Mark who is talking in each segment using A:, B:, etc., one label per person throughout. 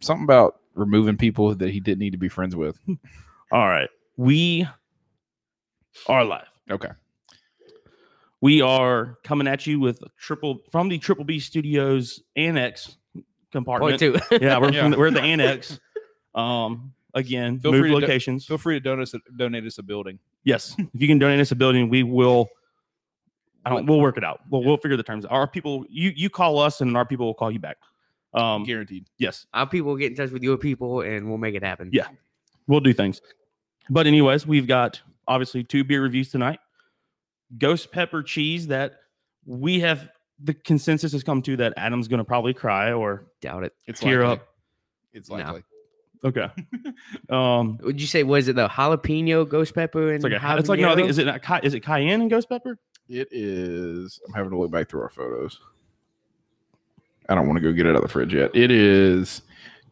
A: something about removing people that he didn't need to be friends with.
B: All right. We are live.
A: Okay.
B: We are coming at you with a triple from the Triple B Studios annex
C: Point
B: compartment.
C: two.
B: Yeah, we're From
A: Yeah.
B: the, we're at the annex. Um, again,
A: Feel
B: move
A: free to do-
B: locations.
A: Feel free to donate us, donate us a building.
B: yes, if you can donate us a building, we will. I don't. We'll work it out. We'll we'll figure the terms. out. Our people, you you call us, and our people will call you back. Um,
A: Guaranteed.
B: yes,
C: Our people will get in touch with your people, and we'll make it happen.
B: Yeah. we'll do things. But anyways, we've got obviously two beer reviews tonight. Ghost pepper cheese that we have the consensus has come to that Adam's gonna probably cry or
C: Doubt it.
A: It's
B: Tear
A: likely.
B: up.
A: It's
C: No.
A: likely.
B: okay. um,
C: Would you say was it the jalapeno ghost pepper and
B: it's like a, it's like no, I think is it not, Ca- is it cayenne and ghost pepper?
A: It is. I'm having to look back through our photos. I don't want to go get it out of the fridge yet. It is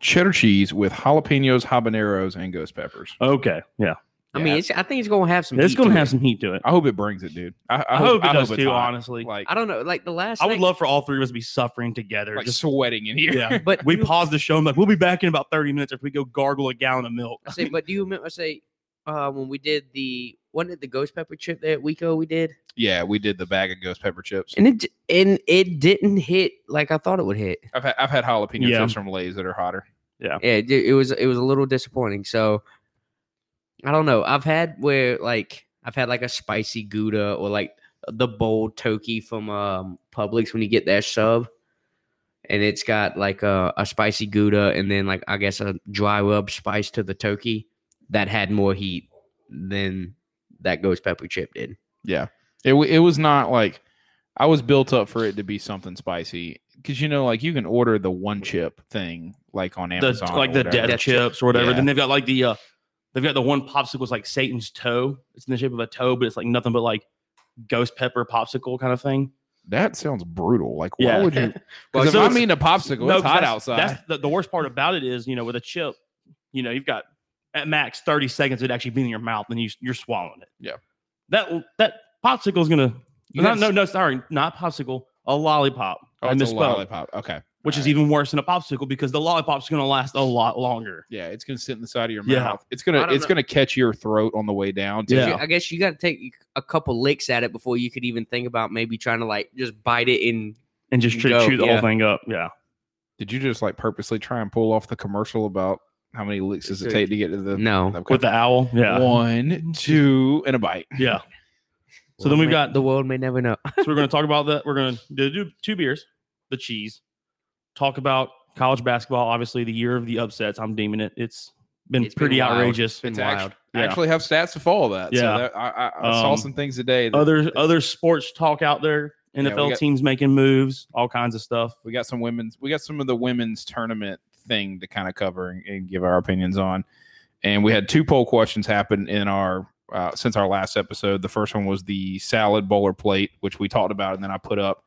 A: cheddar cheese with jalapenos, habaneros, and ghost peppers.
B: Okay, yeah,
C: I mean, it's, I think it's gonna have some.
B: it's
C: heat
B: gonna
C: to
B: have
C: it.
B: some heat to it.
A: I hope it brings it, dude. I, I
B: I hope it does
A: it's
B: too.
A: hot.
B: Honestly,
A: like
C: I don't know. Like the last.
B: I would
C: thing-
B: love for all three of us to be suffering together.
A: like
B: just
A: sweating in here.
B: yeah.
C: But
B: We
C: do-
B: pause the show. and like, we'll be back in about thirty minutes if we go gargle a gallon of milk.
C: I say, but do you remember? I say, uh, when we did the wasn't it the ghost pepper chip that Wico we did,
A: Yeah, we did the bag of ghost pepper chips.
C: and it d- and it didn't hit like I thought it would hit.
A: I've had, I've had jalapeno
B: Yeah.
A: chips from Lay's that are hotter.
C: Yeah, it, it was it was a little disappointing. So I don't know. I've had where like I've had like a spicy gouda or like the bold turkey from um Publix when you get that sub, and it's got like a, a spicy gouda and then like I guess a dry rub spice to the turkey that had more heat than that ghost pepper chip did.
A: Yeah. It wa- it was not like I was built up for it to be something spicy because you know like you can order the one chip thing like on
B: the
A: Amazon
B: like
A: or
B: the
A: whatever.
B: death,
C: Death
B: chips or whatever.
A: Yeah.
B: Then they've got like the uh they've got the one popsicle's like Satan's toe. It's in the shape of a toe, but it's like nothing but like ghost pepper popsicle kind of thing.
A: that sounds brutal. Like
B: Yeah.
A: why would you? Because
B: so
A: if I
B: it's-
A: mean a popsicle,
B: No,
A: it's
B: 'cause
A: hot
B: that's-
A: outside.
B: That's the, the worst part about it is, you know, with a chip, you know, you've got at max 30 seconds it actually being in your mouth and you you're swallowing it.
A: Yeah.
B: That that popsicle's gonna
A: You
B: no,
A: have-
B: no, no, sorry, not popsicle, a lollipop.
A: oh,
B: I
A: it's a
B: misspelled.
A: lollipop. Okay,
B: Which is
A: Alright.
B: even worse than a popsicle because the lollipop's gonna last a lot longer.
A: yeah, it's gonna sit in the side of your
B: Yeah.
A: mouth. It's
C: I
A: gonna
C: don't
A: it's
C: know.
A: gonna catch your throat on the way down. too.
B: Yeah.
C: You- I guess you got to take a couple licks at it before you could even think about maybe trying to like just bite it and
B: And just chew,
C: Go,
B: chew the
C: yeah.
B: whole thing up. Yeah.
A: Did you just like purposely try and pull off the commercial about how many licks does it
C: Dude.
A: take to get to the
C: no.
A: Okay.
B: With the owl. Yeah.
A: one, two, and a bite?
B: Yeah. So then we've got
C: the world may never know.
B: so we're going to talk about that. We're going to do two beers, the cheese, talk about college basketball. Obviously, the year of the upsets. I'm deeming it. It's been
C: It's been
B: pretty
C: wild.
B: outrageous.
C: It's
A: It's act-
C: wild.
A: I
B: Yeah.
A: actually have stats to follow that.
B: Yeah.
A: So that, I, I, I saw
B: Um,
A: some things today. That
B: Other other sports talk out there.
A: we
B: NFL
A: got-
B: teams making moves, all kinds of stuff.
A: we got some women's, we got some of the women's tournament thing to kind of cover and, and give our opinions on. And we had two poll questions happen in our uh, since our last episode. The first one was the salad bowl or plate, which we talked about, and then I put up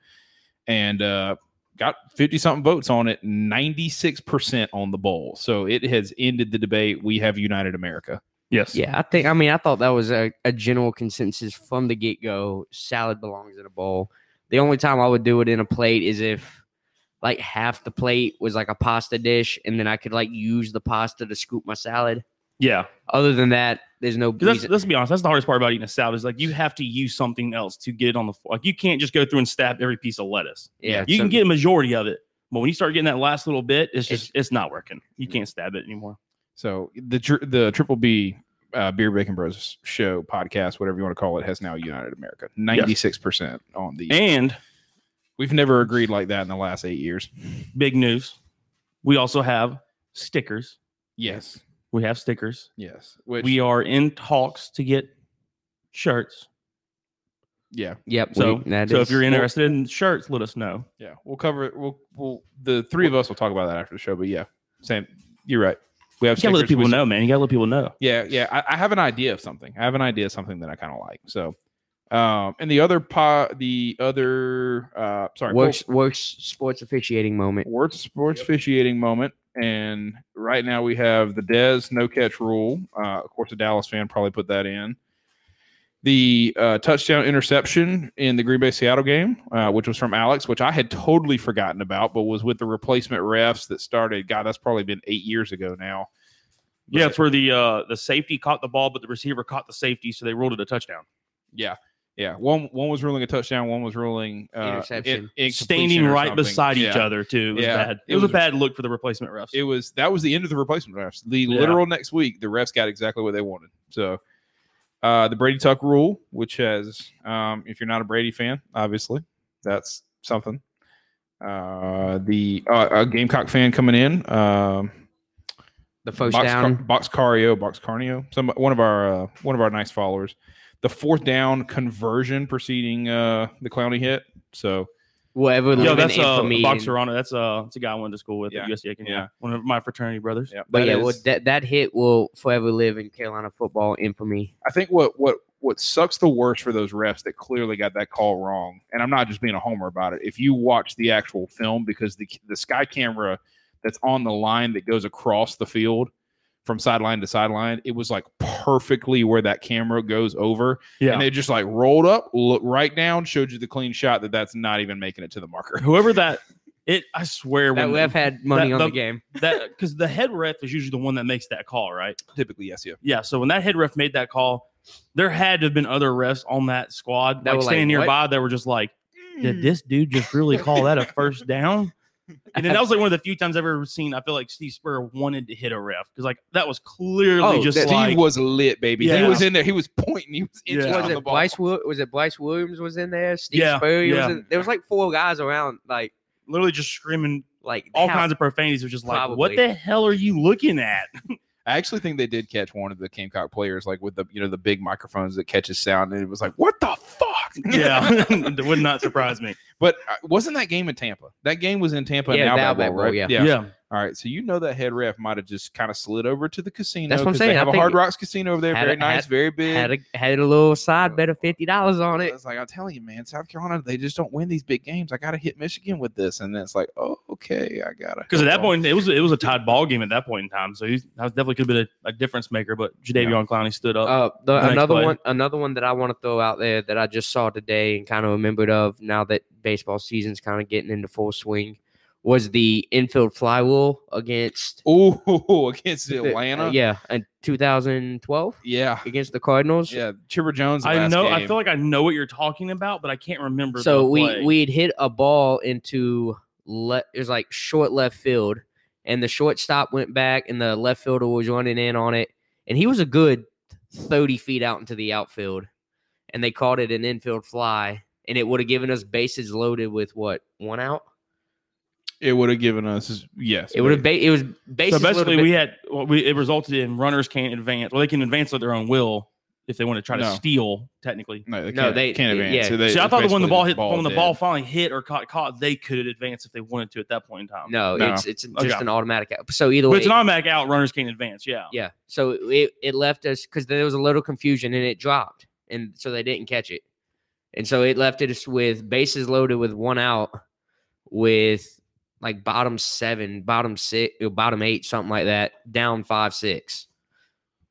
A: and uh, got fifty something votes on it, ninety six percent on the bowl. So it has ended the debate. We have united America.
B: Yes.
C: Yeah, I think. I mean, I thought that was a, a general consensus from the get go. Salad belongs in a bowl. The only time I would do it in a plate is if like half the plate was like a pasta dish, and then I could like use the pasta to scoop my salad.
B: Yeah.
C: Other than that, there's no
B: 'Cause that's-
C: reason.
B: let's be honest. That's the hardest part about eating a salad is like you have to use something else to get it on the floor. Like you can't just go through and stab every piece of lettuce.
C: yeah,
B: You
C: so-
B: can get a majority of it, but when you start getting that last little bit, it's
C: It's-
B: just it's not working. You can't stab it anymore.
A: So the tr- the Triple B uh, Beer Bacon Bros show podcast, whatever you want to call it, has now united America. Ninety six percent on the.
B: And
A: We've never agreed like that in the last eight years.
B: big news. We also have stickers.
A: Yes,
B: We have stickers.
A: yes. Which
B: We are in talks to get shirts.
A: yeah,
C: Yep.
B: So,
C: we- that
B: so if
C: is-
B: you're interested in shirts, let us know.
A: yeah. We'll cover it. We'll we'll the three of us will talk about that after the show. But yeah, Sam, you're right. We have
B: You gotta let
A: stickers. We
B: people
A: s-
B: know, man. You gotta let people know.
A: Yeah, yeah. I, I have an idea of something. I have an idea of something that I kind of like. So, um, and the other po- the other uh, sorry, poll-
C: works works sports officiating moment.
A: Worth sports officiating moment. And right now we have the Dez no catch rule. Uh, of course, a Dallas fan probably put that in. the uh, touchdown interception in the Green Bay Seattle game, uh, which was from Alex, which I had totally forgotten about, but was with the replacement refs that started. God, that's probably been eight years ago now.
B: Yeah, it's where the uh, the safety caught the ball, but the receiver caught the safety, so they ruled it a touchdown.
A: Yeah, yeah. One one was ruling a touchdown. One was ruling uh,
C: Interception.
A: in- incompletion
B: Standing
A: or
B: right
A: something.
B: beside
A: Yeah.
B: each other too. It was
A: Yeah.
B: bad. It,
A: It
B: was,
A: was-
B: a bad look for the replacement refs.
A: It was that was the end of the replacement refs. The
B: Yeah.
A: literal next week, the refs got exactly what they wanted. So, uh, the Brady Tuck rule, which has, um, if you're not a Brady fan, obviously that's something. Uh, the uh, a Gamecock fan coming in, um,
C: The first
A: Box,
C: down.
A: Box Cario, Box Carnio, some one of our uh, one of our nice followers. The fourth down conversion preceding uh, the Clowney hit. So
C: whatever.
B: Yo,
C: living
B: that's a uh,
C: infamy
B: boxer on it. That's uh, that's a guy I went to school with
A: Yeah.
B: at USDA.
A: Yeah.
B: one of my fraternity brothers.
A: yeah,
C: But
A: that
C: yeah, well,
A: is-
C: that that hit will forever live in Carolina football infamy.
A: I think what what what sucks the worst for those refs that clearly got that call wrong, and I'm not just being a homer about it. If you watch the actual film, because the the sky camera that's on the line that goes across the field from sideline to sideline, it was like perfectly where that camera goes over,
B: Yeah,
A: and they just like rolled up, looked right down, showed you the clean shot that that's not even making it to the marker.
B: whoever that it, I swear
C: That
B: when
C: ref had money
B: that-
C: on the,
B: the-
C: game.
B: that because the head ref is usually the one that makes that call, right?
A: Typically, yes, yeah.
B: Yeah. So when that head ref made that call, there had to have been other refs on that squad,
C: That
B: like
C: were like,
B: standing
C: "What?"
B: nearby, that were just like,
C: Mm.
A: Hmm.
B: "Did this dude just really call that a first down?" And then that was like one of the few times I've ever seen. I feel like Steve Spurrier wanted to hit a ref because like that was clearly
C: Oh,
B: just
C: that-
A: Steve
B: like
A: was lit, baby. He
B: Yeah.
A: was in there. He was pointing. He was inching
B: Yeah.
A: on
C: Was
A: the
C: it
A: ball.
C: Bryce? Wi- Was it Bryce Williams was in there? Steve
B: Yeah,
C: Spurrier
B: yeah.
C: was in, There was like four guys around. Like
B: literally just screaming
C: like
B: all
C: how-
B: kinds of profanities. It was just like, "What
C: Probably.
B: the hell are you looking at?"
A: I actually think they did catch one of the Gamecock players, like with the you know the big microphones that catches sound, and it was like, "What the fuck?"
B: yeah, it would not surprise me.
A: but uh, wasn't that game in Tampa? That game was in Tampa.
C: Yeah,
A: Yeah,
C: the
A: now
C: Outback
A: Bowl,
C: Bowl,
A: right?
C: yeah.
A: All right, so you know that head ref might have just kind of slid over to the casino.
C: That's what I'm
A: 'cause they
C: saying. I
A: have a
C: think
A: Hard
C: it-
A: Rocks casino over there,
C: had
A: very
C: a-
A: nice,
C: had-
A: very big.
C: had a had a little side bet of fifty dollars on it.
A: It's like I'm telling you, man, South Carolina, they just don't win these big games. I gotta hit Michigan with this, and then it's like, oh, okay, I gotta.
B: Because at
A: help
B: that
A: them.
B: point, it was it was a tied ball game at that point in time. So he's, that was definitely could have been a, a difference maker. But Jadavion Clowney stood up.
C: Uh, the,
B: next
C: another
B: play.
C: one, another one that I want to throw out there that I just saw today and kind of remembered of now that baseball season's kind of getting into full swing was the infield fly rule against
A: ooh, against
C: the-
A: Atlanta, yeah,
C: yeah, in 2012
A: yeah,
C: against the Cardinals.
A: yeah. Chipper Jones,
B: I
A: last
B: know. I
A: game.
B: feel like I know what you're talking about, but I can't remember.
C: So
B: the
C: we
B: play.
C: we'd hit a ball into le- it was like short left field, and the shortstop went back, and the left fielder was running in on it, and he was a good thirty feet out into the outfield, and they called it an infield fly, and it would have given us bases loaded with what one out.
A: It would have given us yes.
C: It would have
A: been
C: ba- it was
B: so
C: bases
B: basically
C: loaded.
B: we had well, we, it resulted in runners can't advance. Well, they can advance at their own will if they want to try to
A: No.
B: steal. Technically,
A: no, they
C: No,
A: can't,
C: they-
A: can't
C: they-
A: advance.
C: yeah.
A: So they,
B: see, I
A: it's
B: thought when the
A: basically
B: ball
A: just
B: hit, when the
A: dead.
B: ball finally hit or caught caught, they could advance if they wanted to at that point in time.
C: no,
A: No.
C: it's it's just
B: Okay.
C: an automatic. out. So either
B: but
C: way,
B: it's an automatic out. Runners can't advance. Yeah.
C: yeah. So it, it left us because there was a little confusion and it dropped, and so they didn't catch it, and so it left us with bases loaded with one out, with like bottom seven, bottom six, or bottom eight, something like that, down five six,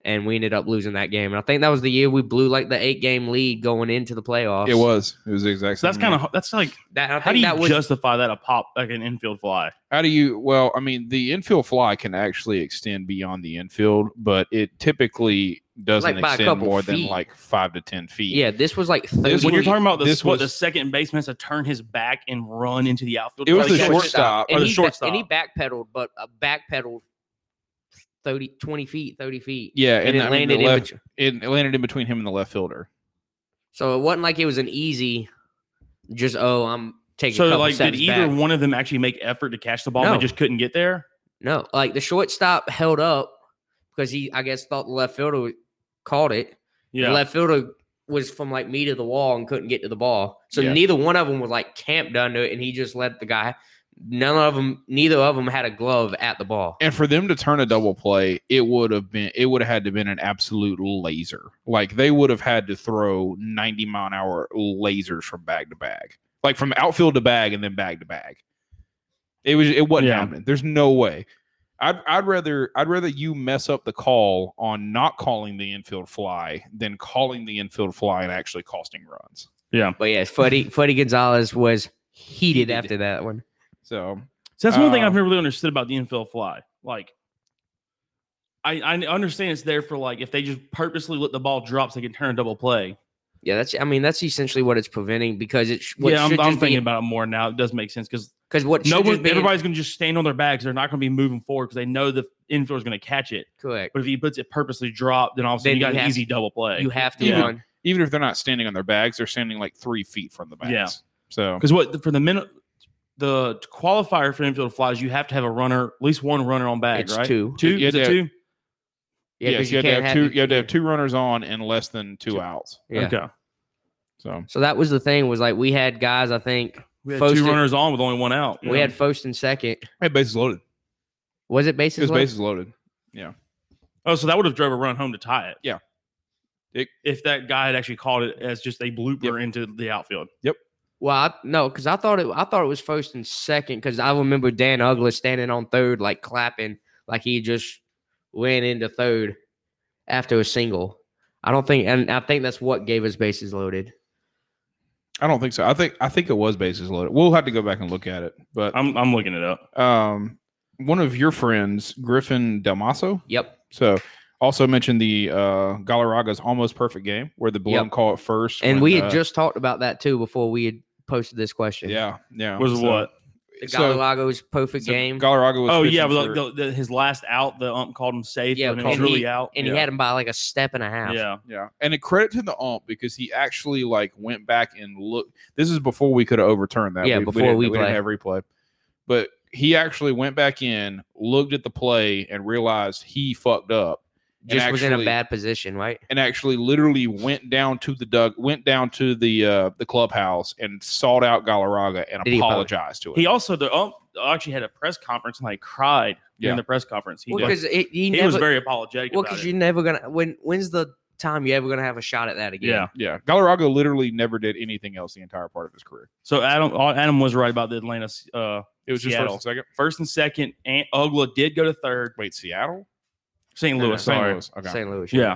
C: and we ended up losing that game. And I think that was the year we blew like the eight game lead going into the playoffs.
A: It was. It was the exact.
B: So that's
A: same
B: kind
A: year.
B: of that's like
C: That, I think
B: how do you
C: that was
B: justify that a pop like an infield fly?
A: How do you? Well, I mean, the infield fly can actually extend beyond the infield, but it typically doesn't
C: Like by a
A: extend
C: couple
A: more than
C: feet.
A: like five to ten feet.
C: yeah. This was like 30
B: when you're
A: was-
B: talking about the
A: this
B: what
A: was-
B: the second baseman has to turn his back and run into the outfield.
A: It was
B: to
A: the
B: catch-
A: shortstop.
B: Or
C: and,
B: the
C: he ba-
B: shortstop.
C: and he backpedaled, but uh, backpedaled 30, 20 feet, 30 feet.
A: yeah, and,
C: and it
A: I mean,
C: landed
A: the
C: in
A: left,
C: between.
A: it landed in between him and the left fielder.
C: So it wasn't like it was an easy, just, oh, I'm taking a
B: So
C: couple
B: like, did
C: steps
B: either
C: back.
B: one of them actually make effort to catch the ball?
C: No.
B: They just couldn't get there.
C: No, like the shortstop held up because he, I guess, thought the left fielder caught it.
B: Yeah.
C: The left fielder was from like me to the wall and couldn't get to the ball. So
A: Yeah.
C: neither one of them was like camped under it, and he just let the guy. None of them, neither of them had a glove at the ball.
A: And for them to turn a double play, it would have been it would have had to been an absolute laser. Like they would have had to throw ninety mile an hour lasers from bag to bag, like from outfield to bag and then bag to bag. It was it wasn't
B: Yeah.
A: happening. There's no way. I'd, I'd rather I'd rather you mess up the call on not calling the infield fly than calling the infield fly and actually costing runs.
C: But yeah, Fuddy Fuddy Gonzalez was heated after that one.
A: So
B: So that's one thing
A: Uh,
C: Oh.
B: I've never really understood about the infield fly. Like, I, I understand it's there for like if they just purposely let the ball drop so they can turn a double play.
C: Yeah, that's I mean that's essentially what it's preventing because it sh- what
B: yeah, I'm,
C: should
B: I'm
C: just
B: thinking
C: be
B: about it more now. It does make sense because
C: because what
B: no
C: should
B: one,
C: just be-
B: everybody's going to just stand on their backs. They're not going to be moving forward because they know the infielder's going to catch it.
C: correct.
B: But if he puts it purposely drop, then all of a sudden you
C: Then you
B: got an
C: have-
B: easy double play.
C: You have to
B: Yeah.
C: run.
A: even if they're not standing on their bags, they're standing like three feet from the bags.
B: Yeah.
A: So
B: Because what for the minute the qualifier for infield flies, you have to have a runner, at least one runner on bag,
C: It's
B: right?
C: two.
B: Two
A: You
B: is it
A: had to
B: two?
C: Yeah,
A: yes,
C: because
A: you,
C: you,
A: had to
C: can't
A: have two. You had to have two runners on and less than two,
B: Two.
A: outs.
C: yeah.
B: Okay.
A: So
C: So that was the thing was like we had guys. I think
B: We had
C: Posted-
B: two runners on with only one out.
C: we
B: Yeah.
C: had first and second.
A: hey, bases loaded.
C: Was it
A: It
C: bases?
A: was
C: loaded?
A: bases loaded.
B: Oh, so that would have drove a run home to tie it.
A: Yeah. It-
B: if that guy had actually called it as just a blooper into the outfield.
C: Well, I, no, because I thought it. I thought it was first and second because I remember Dan Uglas standing on third, like clapping, like he just went into third after a single. I don't think, and I think that's what gave us bases loaded.
A: I don't think so. I think I think it was bases loaded. We'll have to go back and look at it. But
B: I'm I'm looking it up.
A: um, one of your friends, Griffin Delmaso,
C: Yep.
A: so also mentioned the uh, Galarraga's almost perfect game where the blown
C: Yep.
A: call at first, when,
C: And
B: Oh
C: we had
A: uh,
C: just talked about that too before we had posted this question.
A: yeah yeah
B: Was
A: So-
B: what?
C: The
A: so-
C: Galalago's perfect
A: so
C: game.
A: Galarraga was
B: Oh yeah,
A: pitching
B: but
A: for-
B: the, the, his last out, the ump called him safe.
C: Yeah,
B: Yeah, when it was
A: called-
B: really
C: he-
B: out.
C: and
B: yeah.
C: he had him by like a step and a half.
B: yeah.
A: Yeah, and a credit to the ump because he actually like went back and looked. This is before we could have overturned that.
C: Yeah, before
A: didn't-
C: we
A: didn't
C: play.
A: have replay, but he actually went back in, looked at the play, and realized he fucked up. and
C: Just was in a
A: actually-
C: bad position, right?
A: and actually literally went down to the dug, went down to the uh, the clubhouse and sought out Galarraga and
C: Did he apologize?
A: apologized to him.
B: He also the ump actually had a press conference and like cried
A: Yeah.
B: during the press conference. He,
C: Well,
B: did.
C: because it- he
B: he
C: never.
B: was very apologetic.
C: well,
B: about
C: because
B: it.
C: you're never gonna. When when's the time you ever gonna have a shot at that again?
B: yeah.
A: yeah, Galarraga literally never did anything else the entire part of his career.
B: So Adam Adam was right about the Atlanta uh,
A: It was just first
B: Seattle.
A: and second.
B: first and second. And Ugla did go to third.
A: Wait, Seattle,
B: St.
A: No, no,
B: Louis,
A: St.
B: sorry.
A: Louis. Okay,
C: St. Louis.
B: Yeah.
A: I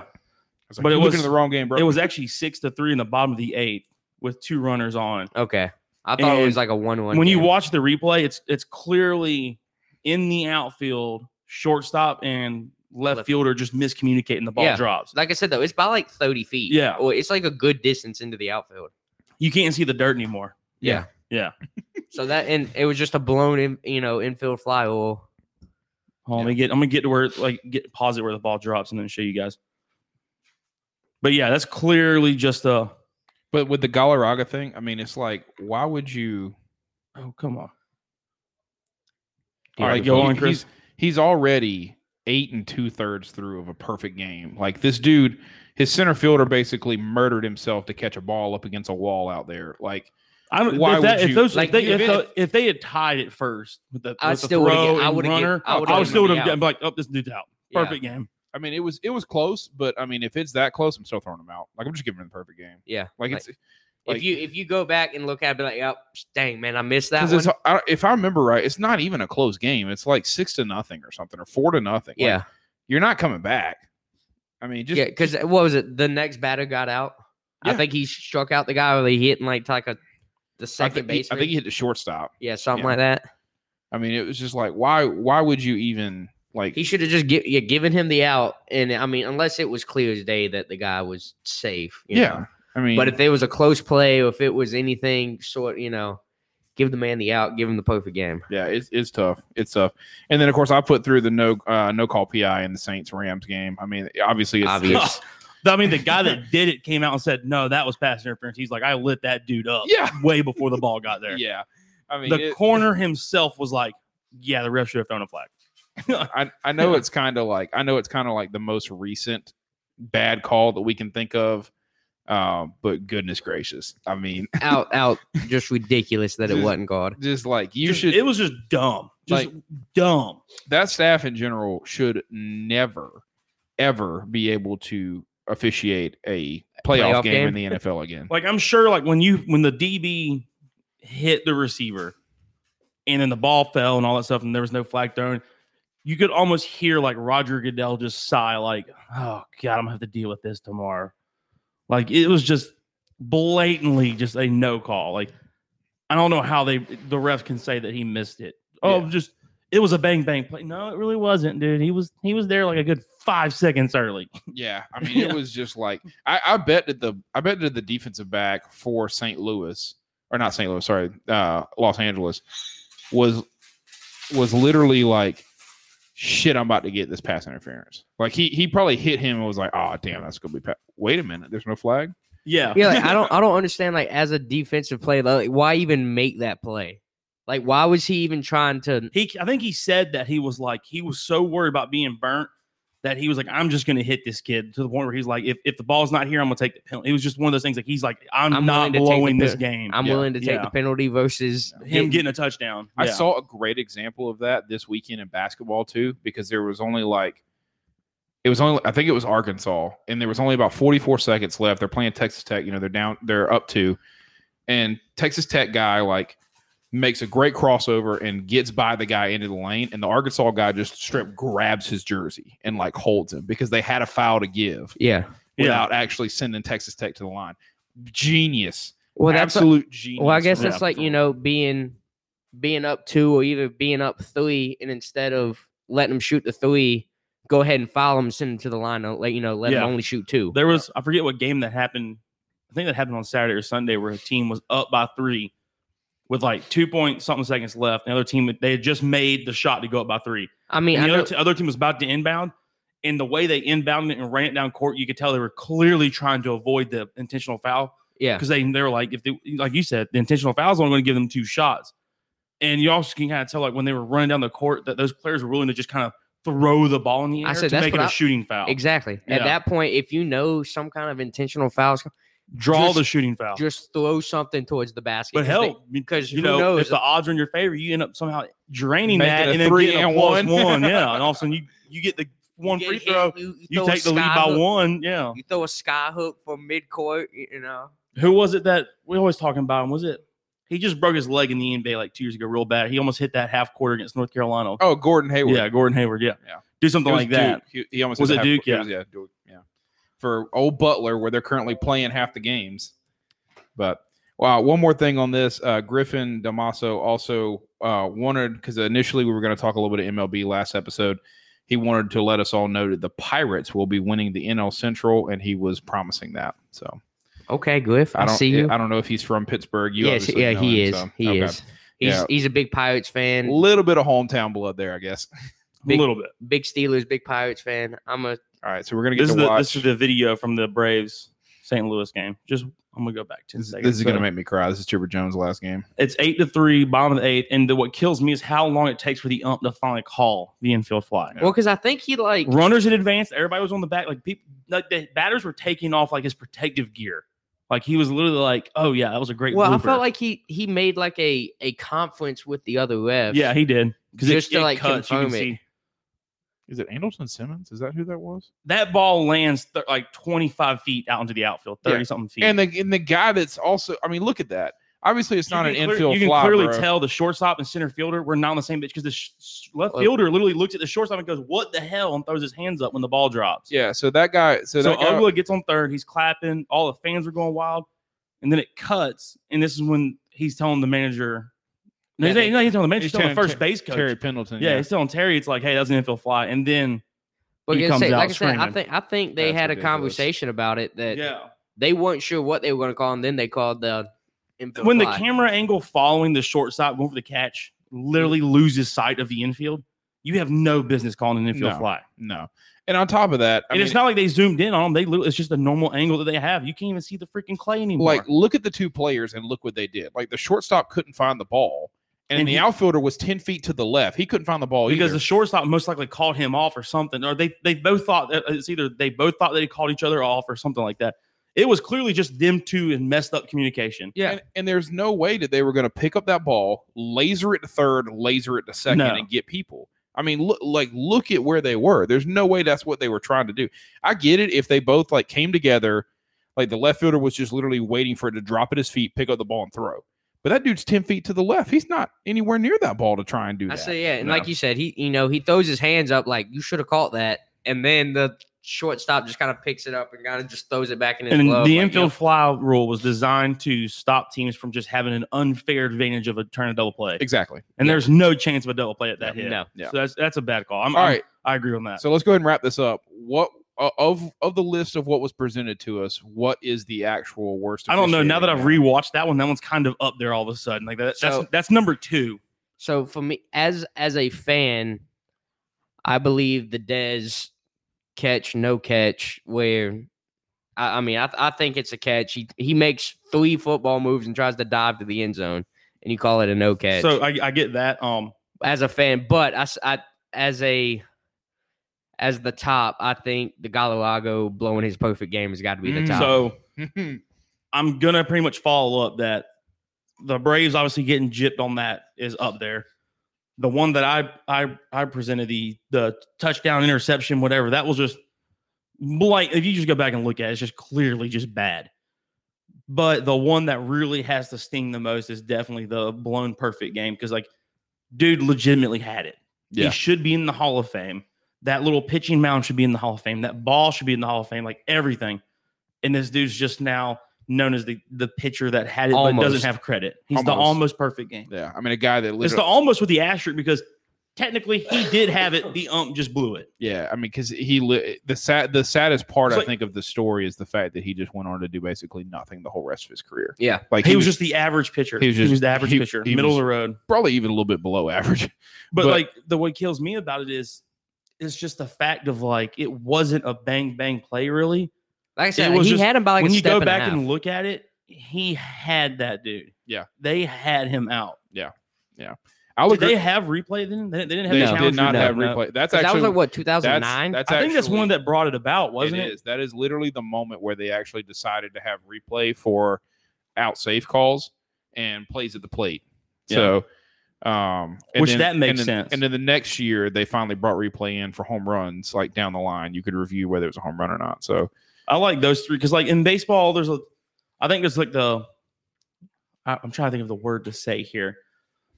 A: was like,
B: But
A: "You
B: it
A: looking
B: was-
A: at the wrong game, bro.
B: It was actually six to three in the bottom of the eighth with two runners on.
C: Okay. I thought it was
B: And
C: like a one-one.
B: when you
C: game.
B: watch the replay, it's it's clearly in the outfield, shortstop and left,
C: Left.
B: fielder just miscommunicating. The ball
C: Yeah.
B: drops.
C: like I said though, it's by like thirty feet.
B: Yeah.
C: Or it's like a good distance into the outfield.
B: You can't see the dirt anymore.
C: Yeah.
B: Yeah.
C: So that and it was just a blown in, you know, infield fly. Well,
B: Hold on, let me get. I'm gonna get to where like get pause it where the ball drops and then show you guys. But yeah, that's clearly just a.
A: But with the Galarraga thing, I mean, it's like, why would you?
B: Oh come on.
C: Yeah,
B: All right,
A: like,
B: go
A: he-
B: on, Chris.
A: He's, he's already eight and two thirds through of a perfect game. Like this dude, his center fielder basically murdered himself to catch a ball up against a wall out there. Like,
B: I don't.
A: Why
B: if, that,
A: would
B: if
A: you-
B: those,
C: like,
B: if they,
A: you-
B: if,
A: if-
B: the- if they had tied it first with the,
C: I
B: with the
C: still would've
B: throw
C: gi- I
B: and
C: would've gi-
B: runner,
C: I
B: I,
C: would've
B: would
C: given
B: still
C: him
B: would
C: the
B: have
C: out.
B: been like, oh, this dude's out.
C: Yeah.
B: Perfect game.
A: I mean, it was it was close, but I mean, if it's that close, I'm still throwing him out. Like I'm just giving him the perfect game.
C: Yeah,
A: like,
C: like-
A: it's
C: if
A: like-
C: you if you go back and look at it, be like, oh, dang man, I missed that
A: because
C: one.
A: it's I, if I remember right, it's not even a close game. It's like six to nothing or something, or four to nothing. Like,
C: yeah,
A: you're not coming back. I mean, just
C: yeah. Because what was it? The next batter got out. I
A: Yeah.
C: think he struck out the guy, or they hit in like like a the
A: I
C: second
A: think, he,
C: base.
A: I think he hit the shortstop.
C: yeah, something
A: yeah.
C: like that.
A: I mean, it was just like, why? Why would you even like?
C: He should have just gi- yeah, given him the out. And I mean, unless it was clear as day that the guy was safe. you
A: yeah,
C: know.
A: I mean,
C: But if it was a close play or if it was anything sort, you know, give the man the out, give him the perfect game.
A: yeah, it's, it's tough. It's tough. And then of course I put through the no uh, no call PI in the Saints Rams game. I mean, obviously it's
C: Obvious.
B: I mean, the guy that did it came out and said, no, that was pass interference. He's like, I lit that dude up
A: yeah,
B: way before the ball got there.
A: yeah. I mean,
B: the
A: it-
B: corner himself was like, yeah, the ref should have thrown a flag.
A: I, I know it's kind of like I know it's kind of like the most recent bad call that we can think of. Um, but goodness gracious, I mean,
C: out, out, just ridiculous that it
A: Just-
C: wasn't God.
A: just like you
B: Just-
A: should,
B: It was just dumb. Just dumb.
A: that staff in general should never, ever be able to officiate a playoff,
C: Playoff
A: game,
C: game?
A: in the NFL again.
B: Like I'm sure, like when you when the DB hit the receiver, and then the ball fell and all that stuff, and there was no flag thrown, you could almost hear like Roger Goodell just sigh, like, oh God, I'm gonna have to deal with this tomorrow. Like it was just blatantly just a no call. Like, I don't know how they the ref can say that he missed it. Oh,
A: Yeah.
B: just it was a bang bang play. No, it really wasn't, dude. He was he was there like a good five seconds early.
A: Yeah, I mean, it
B: Yeah.
A: was just like I, I bet that the I bet that the defensive back for St. Louis or not St. Louis, sorry, uh, Los Angeles was was literally like, shit, I'm about to get this pass interference. Like he he probably hit him and was like, oh damn, that's gonna be. Pa- Wait a minute, there's no flag.
B: Yeah.
C: Yeah, like, I don't I don't understand like as a defensive play, like why even make that play? Like why was he even trying to
B: He I think he said that he was like he was so worried about being burnt that he was like, I'm just gonna hit this kid to the point where he's like, if, if the ball's not here, I'm gonna take the penalty. It was just one of those things like he's like, I'm,
C: I'm willing
B: not
C: to take the
B: blowing this
C: pen-
B: game.
C: I'm
A: Yeah,
C: willing to take
B: yeah.
C: the penalty versus
B: him getting a touchdown.
A: I
B: Yeah.
A: saw a great example of that this weekend in basketball too, because there was only like it was only I think it was Arkansas, and there was only about 44 seconds left. They're playing Texas Tech, you know, they're down, they're up two, and Texas Tech guy like makes a great crossover and gets by the guy into the lane, and the Arkansas guy just strip grabs his jersey and like holds him because they had a foul to give
C: Yeah.
B: Yeah.
A: without actually sending Texas Tech to the line. Genius.
C: Well that's
A: absolute genius.
C: well, I guess
B: Yeah.
C: it's like, you know, being being up two or either being up three and instead of letting him shoot the three, go ahead and foul him, send him to the line, and let you know, let
B: Yeah.
C: him only shoot two.
B: There was I forget what game that happened. I think that happened on Saturday or Sunday where a team was up by three with like two point something seconds left. The other team they had just made the shot to go up by three.
C: I mean,
B: And
C: I
B: the
C: know,
B: other, t- other team was about to inbound, and the way they inbounded it and ran it down court, you could tell they were clearly trying to avoid the intentional foul
C: yeah.
B: because they they were like, if they like you said, the intentional foul is only going to give them two shots. And you also can kind of tell like when they were running down the court that those players were willing to just kind of throw the ball in the air
C: I
B: to
C: said, that's
B: make it
C: what
B: a
C: I-
B: shooting foul.
C: Exactly. At
B: oh, Yeah.
C: that point, if you know some kind of intentional fouls,
B: Draw
C: Just-
B: the shooting foul.
C: just throw something towards the basket.
B: Oh. But
C: 'cause
B: hell,
C: they- because
B: you
C: who
B: know,
C: knows?
B: if the odds are in your favor, you end up somehow draining
A: Making
B: that
A: a
B: and then
A: three
B: getting a
A: and
B: plus
A: one.
B: one. Yeah, and all of a sudden you you get the one
C: You
B: free
C: get hit,
B: throw. You
C: throw a
B: take the lead
C: sky
B: by
C: hook-
B: one. Yeah.
C: You throw a sky hook from midcourt, y- you know.
B: Who was it that we always talking about? Him was it? He just broke his leg in the NBA like two years ago, real bad. He almost hit that half quarter against North Carolina.
A: Oh, Gordon Hayward.
B: yeah, Gordon Hayward. Yeah,
A: Yeah.
B: do
A: It
B: something
A: was
B: like that.
A: Duke. He, he almost
B: Was
A: said
B: it
A: half-
B: Duke? Yeah.
A: was- yeah, Duke. Yeah. For old Butler, where they're currently playing half the games. But wow, one more thing on this. Uh, Griffin Damaso also uh, wanted because initially we were going to talk a little bit of MLB last episode. He wanted to let us all know that the Pirates will be winning the NL Central, and he was promising that. So
C: Okay, Griff, I,
A: I don't,
C: see you.
A: I don't know if he's from Pittsburgh. You
C: yes,
A: obviously
C: yeah,
A: know
C: he
A: him,
C: is.
A: so-
C: He
A: okay.
C: is. He's
A: Yeah.
C: he's a big Pirates
A: A
C: fan.
A: little bit of hometown blood there, I guess.
B: A
C: Big-
B: little bit.
C: big Steelers, big Pirates fan. I'm a
A: All right, so we're gonna get
B: This is
A: to
B: the
A: watch.
B: this is the video from the Braves St. Louis game. Just I'm gonna go back ten
A: this,
B: seconds.
A: this is gonna
B: So-
A: make me cry. This is Chipper Jones' last game.
B: It's eight to three, bottom of the eighth. And the, what kills me is how long it takes for the ump to finally call the infield fly.
A: Yeah.
C: well because I think he like
B: Runners in advance, everybody was on the back. Like people, like the batters were taking off like his protective gear. Like he was literally like, "Oh yeah, that was a great."
C: well I
B: blooper."
C: felt like he he made like a a conference with the other refs.
B: yeah, he did because
C: Just to, like, confirm it.
A: Is it Andelson Simmons? Is that who that was?
B: that ball lands th- like twenty five feet out into the outfield,
A: Yeah.
B: thirty something feet.
A: And the and the guy that's also I mean, look at that. Obviously, it's
B: You
A: not
B: can
A: an
B: clear-
A: infield
B: You can
A: fly.
B: clearly
A: bro.
B: tell the shortstop and center fielder were not on the same bitch because the sh- sh- left
C: Well-
B: fielder literally looks at the shortstop and goes, "What the hell?" and throws his hands up when the ball drops.
A: Yeah, so that guy, so,
B: So,
A: that guy,
B: Ugla gets on third. He's clapping. All the fans are going wild. And then it cuts. And this is when he's telling the manager. No, he's,
C: Yeah,
B: not- he's not telling the manager.
A: he's
B: He's telling the
A: telling
B: first base coach.
A: Terry Pendleton.
B: yeah, he's telling Terry. It's like, hey, that's an infield fly. And then
C: But
B: He
C: like I say-
B: comes out
C: like I said, I
B: screaming.
C: think I think they
A: That's
C: had
A: ridiculous.
C: a conversation about it that
B: yeah,
C: they weren't sure what they were going to call, and then they called the infield
B: when the
C: fly.
B: camera angle following the shortstop going for the catch literally
A: Mm-hmm.
B: loses sight of the infield, you have no business calling an infield
A: No.
B: fly.
A: no. And on top of that, I
B: and
A: mean,
B: it's not like they zoomed in on him. They literally, it's just a normal angle that they have. You can't even see the freaking clay anymore.
A: like look at the two players and look what they did. Like the shortstop couldn't find the ball, and,
B: And
A: the
B: he-
A: outfielder was ten feet to the left. He couldn't find the ball
B: because
A: either.
B: the shortstop most likely called him off or something, or they they both thought that it's either they both thought they called each other off or something like that. It was clearly just them two and messed up communication.
A: yeah, and, and there's no way that they were going to pick up that ball, laser it to third, laser it to second,
B: No.
A: and get people. I mean, look like look at where they were. There's no way that's what they were trying to do. I get it if they both like came together, like the left fielder was just literally waiting for it to drop at his feet, pick up the ball, and throw. But that dude's ten feet to the left. He's not anywhere near that ball to try and do
C: I
A: that.
C: say, yeah, and
A: No.
C: like you said, he you know he throws his hands up like you should have caught that, and then the shortstop just kind of picks it up and kind of just throws it back in his
B: And
C: glove.
B: the
C: like,
B: infield
C: yo,
B: fly rule was designed to stop teams from just having an unfair advantage of a turn of double play.
A: exactly.
B: And
C: Yeah.
B: there's no chance of a double play at that hit.
C: no,
A: Yeah.
B: So that's that's a bad call. I'm,
A: All
B: I'm-
A: right.
B: I agree on that.
A: So let's go ahead and wrap this up. What o- of of the list of what was presented to us? What is the actual worst?
B: I don't know. Now that I've
A: officiating?
B: rewatched that one, that one's kind of up there all of a sudden. Like that, that's
C: So-
B: that's number two.
C: So for me, as as a fan, I believe the Dez catch, no catch, where I, I mean, I, th- I think it's a catch. He he makes three football moves and tries to dive to the end zone, and you call it a no catch.
B: So I, I get that. Um,
C: as a fan, but I, s- I- as a as the top, I think the Galalago blowing his perfect game has got to be the
A: Mm.
C: top.
B: so I'm gonna pretty much follow up that the Braves obviously getting gypped on that is up there. The one that I I I presented the the touchdown interception whatever that was just like if you just go back and look at it, it's just clearly just bad. But the one that really has to sting the most is definitely the blown perfect game because like dude legitimately had it.
A: Yeah.
B: He should be in the Hall of Fame. That little pitching mound should be in the Hall of Fame. That ball should be in the Hall of Fame. Like everything. And this dude's just now known as the the pitcher that had it but
C: Almost.
B: doesn't have credit. He's the
A: Almost.
B: almost perfect game.
A: yeah, I mean a guy that
B: It's
A: literally
B: the almost with the asterisk because technically he did have it. The ump just blew it.
A: Yeah, I mean, because he li- the sad the saddest part
B: It's
A: I
B: like-
A: think of the story is the fact that he just went on to do basically nothing the whole rest of his career.
C: Yeah.
A: like
B: He, was, just the average pitcher.
A: he
B: He
A: was
B: was,
A: just-
B: the average
A: he-
B: pitcher,
A: he
B: middle
A: was-
B: of the road.
A: probably even a little bit below average.
B: But,
A: But-
B: like the what kills me about it is it's just the fact of like it wasn't a bang bang play really.
C: like I said,
B: was
C: he
B: just-
C: had him by like
B: when
C: a
B: you
C: step
B: go
C: and a
B: back
C: half.
B: and look at it, he had that dude.
A: Yeah.
B: they had him out.
A: I'll
B: Did they
A: agree.
B: have replay then? They, they didn't have
A: They
B: the
C: No.
B: challenge.
A: did not
B: no,
A: have
B: no.
A: replay. That's
C: 'Cause that
A: actually
C: was like what
A: that's,
C: 2009.
A: that's
B: I think that's
A: actually-
B: one that brought it about, wasn't it?
A: it is. That is literally the moment where they actually decided to have replay for out safe calls and plays at the plate. So, um, and
B: Which that
A: and
B: makes
A: then-
B: sense.
A: And then the next year, they finally brought replay in for home runs, like down the line. You could review whether it was a home run or not. So,
B: I like those three because, like in baseball, there's a. I think there's like the. I, I'm trying to think of the word to say here.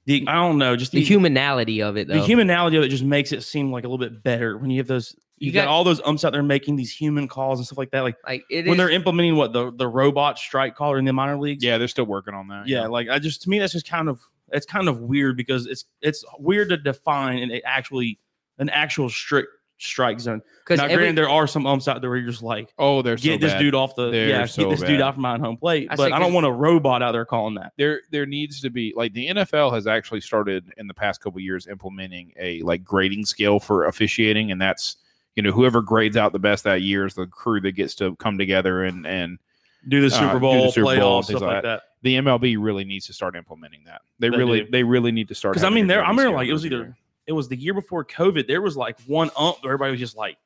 B: The I don't know, just
C: the
B: the,
C: humanality of it,
B: the
C: though.
B: humanality of it just makes it seem like a little bit better when you have those. You,
C: You
B: got,
C: got-
B: all those umps out there making these human calls and stuff like that. Like
C: like it
B: when
C: is-
B: they're implementing what the the robot strike caller in the minor leagues.
A: yeah, they're still working on that.
B: yeah like i just to me that's just kind of it's kind of weird because it's it's weird to define an actually an actual strict strike zone now
C: 'cause every-
B: granted there are some umps out there where you're just like
A: Oh, they're so
B: get this
A: bad.
B: dude off the
A: They're
B: yeah
A: so
B: get this
A: bad.
B: dude off my home plate
C: I
B: but
C: say
B: i don't
C: 'cause-
B: want a robot out there calling that
A: there there needs to be like the NFL has actually started in the past couple years implementing a like grading scale for officiating, and that's you know whoever grades out the best that year is the crew that gets to come together and and
B: do the
A: Uh, do
B: super
A: the
B: bowl
A: Super Bowl,
B: playoffs
A: things
B: stuff
A: like
B: like that
A: the MLB really needs to start implementing that. They,
B: They
A: really
B: do.
A: they really need to start
B: 'Cause, I
A: having
B: mean,
A: a
B: there- I
A: grading
B: remember,
A: scale
B: like, it
A: for
B: was
A: everything.
B: either- it was the year before covid there was like one ump where everybody was just like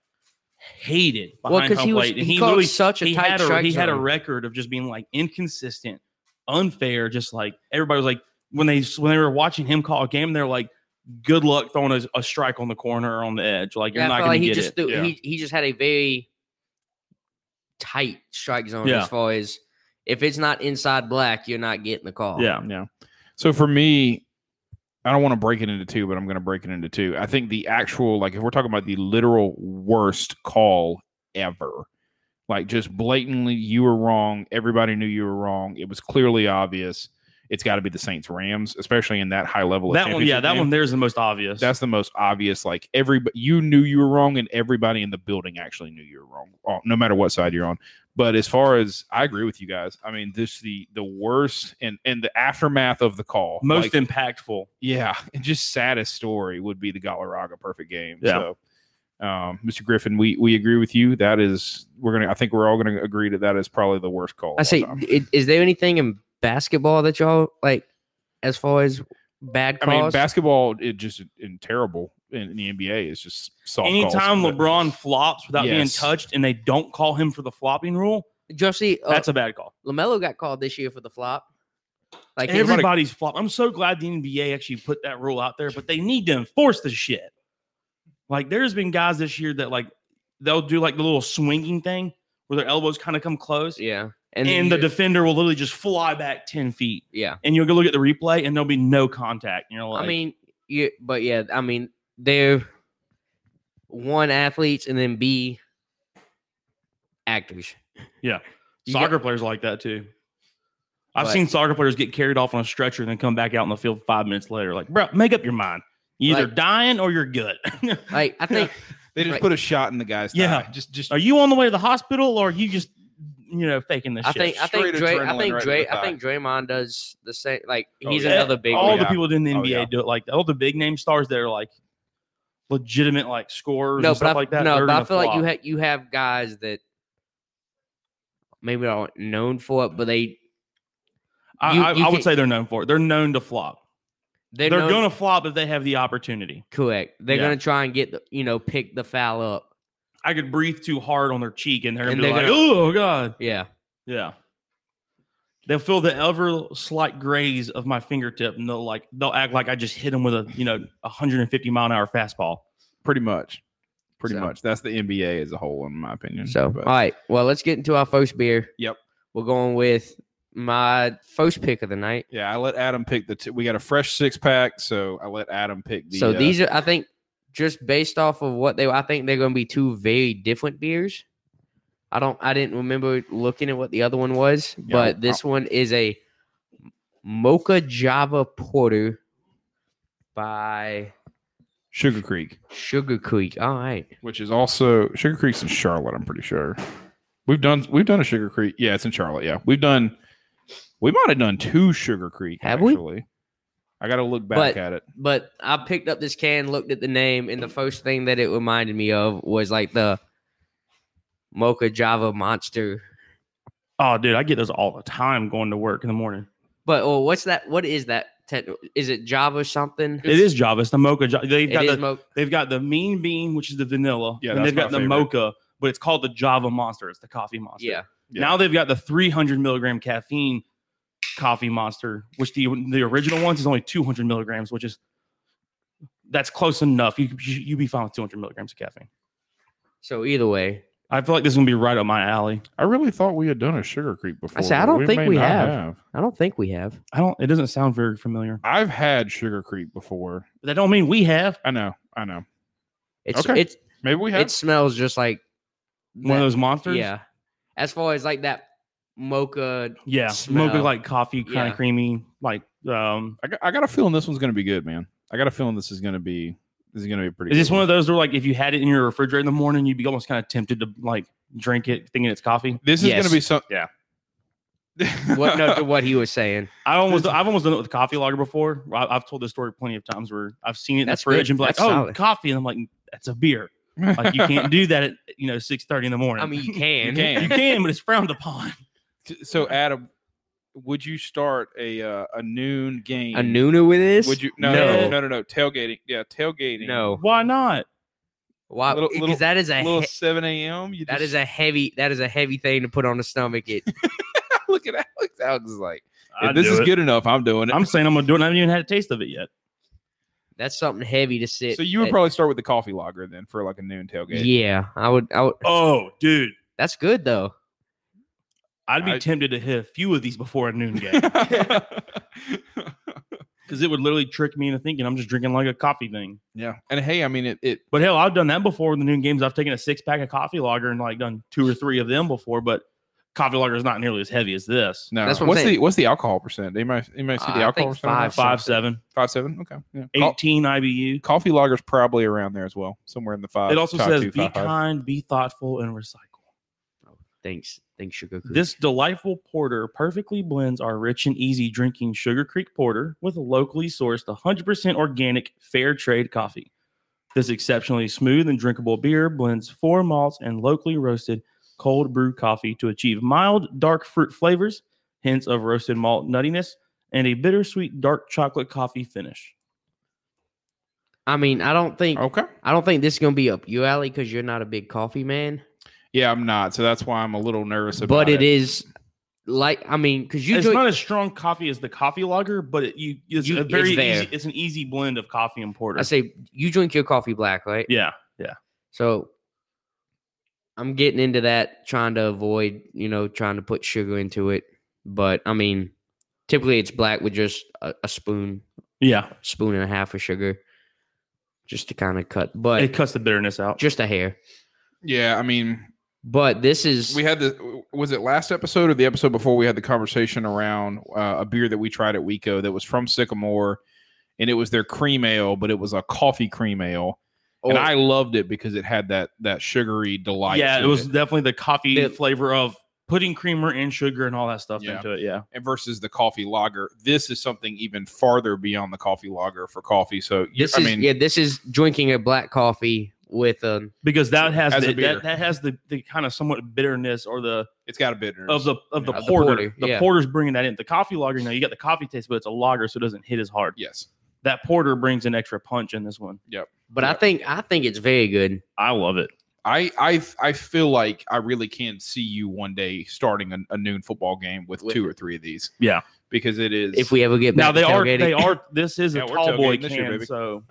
B: hated
C: well,
B: behind
C: because
B: home
C: he was
B: plate and
C: he,
B: he
C: called
B: literally
C: such a
B: he
C: tight
B: had a,
C: strike
B: he had a
C: zone.
B: record of just being like inconsistent, unfair, just like everybody was like when they when they were watching him call a game, they're like, "Good luck throwing a, a strike on the corner or on the edge. Like you're
C: Yeah, I
B: not
C: felt
B: going
C: like
B: to
C: he
B: get
C: just
B: it."
C: threw-
A: Yeah.
C: he he just had a very tight strike zone
B: Yeah.
C: as far as if it's not inside black, you're not getting the call.
B: yeah,
A: Yeah. So for me, I don't want to break it into two, but I'm going to break it into two. I think the actual, like, if we're talking about the literal worst call ever, like just blatantly, you were wrong. Everybody knew you were wrong. It was clearly obvious. It's got to be the Saints Rams, especially in that high level. Of
B: that one. Yeah,
A: championship
B: that
A: game.
B: one. There's the most obvious.
A: That's the most obvious. Like every you knew you were wrong, and everybody in the building actually knew you were wrong, uh, no matter what side you're on. But as far as I agree with you guys, I mean this the the worst and and the aftermath of the call.
B: most
A: like,
B: impactful.
A: yeah, and just saddest story would be the Galarraga perfect game.
B: Yeah.
A: So, um, Mr. Griffin, we we agree with you. That is we're gonna. I think we're all gonna agree that that is probably the worst call. of
C: I
A: all
C: say,
A: time.
C: i- is there anything in basketball that y'all like as far as bad
A: I mean,
C: calls?
A: basketball it just and terrible in, in the NBA is just soft. calls.
B: Anytime
A: But-
B: LeBron flops without being
A: Yes.
B: touched and they don't call him for the flopping rule,
C: Did y'all see uh,
B: that's a bad call.
C: Lamelo got called this year for the flop. Like he-
B: Everybody's flop. I'm so glad the NBA actually put that rule out there, but they need to enforce the shit. Like, there's been guys this year that like they'll do like the little swinging thing where their elbows kind of come close.
C: yeah,
B: and,
C: then
B: the
C: you-
B: defender will literally just fly back ten feet,
C: yeah.
B: and you'll go look at the replay, and there'll be no contact. And you're like,
C: I mean, yeah, but yeah, I mean, they're one athletes and then B actors.
B: Yeah.
C: You got-
B: soccer players are like that too. I've
C: But-
B: seen soccer players get carried off on a stretcher and then come back out in the field five minutes later. Like, bro, make up your mind. You either
C: Like-
B: dying or you're good.
C: like I think
A: They just
C: Right.
A: put a shot in the guy's thigh.
B: Yeah.
A: Just just
B: are you on the way to the hospital or are you just, you know, faking this
C: I
B: shit?
C: think I think
A: straight
C: Dray, I
A: adrenaline
C: think
A: right to
C: Dray,
A: the
C: I think Draymond does the same. Like
A: Oh,
C: he's
A: yeah.
C: another big
B: all
C: one.
B: the
A: yeah.
B: people in the
A: Oh,
B: NBA
A: yeah.
B: do it like that. all the big name stars that are like legitimate like scorers and stuff
C: I,
B: like that.
C: No,
B: they're
C: but I
B: gonna
C: feel like you
B: flop.
C: have you have guys that maybe aren't known for it, but they
B: I-
C: you-
B: I,
C: you
B: I would
C: can-
B: say they're known for it. They're known to flop.
C: they're,
B: They're,
C: known-
B: gonna flop if they have the opportunity.
C: correct. They're
B: Yeah.
C: gonna try and get the, you know pick the foul up.
B: I could breathe too hard on their cheek and they're gonna
C: And
B: be
C: they're
B: like, oh god.
C: Yeah,
B: Yeah. They'll feel the ever slight graze of my fingertip, and they'll like they'll act like I just hit them with a you know 150 mile an hour fastball.
A: pretty much. Pretty
C: So.
A: much. That's the NBA as a whole, in my opinion.
C: So,
A: But-
C: all right. Well, let's get into our first beer.
A: Yep.
C: We're going with my first pick of the night.
A: yeah, I let Adam pick the. T- we got a fresh six pack, so I let Adam pick the.
C: so
A: uh,
C: these are, I think, just based off of what they, I think they're going to be two very different beers. I don't, I didn't remember looking at what the other one was,
A: Yeah,
C: but this one is a Mocha Java Porter by
A: Sugar Creek,
C: Sugar Creek. All right.
A: which is also Sugar Creek's in Charlotte. I'm pretty sure. We've done we've done a Sugar Creek. Yeah, it's in Charlotte. Yeah, we've done. We might have done two Sugar Creek.
C: Have we?
A: actually. I got to look back
C: But-
A: at it.
C: but I picked up this can, looked at the name, and the first thing that it reminded me of was like the Mocha Java Monster.
B: Oh, dude, I get those all the time going to work in the morning.
C: But oh, what's that? What is that? Te- is it Java something?
B: It is Java. It's the mocha. Java. They've
C: It
B: got
C: is
B: the
C: mo-
B: they've got the mean bean, which is the vanilla.
A: Yeah,
B: and
A: that's
B: they've got
A: my
B: the
A: favorite.
B: mocha, but it's called the Java Monster. It's the coffee monster.
C: yeah.
A: Yeah.
B: Now they've got the 300 milligram caffeine coffee monster, which the the original ones is only 200 milligrams, which is that's close enough. You you you be fine with 200 milligrams of caffeine.
C: So either way,
B: I feel like this is gonna be right up my alley.
A: I really thought we had done a Sugar Creek before.
C: said, I
A: but
C: don't think
A: may
C: we
A: not
C: have. I don't think we have.
B: I don't. It doesn't sound very familiar.
A: I've had Sugar Creek before.
B: But that don't mean we have
A: I know. I know.
C: It's
A: Okay.
C: it's
A: Maybe we have.
C: it smells just like
B: one of
C: that-
B: those monsters.
C: Yeah. As far as like that mocha,
B: yeah.
C: Smell.
B: Smoky like coffee, kind
C: Yeah.
B: of creamy. Like, um,
A: I, got, I got a feeling this one's going to be good, man. I got a feeling this is going to be. This is going to be a pretty.
B: is this
A: good
B: one of those where like if you had it in your refrigerator in the morning, you'd be almost kind of tempted to like drink it, thinking it's coffee.
A: This is going
C: Yes.
A: to be some. Yeah.
C: what no, to what he was saying.
B: I almost,
A: This-
B: I've almost done it with coffee lager before. I, I've told this story plenty of times where I've seen it in
C: That's
B: the fridge
C: good.
B: and be like,
C: That's
B: "Oh,
C: solid.
B: coffee," and I'm like, "That's a beer." Like you can't do that at you know six thirty in the morning.
C: I mean, you can.
A: can.
B: you can, but it's frowned upon.
A: so, Adam, would you start a uh, a noon game?
C: A Nuna with this?
A: Would you? No,
C: No.
A: no, no, no, no. Tailgating. Yeah, tailgating.
C: No.
B: Why not?
C: Why?
A: Little- little-
C: Because that is a
A: little
C: he-
A: seven a.m. You
C: That
A: just,
C: is a heavy. That is a heavy thing to put on the stomach. It.
A: look at Alex. Alex is like,
B: I'd
A: if this
B: do
A: is
B: it.
A: good enough. I'm doing it.
B: I'm saying I'm gonna do it. and I haven't even had a taste of it yet.
C: That's something heavy to sit.
A: so you would
C: at-
A: probably start with the coffee lager then for like a noon tailgate.
C: Yeah, I would. I would.
B: Oh, dude,
C: That's good though.
B: I'd be
A: I-
B: tempted to hit a few of these before a noon game because it would literally trick me into thinking I'm just drinking like a coffee thing.
A: yeah. And hey, I mean, it, it
B: But hell, I've done that before in the noon games. I've taken a six pack of coffee lager and like done two or three of them before, but coffee lager is not nearly as heavy as this.
A: No,
C: That's what I'm
A: what's
C: saying.
A: the what's the alcohol percent? Anybody anybody see
C: Uh,
A: the
C: I
A: alcohol
C: think
A: percent? on
C: five.
A: that?
B: Five seven,
A: five seven. Okay, yeah. Co-
B: 18 IBU.
A: coffee lager's probably around there as well, somewhere in the five.
B: It also
A: top
B: says
A: two,
B: be
A: five, five.
B: kind, be thoughtful, and recycle.
C: Thanks. Thanks, Sugar.
A: Hmm.
C: Cookie.
B: This delightful porter perfectly blends our rich and easy drinking Sugar Creek Porter with a locally sourced 100% organic fair trade coffee. This exceptionally smooth and drinkable beer blends four malts and locally roasted cold brew coffee to achieve mild dark fruit flavors, hints of roasted malt nuttiness, and a bittersweet dark chocolate coffee finish.
C: I mean, I don't think.
A: Okay.
C: I don't think this is gonna be up your alley because you're not a big coffee man.
A: Yeah, I'm not, so that's why I'm a little nervous about
C: But
A: it.
C: it is like I mean, because you
B: it's
C: drink.
B: not as strong coffee as the coffee lager, but it, you, it's
C: You-
B: a
C: it's
B: very
C: there.
B: easy, it's an easy blend of coffee and porter.
C: I say you drink your coffee black, right?
B: yeah.
C: So, I'm getting into that, trying to avoid, you know, trying to put sugar into it. But I mean, typically it's black with just a, a spoon,
B: Yeah,
C: spoon and a half of sugar, just to kind of cut, but
B: it cuts the bitterness out.
C: just a hair.
A: Yeah, I mean,
C: But this is
A: we had the was it last episode or the episode before we had the conversation around uh, a beer that we tried at Wico that was from Sycamore, and it was their cream ale, but it was a coffee cream ale, and
C: oh,
A: I loved it because it had that that sugary delight.
B: yeah,
A: to
B: it was definitely the coffee
C: The-
B: flavor of putting creamer and sugar and all that stuff
A: Yeah.
B: into it. Yeah,
A: and versus the coffee lager. This is something even farther beyond the coffee lager for coffee. So you-
C: this
A: I
C: is
A: mean,
C: yeah, this is drinking a black coffee with um, a
B: because that has
A: As a
B: the,
A: beer.
B: that, that has the, the kind of somewhat bitterness or the
A: it's got a bitterness.
B: of the of the
A: Of
C: the
B: porter. The,
C: porter, yeah.
B: porter's bringing that in. The coffee lager, you know, you got the coffee taste, but it's a lager, so it doesn't hit as hard.
A: yes,
B: That porter brings an extra punch in this one.
C: but I
A: Yeah.
C: think I think it's very good.
B: I love it.
A: I I I feel like I really can see you one day starting a, a noon football game with
C: With
A: two or three of these.
B: Yeah.
A: because it is
C: If we ever get back
B: Now they
C: to
B: are
C: tailgating.
B: they are this is
A: Yeah,
B: a
A: we're
B: tall boy
A: tailgating this
B: can,
A: year, baby.
B: so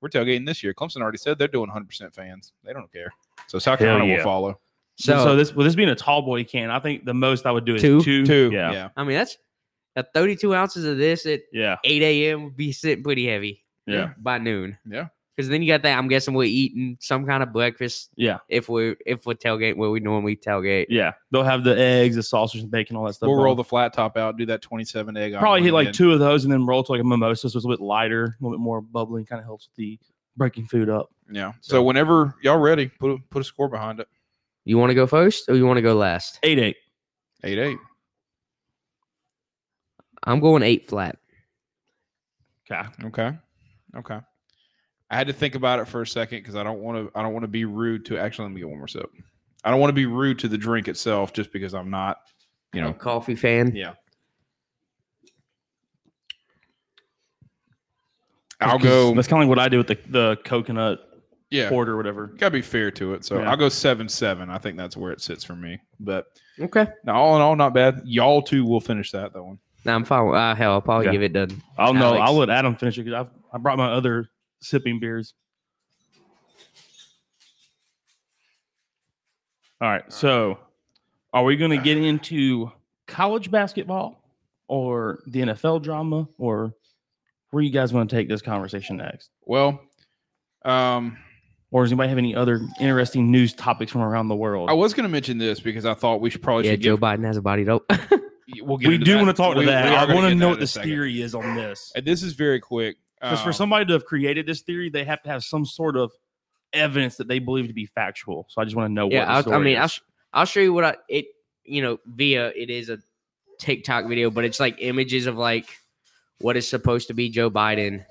A: we're tailgating this year. Clemson already said they're doing 100 percent fans. They don't care. So South
B: Hell
A: Carolina
B: yeah.
A: will follow.
B: so,
C: so,
B: this with this being a tall boy can, I think the most I would do is
C: Two?
B: two.
A: Two,
B: Yeah.
A: yeah.
B: Yeah.
C: I mean that's at 32 ounces of this at
B: Yeah.
C: 8 a.m. would be sitting pretty heavy.
B: Yeah.
C: by noon.
A: Yeah.
C: Because then you got that. I'm guessing we're eating some kind of breakfast
B: Yeah.
C: if we're if we're tailgate where we normally tailgate.
B: They'll have the eggs, the sausage, the bacon, all that stuff.
A: We'll roll
B: on.
A: the flat top out, do that 27 egg.
B: probably hit like
A: omelet
B: two of those and then roll to like a mimosa, so it's a little bit lighter, a little bit more bubbling, kind of helps with the breaking food up.
A: in. Yeah. So whenever y'all ready, put a, put a score behind it.
C: You want to go first or you want to go last?
B: Eight eight.
A: Eight eight.
C: I'm going eight flat.
B: Okay.
A: Okay. Okay. I had to think about it for a second because I don't want to. I don't want to be rude to. Actually, let me get one more sip. I don't want to be rude to the drink itself, just because I'm not. You
C: I'm a
A: know.
C: coffee fan.
A: Yeah. I'll
B: That's 'cause
A: go.
B: That's kind of like what I do with the, the coconut
A: Yeah.
B: porter, or whatever.
A: Gotta be fair to it. So
B: Yeah.
A: I'll go seven seven. I think that's where it sits for me. But
C: Okay.
A: now, all in all, not bad. Y'all too will finish that that one.
C: Now I'm fine. with- Uh, hell, I'll probably
B: Okay.
C: give it done.
B: I'll know.
C: Alex.
B: I'll let Adam finish it because I brought my other sipping beers. All right. So, are we going to get into college basketball or the NFL drama or where you guys want to take this conversation next?
A: Well, um,
B: Or does anybody have any other interesting news topics from around the world?
A: I was gonna mention this because I thought we should probably
C: yeah,
A: should
C: Joe
A: give
C: Biden has a body dope.
A: we'll get
B: we
A: into
B: do
A: that.
B: want to talk to
A: We-
B: that.
A: we are
B: I
A: gonna
B: want to
A: get
B: know
A: that
B: what Uh,
A: in a
B: this
A: second.
B: theory is on this.
A: And this is very quick.
B: Because for
A: Um,
B: somebody to have created this theory, they have to have some sort of evidence that they believe to be factual. So I just want to know what
C: yeah,
B: the
C: I'll, I
B: story
C: mean, I'll,
B: is.
C: sh- I'll show you what I it you know via it is a TikTok video, but it's like images of like what is supposed to be Joe Biden,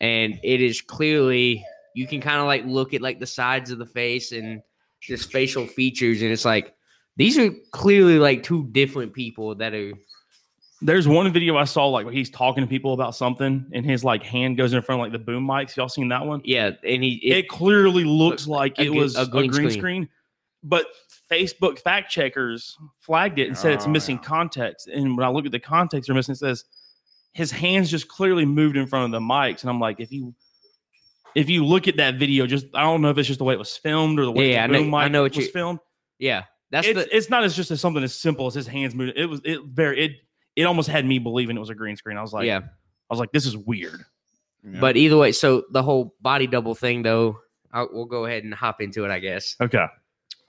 C: and it is clearly you can kind of like look at like the sides of the face and just facial features, and it's like these are clearly like two different people that are
B: There's one video I saw like where he's talking to people about something and his like hand goes in front of like the boom mics. Y'all seen that one?
C: yeah, and he
B: It,
C: it,
B: clearly looks like
C: a
B: it
C: gr-
B: was
C: a
B: a green,
C: green screen.
B: screen, but Facebook fact checkers flagged it and said it's
A: Oh,
B: missing
A: yeah.
B: context. And when I look at the context they're missing, it says his hands just clearly moved in front of the mics. And I'm like, if you if you look at that video, just I don't know if it's just the way it was filmed or the way
C: Yeah,
B: the
C: I know-
B: boom
C: I
B: mic
C: know what
B: was
C: you-
B: filmed.
C: yeah that's
B: it's,
C: the
B: it's not as just as something as simple as his hands moving. It was it very it it almost had me believing it was a green screen. I was like,
C: yeah.
B: I was like, this is weird.
A: yeah.
C: But either way, so the whole body double thing though, i we'll go ahead and hop into it, I guess.
B: Okay,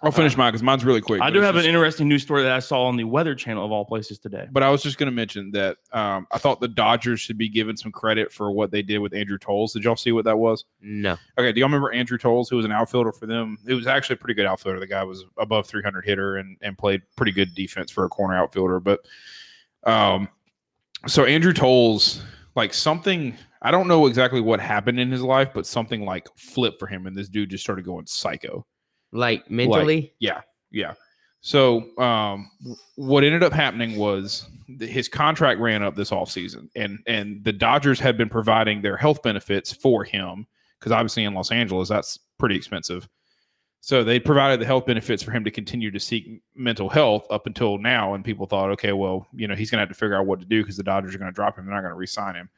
A: I'll finish mine because mine's really quick.
B: I
A: but
B: do
A: it's
B: have an
A: just-
B: interesting news story that I saw on the Weather Channel of all places today.
A: But I was just going to mention that um, I thought the Dodgers should be given some credit for what they did with Andrew Tolles. Did y'all see what that was?
C: No.
A: Okay, do y'all remember Andrew Tolles, who was an outfielder for them? It was actually a pretty good outfielder. The guy was above 300 hitter and, and played pretty good defense for a corner outfielder. But um, so Andrew Tolles, like something, I don't know exactly what happened in his life, but something like flipped for him, and this dude just started going psycho.
C: Like mentally?
A: Yeah. So um, w- what ended up happening was th- his contract ran up this offseason and and the Dodgers had been providing their health benefits for him because obviously in Los Angeles that's pretty expensive. So they provided the health benefits for him to continue to seek mental health up until now and people thought okay well, you know, he's going to have to figure out what to do because the Dodgers are going to drop him, they're not going to re-sign him.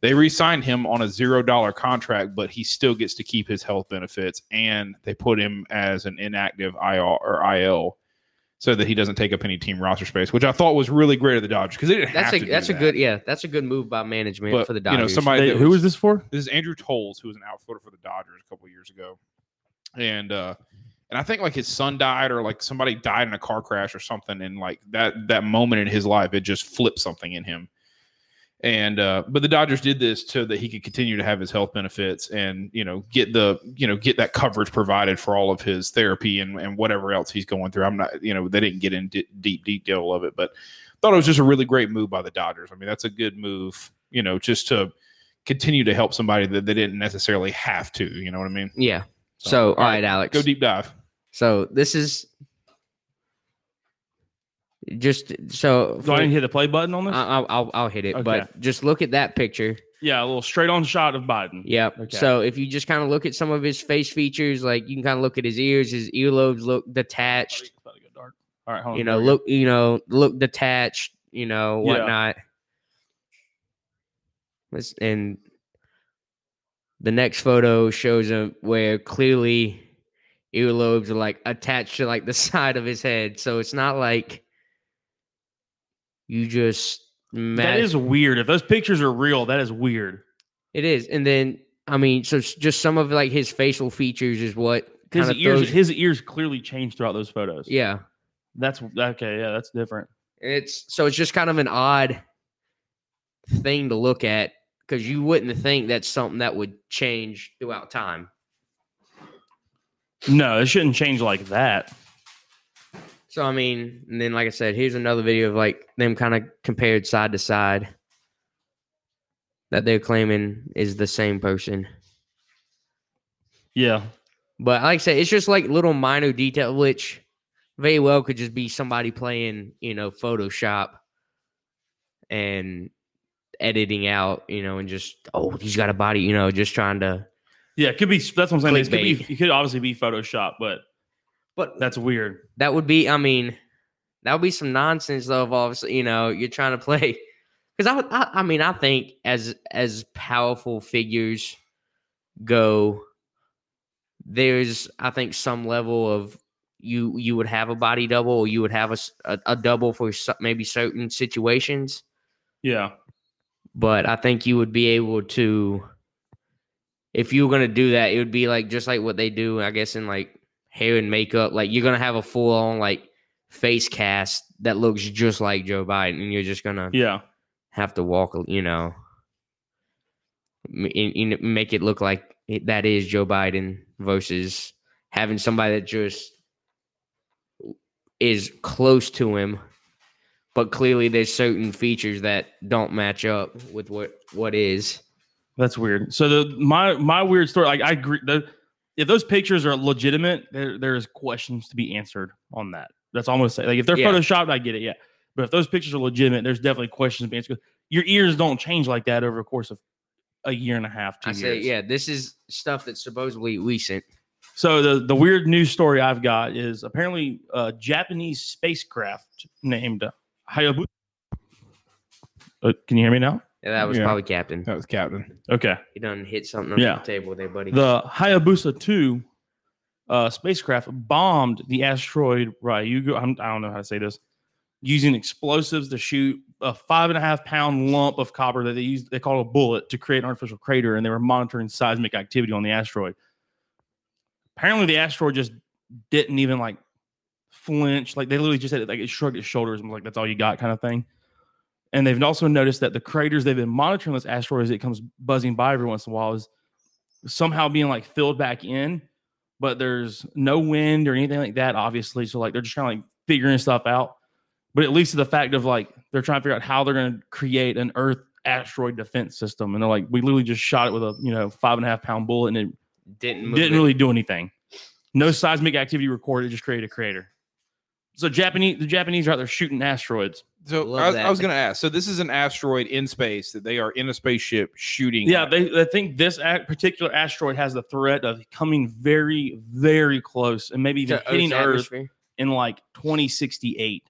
A: They re-signed him on a zero dollar contract, but he still gets to keep his health benefits, and they put him as an inactive IL or IL, so that he doesn't take up any team roster space, which I thought was really great of the Dodgers because they didn't
C: That's
A: have
C: a
A: to. do
C: that's a
A: that.
C: good yeah. That's a good move by management
A: But,
C: for the
A: you know,
C: Dodgers.
A: somebody-
B: They-
A: that
B: who
A: was-
B: is this for?
A: This is Andrew Tolles, who was an outfielder for the Dodgers a couple years ago, and uh, and I think like his son died or like somebody died in a car crash or something, and like that that moment in his life, it just flipped something in him. And uh, but the Dodgers did this so that he could continue to have his health benefits and you know get the you know get that coverage provided for all of his therapy and and whatever else he's going through. I'm not you know they didn't get in d- deep detail of it, but thought it was just a really great move by the Dodgers. I mean that's a good move, you know, just to continue to help somebody that they didn't necessarily have to. You know what I mean?
C: yeah. So all right, Alex.
A: go deep dive.
C: So this is just so
B: Do I didn't hit the play button on this?
C: I- I'll, I'll I'll hit it, but just look at that picture.
B: yeah, a little straight on shot of Biden.
C: Yep.
B: Okay.
C: So if you just kind of look at some of his face features, like you can kind of look at his ears, his earlobes look detached.
B: It's about to go dark. All right, hold on.
C: You
B: Oh, There
C: know,
B: we go.
C: look, you know, look detached. You know,
B: Yeah.
C: whatnot. Let's- And the next photo shows him where clearly earlobes are like attached to like the side of his head, so it's not like you just.
B: That
C: Mad-
B: is weird. If those pictures are real, that is weird.
C: It is, and then I mean, so s- just some of like his facial features is what
B: His
C: kind of
B: ears,
C: throws.
B: his ears clearly changed throughout those photos.
C: yeah,
B: that's okay. Yeah, that's different.
C: and it's so it's just kind of an odd thing to look at because you wouldn't think that's something that would change throughout time.
B: No, it shouldn't change like that.
C: So I mean, and then like I said, here's another video of like them kind of compared side to side that they're claiming is the same person.
B: Yeah,
C: But like I said, it's just like little minor detail, which very well could just be somebody playing, you know, Photoshop and editing out, you know, and just oh, he's got a body, you know, just trying to.
B: yeah. It could be. That's what I'm saying. It could be.
C: Clickbait.
B: It could obviously be Photoshop, but
C: But
B: that's weird.
C: that would be, I mean, that would be some nonsense though. If obviously, you know, you're trying to play, because I, would- I, I mean, I think as as powerful figures go, there's I think some level of you you would have a body double or you would have a s- a, a double for so- maybe certain situations,
B: Yeah,
C: but I think you would be able to. If you were gonna do that, it would be like just like what they do, I guess, in like hair and makeup. Like you're gonna have a full on like face cast that looks just like Joe Biden, and you're just gonna
B: yeah.
C: have to walk, you know, m- in, in, make it look like it, that is Joe Biden versus having somebody that just is close to him, but clearly there's certain features that don't match up with what what is.
B: That's weird. So the my my weird story. Like I agree. The, if those pictures are legitimate, there there is questions to be answered on that. That's all I'm gonna say. Like if they're
C: Yeah.
B: photoshopped, I get it. Yeah, but if those pictures are legitimate, there's definitely questions to be answered. Your ears don't change like that over the course of a year and a half, two
C: I
B: years.
C: say, yeah, this is stuff that's supposedly recent.
B: So the the weird news story I've got is apparently a Japanese spacecraft named Hayabusa. Uh, can you hear me now?
C: Yeah, that was
A: Yeah.
C: probably Captain.
A: That was Captain.
B: Okay.
C: He done hit something on
B: Yeah.
C: the table there, buddy.
B: The Hayabusa 2 uh, spacecraft bombed the asteroid Ryugu. I'm, I don't know how to say this. Using explosives to shoot a five and a half pound lump of copper that they used, they called a bullet to create an artificial crater, and they were monitoring seismic activity on the asteroid. Apparently, the asteroid just didn't even like flinch. Like they literally just said it, like it shrugged its shoulders and was like, "That's all you got," kind of thing. And they've also noticed that the craters they've been monitoring this asteroid as it comes buzzing by every once in a while is somehow being like filled back in, but there's no wind or anything like that, obviously. So like they're just trying to like figuring stuff out. But it leads to the fact of like they're trying to figure out how they're gonna create an Earth asteroid defense system. And they're like, we literally just shot it with a you know five and a half pound bullet and it
C: didn't move
B: didn't
C: it.
B: really do anything. No seismic activity recorded, it just created a crater. So Japanese the Japanese are out there shooting asteroids.
A: So
C: Love
A: I was, I
C: that.
A: was going to ask. So this is an asteroid in space that they are in a spaceship shooting.
B: Yeah,
A: at.
B: they, they think this a- particular asteroid has the threat of coming very, very close and maybe even
C: To
B: hitting
C: Earth's
B: Earth
C: atmosphere.
B: in like 2068.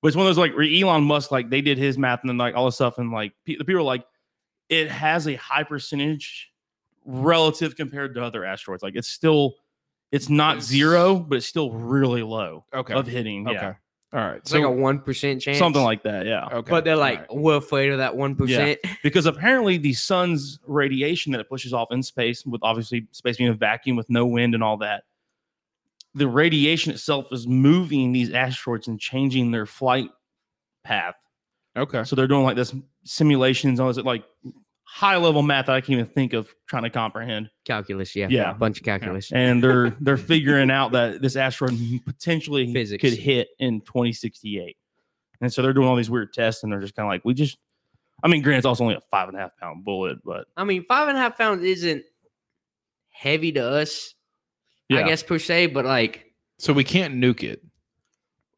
B: But it's one of those like where Elon Musk, like they did his math and then like all this stuff, and like pe- the people are like, it has a high percentage relative compared to other asteroids. Like it's still, it's not
A: It's-
B: zero, but it's still really low
A: Okay.
B: of hitting.
A: okay.
B: Yeah,
A: All right.
C: It's
A: So
C: like a one percent chance.
B: something like that. Yeah,
A: okay.
C: But they're
A: all
C: like,
A: right.
C: we're afraid of that one percent.
B: because apparently the sun's radiation that it pushes off in space, with obviously space being a vacuum with no wind and all that, the radiation itself is moving these asteroids and changing their flight path.
A: okay.
B: So they're doing like this simulations. on is it like high level math that I can't even think of trying to comprehend?
C: Calculus, yeah,
B: Yeah.
C: a bunch of calculus.
B: And they're they're figuring out that this asteroid potentially
C: Physics.
B: could hit in 2068. And so they're doing all these weird tests, and they're just kind of like, we just. I mean, granted, it's also only a five and a half pound bullet, but
C: I mean, five and a half pounds isn't heavy to us, I
B: yeah.
C: guess per se, but like,
A: So we can't nuke it.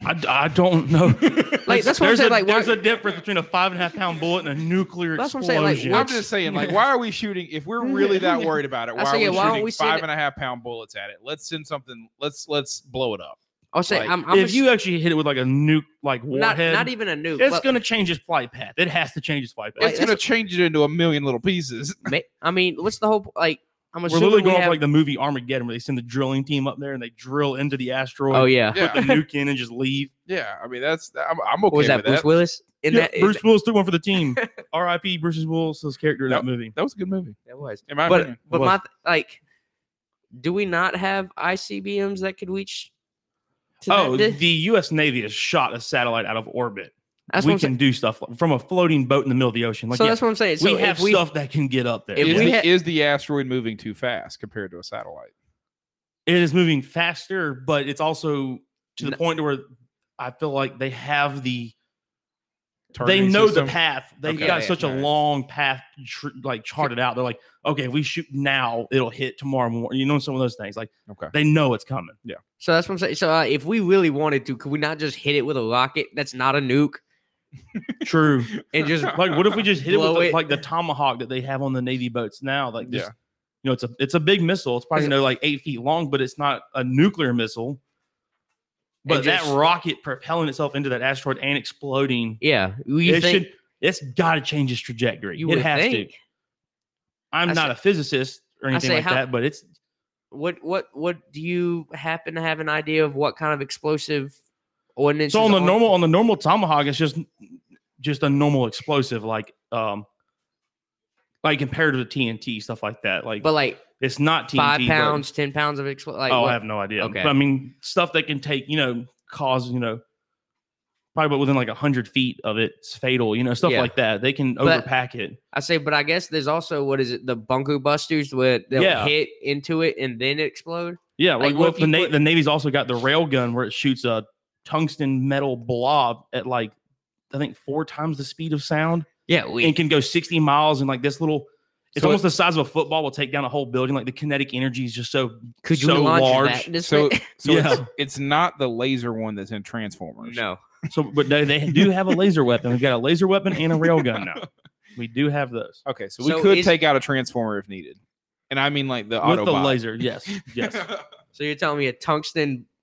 B: I, I don't know.
C: Like, that's what I'm
B: there's
C: saying,
B: A,
C: like, why-
B: there's a difference between a five and a half pound bullet and a nuclear
C: That's what I'm
B: explosion.
C: saying, like,
A: I'm just saying, like, why are we shooting? If we're really that worried about it,
C: I
A: why are
C: say,
A: we
C: yeah, why don't
A: shooting
C: we send
A: five
C: it-
A: and a half pound bullets at it? Let's send something. Let's let's blow it up.
C: I'll say,
A: Like,
C: I'm, I'm
B: if
C: a-
B: you actually hit it with like a nuke, like
C: not,
B: warhead,
C: not even a nuke.
B: it's
C: but
B: gonna change its flight path. It has to change its flight path.
C: Like,
A: It's
C: that's
A: gonna change it into a million little pieces.
C: ma- I mean, what's the whole like? I'm
B: We're
C: assuming
B: literally
C: we
B: going off
C: have,
B: like the movie Armageddon, where they send the drilling team up there and they drill into the asteroid,
C: oh yeah,
A: Yeah,
B: put the nuke in, and just leave.
A: yeah. I mean, that's I'm, I'm
C: what
A: okay
C: was that
A: with
C: Bruce
A: that.
C: Willis? In
B: Yeah,
C: that, in
B: Bruce
C: that-
B: Willis took one for the team. R.I.P. Bruce Willis's character in that movie.
A: That was a good movie,
C: that was.
A: in my
C: But
A: opinion.
C: but
B: was.
C: my th- like, do we not have ICBMs that could reach? to that
B: Oh,
C: di-
B: the U.S. Navy has shot a satellite out of orbit.
C: that's what
B: we
C: I'm saying.
B: can do stuff like- from a floating boat in the middle of the ocean. Like,
C: so
B: yeah,
C: that's what I'm saying. So
B: we have
C: if we,
B: stuff that can get up there.
C: if
A: Is,
B: Yeah.
C: we
A: the,
C: had-
A: is the asteroid moving too fast compared to a satellite?
B: it is moving faster, but it's also to the
C: N-
B: point where I feel like they have the they
A: Targeting
B: know
A: system?
B: the path. They've
A: Okay,
B: got
C: yeah,
B: such
A: alright.
B: a long path tr- like charted out. They're like, okay, if we shoot now, it'll hit tomorrow morning. You know, some of those things. Like
A: Okay.
B: they know it's coming.
C: So that's what I'm saying. So uh, if we really wanted to, could we not just hit it with a rocket that's not a nuke
B: True.
C: and just
B: like, what if we just hit it with
C: Blow
B: the-
C: it.
B: like the tomahawk that they have on the navy boats now? Like, just,
A: Yeah.
B: you know, it's a it's a big missile. It's probably
C: Is it-
B: no like eight feet long, but it's not a nuclear missile. But
C: And
B: that
C: just-
B: rocket propelling itself into that asteroid and exploding,
C: yeah? You
B: it
C: think
B: should it's got to change its trajectory.
C: you
B: it
C: would
B: has
C: think
B: to. I'm
C: I
B: not
C: say-
B: a physicist or anything
C: say
B: like
C: how-
B: that, but it's
C: what what what do you happen to have an idea of what kind of explosive ordinance?
B: so on
C: is
B: the normal on the normal tomahawk it's just just a normal explosive like um like compared to the tnt stuff like that like
C: but like
B: it's not tnt
C: five
B: but-
C: pounds, ten pounds of explosive. Like,
B: oh
C: what-
B: i have no idea
C: okay.
B: but i mean stuff that can take you know cause you know probably within like 100 feet of it, it's fatal you know stuff
C: Yeah.
B: like that they can
C: But-
B: overpack it
C: I say, but I guess there's also what is it? The bunker busters where they'll
B: Yeah.
C: hit into it and then explode.
B: yeah like,
C: like, what
B: well,
C: if
B: the,
C: you
B: Na-
C: put-
B: the navy's also got the rail gun where it shoots a tungsten metal blob at like i think four times the speed of sound
C: Yeah, we.
B: and can go 60 miles and like this little it's
A: So
B: almost the size of a football will take down a whole building like the kinetic energy is just so
C: could you
B: so
C: launch
B: large,
C: that? This
A: so
C: thing?
A: so it's,
B: Yeah.
A: it's not the laser one that's in Transformers.
C: no,
B: so but they, they do have a laser weapon we've got a laser weapon and a rail gun now we do have those
A: Okay, so we
C: So
A: could
C: is-
A: take out a transformer if needed, and I mean like the
B: with the
A: Autobot.
B: laser yes yes
C: so you're telling me a tungsten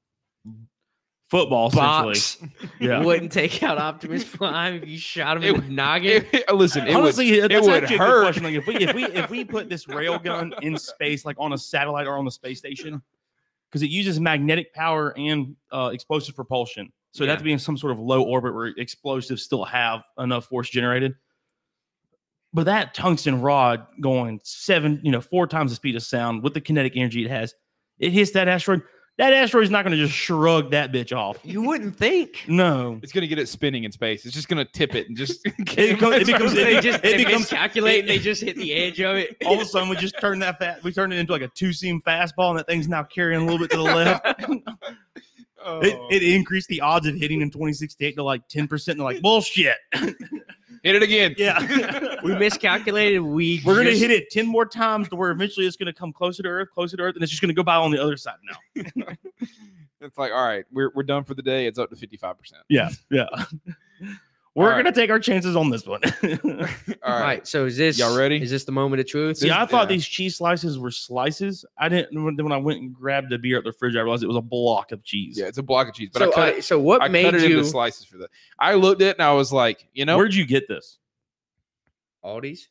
B: football essentially
C: box
B: yeah
C: wouldn't take out Optimus Prime if you shot him
A: It
C: in
A: would-
C: the noggin?
A: It- it- listen, it would,
B: Honestly, that's
A: would
B: actually a
A: hurt.
B: good question. Like if we if we if we put this rail gun in space, like on a satellite or on the space station, because it uses magnetic power and uh, explosive propulsion, so it'd have
C: Yeah.
B: to be in some sort of low orbit where explosives still have enough force generated. But that tungsten rod going seven, you know, four times the speed of sound with the kinetic energy it has, it hits that asteroid. That asteroid's not going to just shrug that bitch off.
C: you wouldn't think.
B: No.
A: it's gonna get it spinning in space. It's just gonna tip it and just.
B: It becomes- it becomes-
C: They just
B: It
C: they
B: becomes-
C: miscalculate and they just hit the edge of it.
B: all of a sudden we just turned that fat we turned it into like a two seam fastball and that thing's now carrying a little bit to the left it, it increased the odds of hitting in 2068 to like 10% and they're like bullshit
A: hit it again.
B: yeah
C: We miscalculated. We
B: we're gonna
C: just-
B: hit it 10 more times to where eventually it's gonna come closer to earth closer to earth and it's just gonna go by on the other side now
A: It's like all right, we're we're done for the day. It's up to fifty five percent.
B: yeah yeah we're
A: All right.
B: gonna take our chances on this one
A: All
C: All
A: right.
C: right. So is this
A: Y'all ready?
C: Is this the moment of truth?
B: See, I thought
A: yeah.
B: these cheese slices were slices. I didn't. When, when I went and grabbed the beer at the fridge, I realized it was a block of cheese.
A: Yeah, it's a block of cheese, but
C: so,
A: I cut
C: uh,
A: it.
C: so what
A: I
C: made
A: cut it
C: you
A: into slices for that. I looked at it and I was like, you know,
B: Where'd you get this?
C: Aldi's?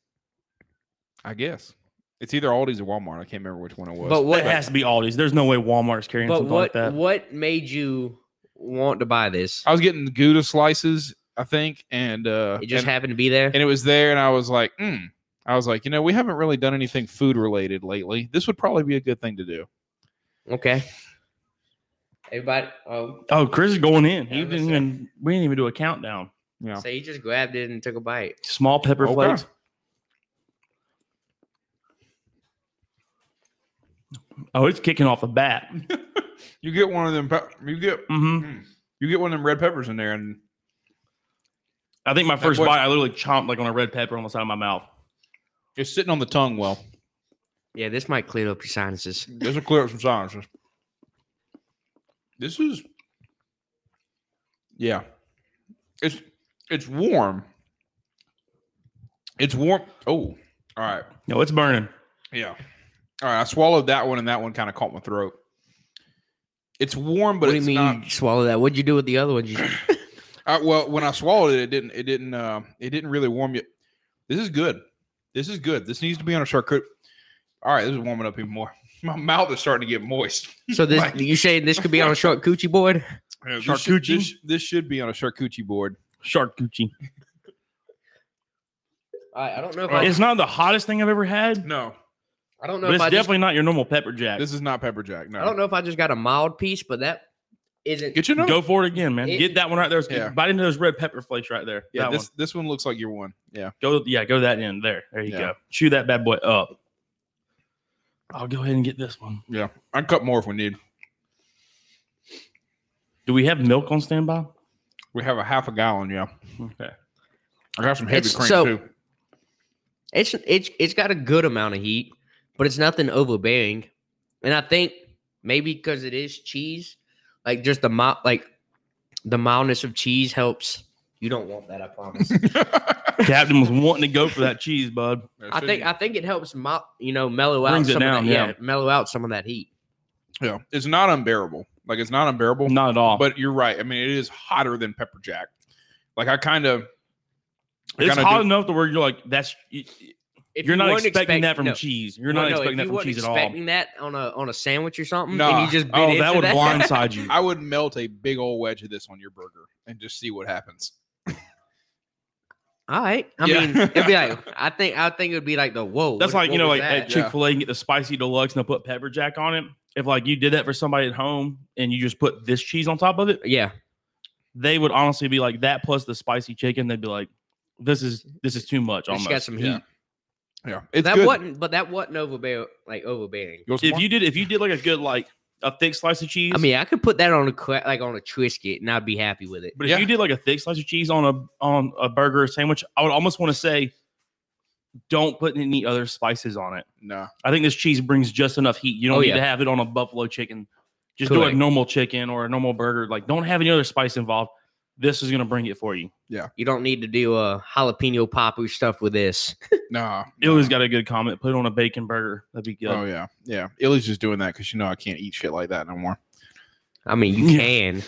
A: I guess it's either Aldi's or Walmart. I can't remember which one it was.
C: But
B: What
C: what?
B: has to be Aldi's? There's no way Walmart's carrying
C: But
B: something like
C: what?
B: that.
C: what made you want to buy this?
A: I was getting the Gouda slices, I think, and uh,
C: It just
A: and,
C: happened to be there.
A: and it was there, and I was like, mm. I was like, you know, we haven't really done anything food related lately. This would probably be a good thing to do.
C: Okay. Everybody. Oh,
B: Oh, Chris is going in. He
C: Yeah,
B: didn't
C: that's it.
B: even. We didn't even do a countdown.
A: Yeah.
C: so you just grabbed it and took a bite.
B: Small pepper
A: Okay.
B: flakes. Oh, it's kicking off the bat.
A: You get one of them. Pe- you get
B: hmm
A: you get one of them red peppers in there, and
B: I think my
A: That
B: first
A: boy-
B: bite, I literally chomped like on a red pepper on the side of my mouth.
A: it's sitting on the tongue. Well,
C: Yeah, this might clear up your sinuses.
A: this will clear up some sinuses. This is, yeah, it's it's warm. It's warm. Oh, all right.
B: No, it's burning.
A: Yeah. All right. I swallowed that one, and that one kind of caught my throat. It's warm, but
C: what do you
A: it's
C: mean
A: not.
C: you swallow that? What'd you do with the other one? You-
A: I, well, when I swallowed it, it didn't. It didn't. Uh, it didn't really warm you. This is good. This is good. This needs to be on a charcuterie. All right, this is warming up even more. My mouth is starting to get moist.
C: so this
A: Like-
C: you saying this could be on a short coochie board?
A: Yeah, this should-
B: Charcuterie?
A: This, this should be on a charcuterie board.
B: Shark Gucci.
C: I, I don't know if I,
B: It's not the hottest thing I've ever had,
A: No,
C: I don't know
B: but
C: if
B: it's
C: I just,
B: definitely not your normal pepper jack.
A: this is not pepper jack. No,
C: I don't know if I just got a mild piece, but that isn't.
A: Get you another.
B: Go for it again, man.
C: It-
B: Get that one right there.
A: Yeah.
B: Bite into those red pepper flakes right there.
A: yeah,
B: that
A: this this one looks like your one. Yeah,
B: one. Go, yeah, go that end there. There you
A: Yeah.
B: go. Chew that bad boy up. I'll go ahead and get this one.
A: I can cut more if we need.
B: Do we have milk on standby?
A: We have a half a gallon. Yeah,
B: Okay.
A: I got some heavy
C: It's-
A: cream
C: so-
A: too.
C: It's it's it's got a good amount of heat, but it's nothing overbearing. And I think maybe because it is cheese, like just the mild, like the mildness of cheese helps. You don't want that, I promise.
B: Captain was wanting to go for that cheese, bud.
C: I think I think it helps, mo- you know, mellow out
B: Brings it
C: some
B: down,
C: of that, yeah.
B: yeah.
C: mellow out some of that heat.
A: Yeah, it's not unbearable. Like it's not unbearable.
B: Not at all.
A: But you're right. I mean, it is hotter than pepper jack. Like I kind of. I
B: it's
A: kinda
B: hot
A: do-
B: enough to where you're like, that's
C: If
B: you're
C: you
B: not
C: weren't
B: expecting
C: expect-
B: that from
C: no.
B: cheese. You're
C: No,
B: not
C: no,
B: expecting
C: if
B: that
C: you
B: from
C: weren't
B: cheese at all.
C: expecting that on a on a sandwich or something, and
A: Nah.
C: you just bit
B: Oh,
C: into
B: that would blindside you.
A: I would melt a big old wedge of this on your burger and just see what happens.
C: All right, I
A: Yeah.
C: mean, it'd be like I think I think it would be like the whoa.
B: That's
C: what-
B: like you
C: what
B: know,
C: was
B: like at
C: that?
A: Yeah.
B: Chick Fil A, you can get the spicy deluxe and they put pepper jack on it. If like you did that for somebody at home and you just put this cheese on top of it,
C: yeah,
B: they would honestly be like that plus the spicy chicken. They'd be like, "This is this is too much."
C: it's
B: Almost.
C: got some heat.
A: Yeah. Yeah, it's
C: that
A: good.
C: wasn't, but that wasn't overbearing, like overbearing.
A: You want some
B: if
A: more?
B: you did if you did like a good like a thick slice of cheese,
C: I mean, I could put that on a cra- like on a Trisket, and I'd be happy with it.
B: but if
A: yeah.
B: you did like a thick slice of cheese on a on a burger or sandwich, I would almost want to say, don't put any other spices on it.
A: nah,
B: I think this cheese brings just enough heat. You don't
C: Oh,
B: need
C: yeah.
B: to have it on a buffalo chicken. Just do
C: Correct.
B: a normal chicken or a normal burger. Like, don't have any other spice involved. This is gonna bring it for you.
C: You don't need to do a jalapeno popper stuff with this.
A: nah.
B: Illy's got a good comment. Put it on a bacon burger. That'd be good.
A: Oh yeah, yeah. Illy's just doing that because you know I can't eat shit like that no more.
C: I mean, you
B: Yeah.
C: can.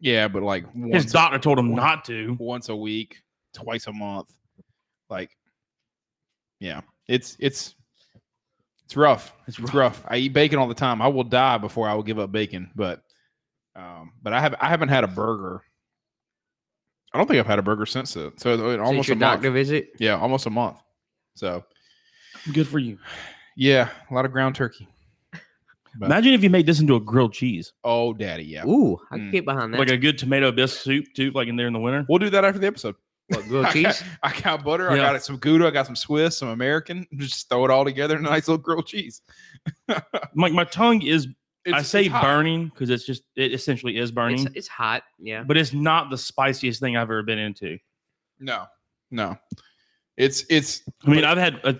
A: Yeah, but like
B: His
A: once,
B: doctor told him
A: Once.
B: not to.
A: once a week, twice a month, like, yeah, it's it's it's rough.
B: It's
A: It's rough.
B: rough.
A: I eat bacon all the time. I will die before I will give up bacon, but um, but I have I haven't had a burger. I don't think I've had a burger since it. So it-
C: Almost
A: almost
C: your
A: a month.
C: doctor visit.
A: Yeah, almost a month. So
B: Good for you.
A: yeah, a lot of ground turkey. But-
B: Imagine if you made this into a grilled cheese,
A: Oh, daddy, yeah.
C: Ooh, I can
A: Mm.
C: get behind that.
B: like a good tomato bisque soup too, like in there in the winter.
A: We'll do that after the episode.
C: What, grilled
A: I got,
C: cheese.
A: I got butter. I
B: Yeah.
A: got some Gouda. I got some Swiss, some American. Just throw it all together in a nice little grilled cheese.
B: Like my tongue is, I
A: It's-
B: say
A: it's hot.
B: burning because it's just it essentially is burning,
C: It's, it's hot. Yeah.
B: but it's not the spiciest thing I've ever been into.
A: No, no. It's it's
B: I mean,
A: But-
B: I've had a,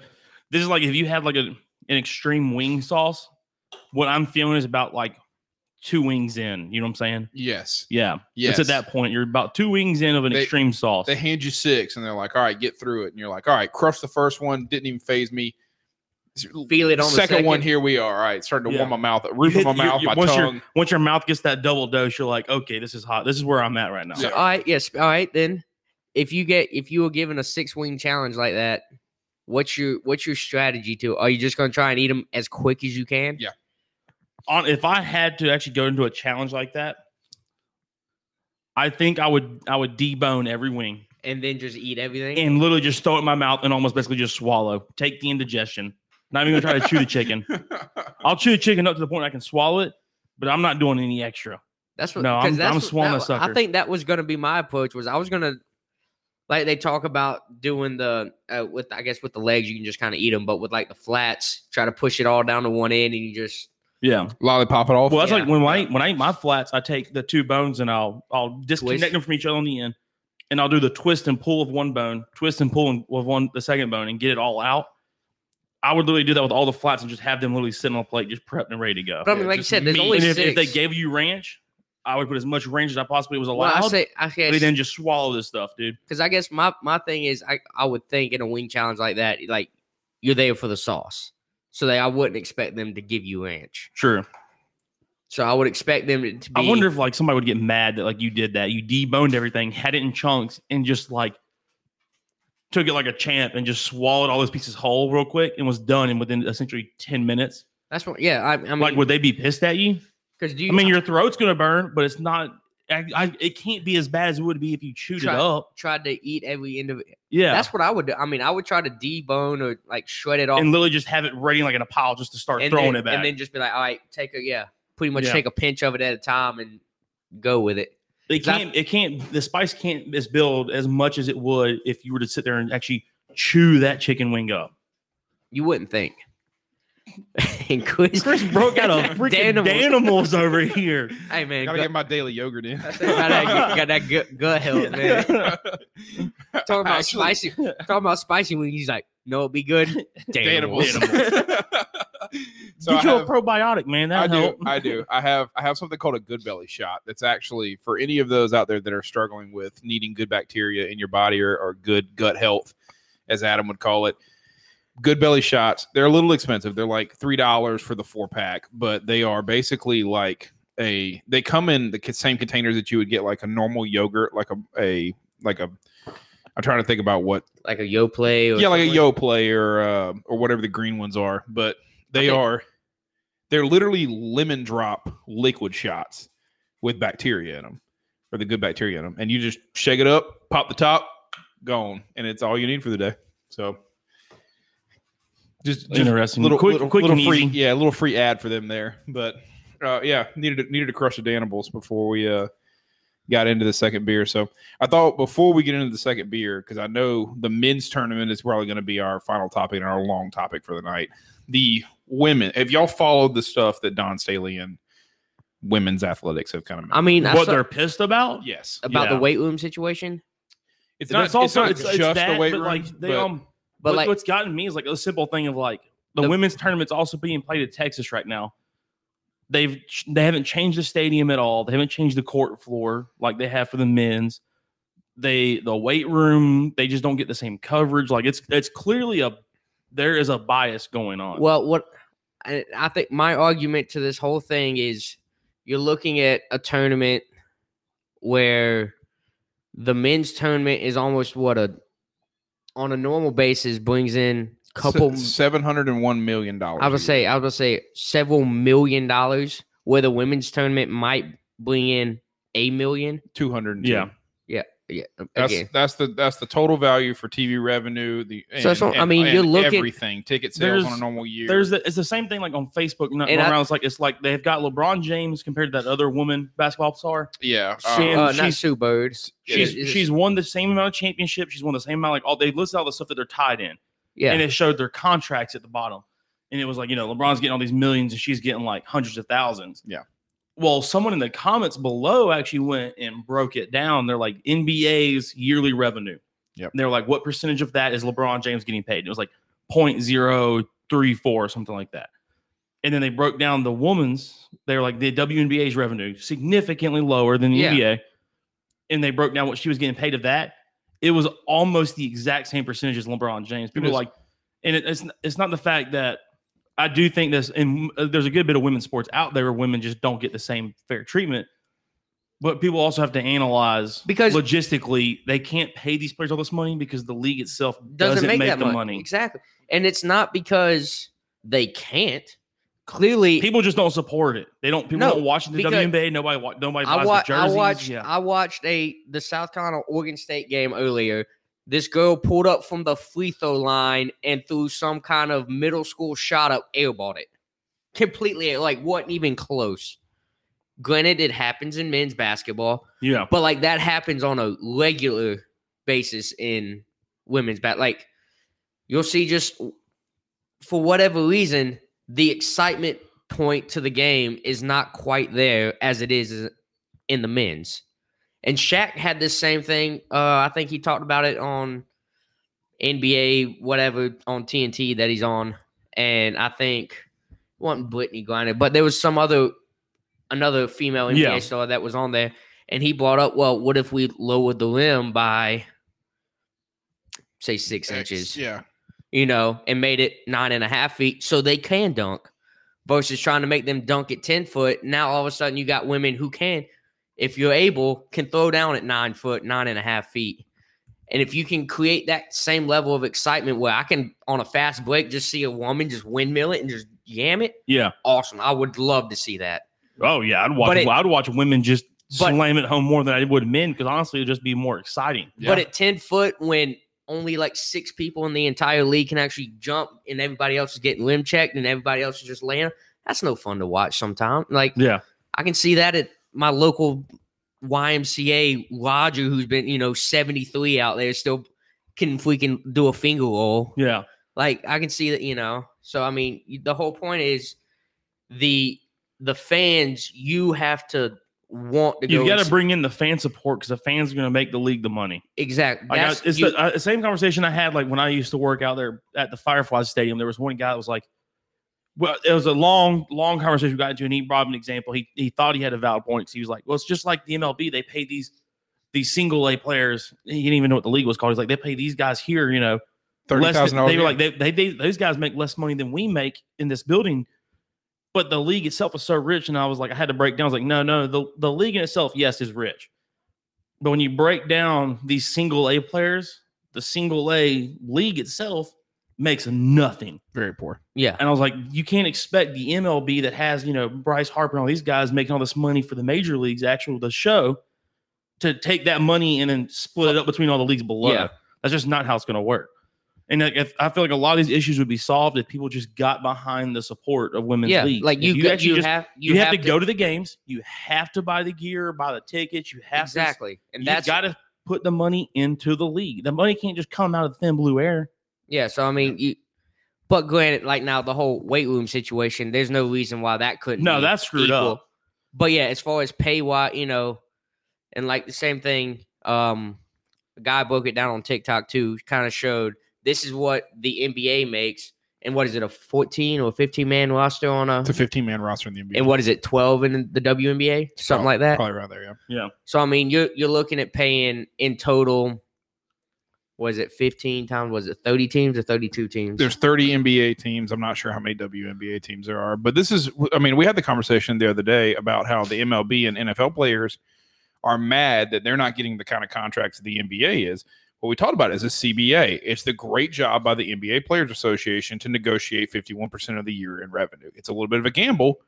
B: this is like if you had like a an extreme wing sauce. What I'm feeling is about like two wings in. You know what I'm saying?
A: yes,
B: Yeah.
A: yes.
B: It's at that point. You're about two wings in of an
A: They-
B: extreme sauce.
A: They hand you six, and they're like, "All right, get through it." And you're like, "All right, crush the first one. Didn't even phase me."
C: Feel it on the
A: second, one.
C: second.
A: Here we are. All right, starting to warm
B: Yeah.
A: my mouth, roof of my
B: You- you-
A: mouth, my
B: once you're-
A: tongue.
B: Once your mouth gets that double dose, you're like, okay, this is hot. This is where I'm at right now.
A: Yeah.
C: All right. Yes. All right. Then, if you get if you were given a six wing challenge like that, What's your what's your strategy to? Are you just gonna try and eat them as quick as you can?
A: Yeah.
B: on if I had to actually go into a challenge like that, I think I would I would debone every wing
C: and then just eat everything.
B: and literally just throw it in my mouth and almost basically just swallow. Take the indigestion. Not even gonna try to chew the chicken. I'll chew the chicken up to the point I can swallow it, but I'm not doing any extra.
C: That's what.
B: No,
C: 'cause
B: I'm-
C: that's
B: I'm
C: what-
B: swallowing
C: that-
B: a sucker.
C: I think that was gonna be my approach. Was I was gonna like they talk about doing the uh, with I guess with the legs you can just kind of eat them, but with like the flats, try to push it all down to one end and you just
B: Yeah.
A: Lollipop it off.
B: Well, that's
C: Yeah.
B: like when I eat, when I eat my flats, I take the two bones and I'll I'll disconnect
C: Twist.
B: them from each other on the end, and I'll do the twist and pull of one bone, twist and pull of one the second bone, and get it all out. I would literally do that with all the flats and just have them literally sitting on the plate, just prepped and ready to go.
C: But I mean,
A: Yeah,
C: like you
A: just
C: said, there's
A: meat.
C: only
B: And if,
C: six.
B: if they gave you ranch, I would put as much ranch as I possibly was
C: well, I
B: allowed.
C: say I
B: but
C: guess
B: then just swallow this stuff, dude.
C: because I guess my my thing is I I would think in a wing challenge like that like you're there for the sauce, so they I wouldn't expect them to give you ranch.
B: Sure.
C: So I would expect them to be.
B: I wonder if like somebody would get mad that like you did that. You deboned everything, had it in chunks, and just like took it like a champ and just swallowed all those pieces whole real quick and was done in within essentially 10 minutes.
C: that's what. Yeah, I, I mean,
B: like, would they be pissed at you?
C: because do you,
B: I mean, your throat's gonna burn, but it's not I, I, it can't be as bad as it would be if you chewed
C: Try-
B: it up.
C: tried to eat every end of it.
B: Yeah.
C: That's what I would do. I mean, I would try to debone or like shred it off
B: and literally just have it ready like in a pile just to start
C: and
B: throwing
C: then,
B: it back.
C: and then just be like, all right, take a yeah, pretty much
B: Yeah.
C: take a pinch of it at a time and go with it.
B: It
C: That-
B: can't. It can't. The spice can't is build as much as it would if you were to sit there and actually chew that chicken wing up.
C: You wouldn't think. and Chris,
B: Chris broke out a freaking
C: Danimal.
B: Danimals. over here.
C: Hey man,
A: Gotta
C: gut-
A: get my daily yogurt in.
C: I said, got that, got that gut, gut health, Oh, man. Talking about
A: Actually-
C: spicy, talking about spicy when he's like, no, it'd be good.
A: Danimals.
C: Danimals.
A: so I
B: Get you
A: have,
B: a probiotic, man.
A: I
B: That
A: do.
B: help.
A: I do. I have. I have something called a good belly shot. That's actually for any of those out there that are struggling with needing good bacteria in your body or, or good gut health, as Adam would call it. Good belly shots. They're a little expensive. They're like three dollars for the four pack, but they are basically like a. They come in the same containers that you would get like a normal yogurt, like a a like a. I'm trying to think about what
C: Like a yo play, or
A: yeah, like a
C: something
A: Yo Play or uh, or whatever the green ones are, but they
C: Okay.
A: are they're literally lemon drop liquid shots with bacteria in them or the good bacteria in them, and you just shake it up, pop the top, gone, and it's all you need for the day. So just, just
B: Interesting.
A: little
B: quick,
A: little,
B: quick
A: little
B: and
A: free,
B: easy.
A: yeah, a little free ad for them there, but uh, yeah, needed to, needed to crush the animals before we uh got into the second beer. So I thought before we get into the second beer, because I know the men's tournament is probably going to be our final topic and our long topic for the night. The women, have y'all followed the stuff that Don Staley and women's athletics have kind of?
C: I mean, I
B: What
C: saw-
B: they're pissed about?
A: yes,
C: about the
B: Yeah.
C: weight room situation,
A: it's
B: That's
A: not. also, it's not just
B: that,
A: the weight
B: but,
A: room.
B: Like, they,
A: but-
B: um,
C: but
B: what-
C: like
B: what's gotten me is like a simple thing of like the,
C: The-
B: women's tournament's also being played at Texas right now. They've they haven't changed the stadium at all. They haven't changed the court floor like they have for the men's. They the weight room they just don't get the same coverage. Like it's it's clearly a there is a bias going on.
C: Well, what I, I think my argument to this whole thing is you're looking at a tournament where the men's tournament is almost what a on a normal basis brings in couple
A: seven hundred and one million dollars.
C: I would say I would say several million dollars where the women's tournament might bring in a million.
A: two hundred.
B: Yeah.
C: Yeah. um, Again.
A: That's that's the that's the total value for TV revenue. The and,
C: So that's what- I mean, you're looking-
A: everything ticket sales on a
B: There's-
A: normal year.
B: There's the, it's the same thing like on Facebook not
C: And I-
B: around. It's like it's like they've got LeBron James compared to that other woman basketball star.
A: yeah,
C: Sue,
B: and
A: uh,
C: uh, not
B: she's-
C: Sue Bird.
A: Yeah,
B: She's
C: it's-
B: she's won the same amount of championships. She's won the same amount like all they listed all the stuff that they're tied in.
C: Yeah.
B: and it showed their contracts at the bottom. And it was like, you know, LeBron's getting all these millions and she's getting like hundreds of thousands.
A: Yeah.
B: Well, someone in the comments below actually went and broke it down. They're like NBA's yearly revenue.
A: Yep.
B: They're like, what percentage of that is LeBron James getting paid? And it was like 0.034 or something like that. And then they broke down the woman's. They're like the WNBA's revenue significantly lower than the
C: Yeah.
B: NBA. And they broke down what she was getting paid of that. It was almost the exact same percentage as LeBron James. People
A: is.
B: are like, and it, it's it's not the fact that I do think this, and uh, there's a good bit of women's sports out there where women just don't get the same fair treatment. But people also have to analyze
C: Because-
B: logistically they can't pay these players all this money because the league itself
C: doesn't, make, that
B: the
C: much.
B: money.
C: Exactly. And it's not because they can't. Clearly,
B: People just don't support it. They don't. People
C: e No,
B: don't watch the
C: because-
B: WNBA. Nobody. wa- Nobody buys
C: I, wa-
B: the
C: I
B: jerseys.
C: watched.
B: yeah.
C: I watched a the South Carolina Oregon State game earlier. This girl pulled up from the free throw line and threw some kind of middle school shot up, airballed it completely. Like wasn't even close. Granted, it happens in men's basketball,
B: yeah.
C: but like that happens on a regular basis in women's bat. Like you'll see, just for whatever reason, the excitement point to the game is not quite there as it is in the men's. And Shaq had this same thing. Uh, I think he talked about it on NBA, whatever, on TNT that he's on. And I think wasn't Brittany Griner, but there was some other another female NBA
B: Yeah.
C: star that was on there. And he brought up, well, what if we lowered the rim by say six
A: X,
C: inches?
A: Yeah.
C: you know, and made it nine and a half feet so they can dunk versus trying to make them dunk at 10 foot. Now all of a sudden you got women who can, if you're able, can throw down at nine foot, nine and a half feet. And if you can create that same level of excitement where I can, on a fast break, just see a woman just windmill it and just yam it,
B: Yeah.
C: awesome. I would love to see that.
B: Oh yeah. I'd watch.
C: But it-
B: I'd watch women just
C: but-
B: slam it home more than I would men because honestly, it'd just be more exciting.
A: yeah.
C: But at 10 foot, when only like six people in the entire league can actually jump and everybody else is getting limb checked and everybody else is just laying, that's no fun to watch sometimes. Like,
B: Yeah.
C: I can see that at my local YMCA Roger, who's been, you know, 73 out there, still can freaking do a finger roll.
B: Yeah.
C: Like I can see that, you know. So I mean, y- the whole point is the the fans you have to want to
B: You've
C: go
B: got to
C: and-
B: bring in the fan support because the fans are going to make the league the money.
C: exact
B: Like I,
C: that's-
B: it's
C: you-
B: the uh, same conversation I had like when I used to work out there at the Firefly Stadium. There was one guy that was like, "Well, it was a long, long conversation we got into." And he brought up an example. He he thought he had a valid point. 'cause he was like, "Well, it's just like the MLB. They pay these these single A players. He didn't even know what the league was called. He's like, they pay these guys here, you know,
A: Thirty
B: less than-
A: thousand dollars.
B: They were like, they, they, they those guys make less money than we make in this building, but the league itself is so rich. And I was like, I had to break down. I was like, no, no, the the league in itself, yes, is rich, but when you break down these single A players, the single A league itself makes nothing.
A: very poor.
C: yeah.
B: And I was like, you can't expect the MLB that has, you know, Bryce Harper and all these guys making all this money for the major leagues, actual the show, to take that money and then split it up between all the leagues below.
C: Yeah.
B: That's just not how it's going to work. And like, if, I feel like a lot of these issues would be solved if people just got behind the support of women's
C: Yeah,
B: league.
C: like
B: If
C: you, you,
B: actually
C: you
B: just-
C: have
B: you, have, to, go to the games. You have to buy the gear, buy the tickets. You have
C: exactly,
B: to.
C: and
B: You
C: that's
B: got to put the money into the league. The money can't just come out of thin blue air.
C: Yeah, so I mean, you. But granted, like now the whole weight room situation, there's no reason why that couldn't.
B: No,
C: be
B: that's screwed up.
C: But yeah, as far as pay wise, you know, and like the same thing, um, a guy broke it down on TikTok too. Kind of showed this is what the NBA makes, and what is it a 14 or 15 man roster on a,
A: It's a fifteen man roster in the NBA.
C: and what is it 12 in the WNBA, something like that.
A: Oh, Probably around there. Yeah.
C: So I mean, you're you're looking at paying in total. Was it 15 times? Was it 30 teams or 32 teams?
A: There's 30 NBA teams. I'm not sure how many WNBA teams there are, but this is. I mean, we had the conversation the other day about how the MLB and NFL players are mad that they're not getting the kind of contracts the NBA is. What we talked about is a CBA. It's the great job by the NBA Players Association to negotiate 51% of the year in revenue. It's a little bit of a gamble,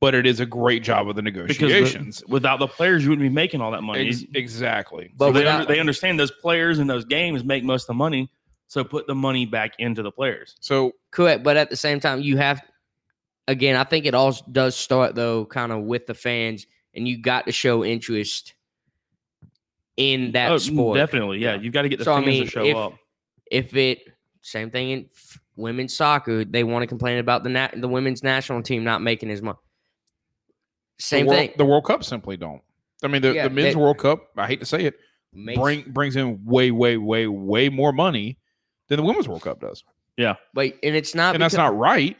A: but it is a great job of the
B: Because the-
A: negotiations.
B: without the players, you wouldn't be making all that money.
A: Ex- exactly.
C: But
B: so they,
C: without-
B: under, they understand those players and those games make most of the money. So put the money back into the players.
A: So
C: Correct, but at the same time, you have again. I think it all s- does start though, kind of with the fans, and you got to show interest in that
B: Oh,
C: sport.
B: Definitely. Yeah. You've got to get the
C: So, I
B: fans
C: mean,
B: to show
C: if-
B: up.
C: If it same thing in f- women's soccer, they want to complain about the nat- the women's national team not making as much. Same
A: the, World,
C: thing.
A: the World Cup simply don't. I mean, the,
C: Yeah,
A: the men's
C: they-
A: World Cup, I hate to say it,
C: Makes-
A: bring brings in way, way, way, way more money than the women's World Cup does,
C: but and it's not.
A: and that's
C: because-
A: not right.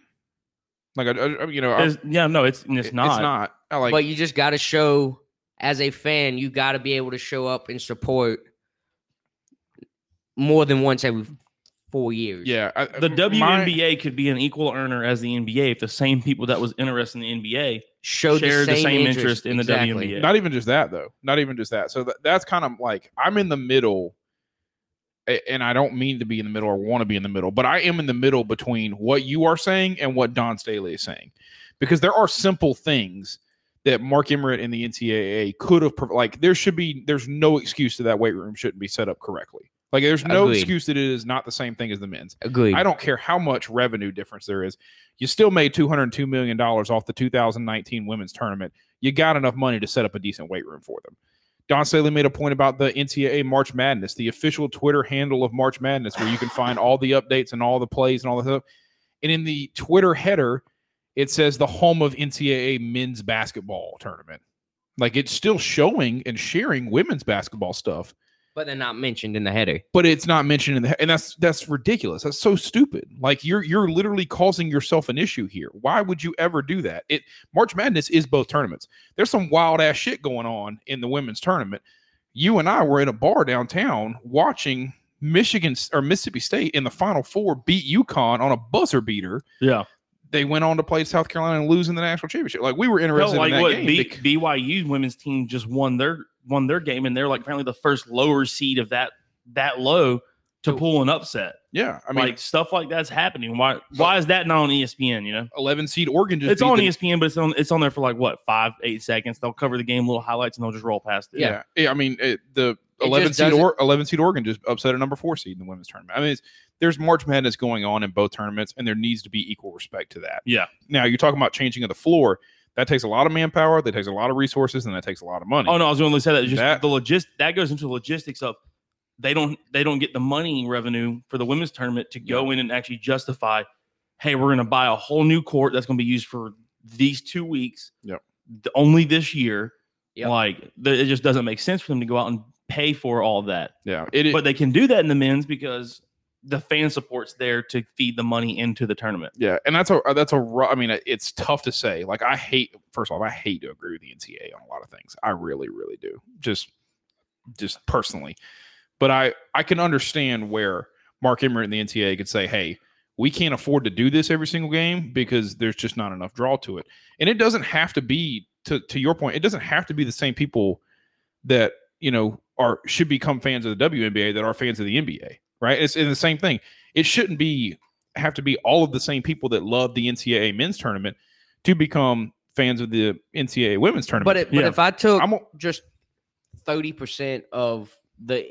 A: Like, I, I, you know, I-
B: There's- yeah. No, it's,
A: it-
B: it's not.
A: It's not. I like.
C: but you just got to show as a fan, you got to be able to show up and support more than once every four years.
A: yeah, I-
B: The
A: my-
B: WNBA could be an equal earner as the NBA if the same people that was interested in the NBA
C: show
B: share
C: the, same interest,
B: in the
C: exactly.
B: WNBA.
A: Not even just that though. Not even just that. So th- that's kind of like I'm in the middle, a- and I don't mean to be in the middle or want to be in the middle, but I am in the middle between what you are saying and what Don Staley is saying, because there are simple things that Mark Emmerich and the NCAA could have prov- like there should be there's no excuse that that weight room shouldn't be set up correctly. Like there's no
C: Agreed.
A: excuse that it is not the same thing as the men's.
C: Agreed.
A: I don't care how much revenue difference there is. You still made two hundred two million dollars off the 2019 women's tournament. You got enough money to set up a decent weight room for them. Don Saley made a point about the NCAA March Madness, the official Twitter handle of March Madness, where you can find all the updates and all the plays and all the stuff. And in the Twitter header, it says the home of NCAA men's basketball tournament. Like it's still showing and sharing women's basketball stuff,
C: but they're not mentioned in the header.
A: but it's not mentioned in the and that's that's ridiculous. That's so stupid. Like you're you're literally causing yourself an issue here. Why would you ever do that? It March Madness is both tournaments. There's some wild ass shit going on in the women's tournament. You and I were in a bar downtown watching Michigan s- or Mississippi State in the Final Four beat UConn on a buzzer beater.
B: Yeah,
A: They went on to play South Carolina and lose in the national championship. Like we were
B: felt
A: interested
B: like
A: in that
B: what
A: game.
B: B-
A: bec-
B: BYU women's team just won their won their game, and they're like apparently the first lower seed of that that low to
C: So-
B: pull an upset.
A: yeah, I mean,
B: like stuff like that's happening. Why why is that not on E ESPN? You know,
A: eleven seed Oregon just
B: it's
A: beat
B: on E
A: the-
B: ESPN, but it's on it's on there for like what five eight seconds. They'll cover the game, little highlights, and they'll just roll past it.
A: Yeah. Yeah, I mean, it, the
C: It
A: 11
C: just
A: seed
C: doesn't-
A: or 11 seed Oregon just upset a number four seed in the women's tournament. I mean, it's, there's March Madness going on in both tournaments, and there needs to be equal respect to that.
B: Yeah.
A: Now you're talking about changing of the floor. That takes a lot of manpower. That takes a lot of resources, and that takes a lot of money.
B: Oh no, I was going to say that. Just
A: That-
B: the logist that goes into the logistics of they don't they don't get the money revenue for the women's tournament to go in and actually justify. Hey, we're going to buy a whole new court that's going to be used for these two weeks.
A: Yep.
B: th- Only this year.
C: Yep.
B: Like th- it just doesn't make sense for them to go out and pay for all that.
A: Yeah. It, it-
B: But they can do that in the men's because the fan support's there to feed the money into the tournament.
A: Yeah, and that's a uh, that's a ru- I mean, it's tough to say. Like I hate first off, I hate to agree with the NCAA on a lot of things. I really, really do. Just just personally, but I I can understand where Mark Emmert and the NCAA could say, hey. We can't afford to do this every single game because there's just not enough draw to it. And it doesn't have to be to to your point, it doesn't have to be the same people that you know are should become fans of the WNBA that are fans of the NBA, right? It's in the same thing. It shouldn't be have to be all of the same people that love the NCAA men's tournament to become fans of the NCAA women's tournament.
C: But, it, oh,
B: Yeah.
C: but if I took
A: I'm a-
C: just thirty percent of the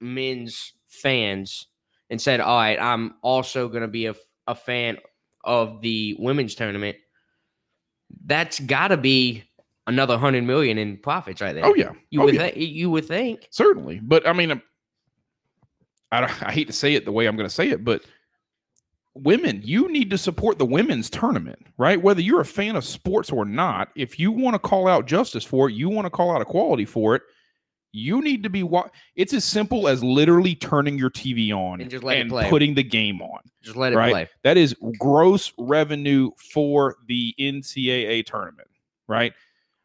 C: men's fans and said, "All right, I'm also going to be a, a fan of the women's tournament," that's got to be another hundred million in profits right there.
A: oh yeah,
C: you
A: oh
C: would
A: yeah.
C: thi- you would think.
A: certainly. But I mean, I'm- I don't, I hate to say it the way I'm going to say it, but women, you need to support the women's tournament, right? Whether you're a fan of sports or not, if you want to call out justice for it, you want to call out equality for it. You need to be. Wa- it's as simple as literally turning your TV on
C: And just let it play.
A: putting the game on.
C: Just let it
A: Right.
C: play.
A: That is gross revenue for the NCAA tournament, right?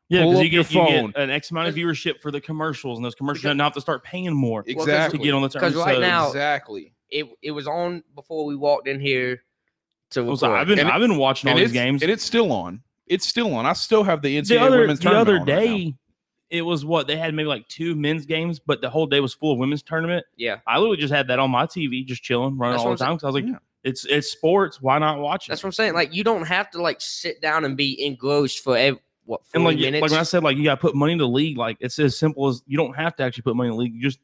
B: Yeah,
A: Pull
B: because
A: up
B: you,
A: your
B: get- you
A: phone.
B: get an X amount of viewership for the commercials, and those commercials
C: Because-
B: now have to start paying more
C: Well,
A: Exactly.
B: to get on the
C: 'cause
B: tournament.
C: right
B: So-
C: now-
A: exactly.
C: It it was on before we walked in here to
B: I
C: record.
B: was like, I've been
A: And it-
B: I've been watching all
A: And
B: these
A: it's,
B: games.
A: and it's still on. It's still on. I still have the NCAA
B: the other
A: women's
B: the
A: tournament.
B: other
A: on right now.
B: day, it was what they had maybe like two men's games, but the whole day was full of women's tournament.
C: yeah,
B: I literally just had that on my TV, just chilling, running
C: That's
B: all
C: what
B: the time
C: I'm
B: because I was like,
A: Yeah.
B: it's it's sports. Why not watch it?
C: that's what I'm saying. Like you don't have to like sit down and be engrossed for ev- what
B: and
C: forty
B: like
C: minutes.
B: like when I said like you got to put money in the league, like it's as simple as you don't have to actually put money in the league. You just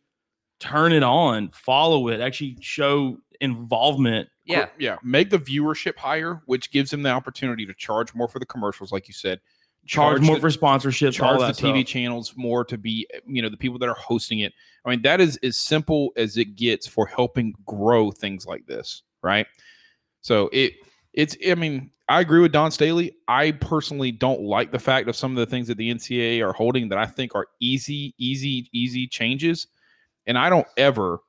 B: turn it on, follow it, actually show involvement.
C: yeah,
A: yeah, make the viewership higher, which gives them the opportunity to charge more for the commercials, like you said.
B: Charge, more
A: the-
B: for sponsorships.
A: charge
B: all
A: the
B: that
A: TV
B: stuff.
A: channels more to be, you know, the people that are hosting it. I mean, that is as simple as it gets for helping grow things like this, right? So it it's I mean, I agree with Don Staley. I personally don't like the fact of some of the things that the NCAA are holding that I think are easy, easy, easy changes. And I don't ever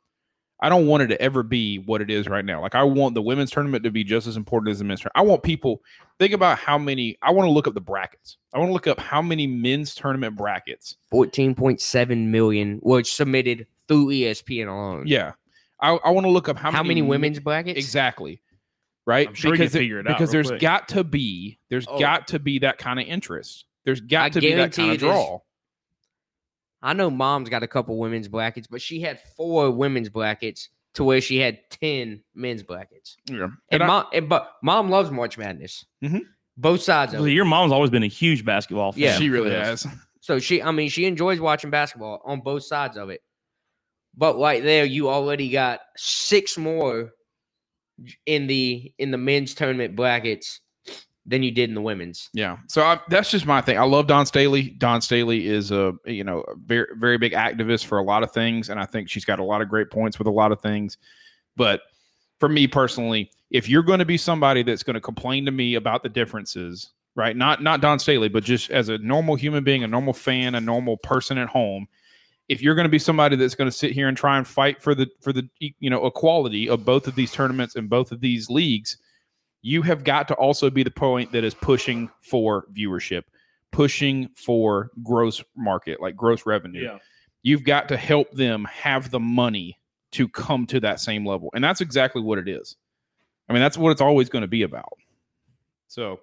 A: I don't want it to ever be what it is right now. Like I want the women's tournament to be just as important as the men's tournament. I want people think about how many I want to look up the brackets. I want to look up how many men's tournament brackets.
C: fourteen point seven million were submitted through E ESPN alone.
A: Yeah. I, I want to look up
C: Hmm. how,
A: how,
C: many,
A: men-
C: women's brackets?
A: exactly. right?
B: I'm sure you can
A: because it-
B: figure it out
A: because
B: real
A: there's
B: quick.
A: got to be there's
C: Oh.
A: got to be that kind of interest. There's got
C: I
A: to be that
C: guarantee
A: kind
C: you
A: of
C: there's-
A: draw.
C: I know mom's got a couple women's brackets, but she had four women's brackets to where she had 10 men's brackets.
A: Yeah.
C: And,
A: And I-
C: mom, and, but mom loves March Madness.
B: Mm-hmm.
A: Mhm.
C: Both sides of
B: So
C: it.
B: your mom's always been a huge basketball fan.
C: Yeah.
A: she really
B: Yes.
A: has.
C: So she, I mean, she enjoys watching basketball on both sides of it. But right there, you already got six more j- in the in the men's tournament brackets than you did in the women's.
A: Yeah. So I, that's just my thing. I love Don Staley. Don Staley is a you know a very very big activist for a lot of things, and I think she's got a lot of great points with a lot of things. But for me personally, if you're going to be somebody that's going to complain to me about the differences, right? Not not Don Staley, but just as a normal human being, a normal fan, a normal person at home. If you're going to be somebody that's going to sit here and try and fight for the for the e, you know equality of both of these tournaments and both of these leagues, you have got to also be the point that is pushing for viewership, pushing for gross market, like gross revenue. You've got to help them have the money to come to that same level. And that's exactly what it is. I mean, that's what it's always going to be about. So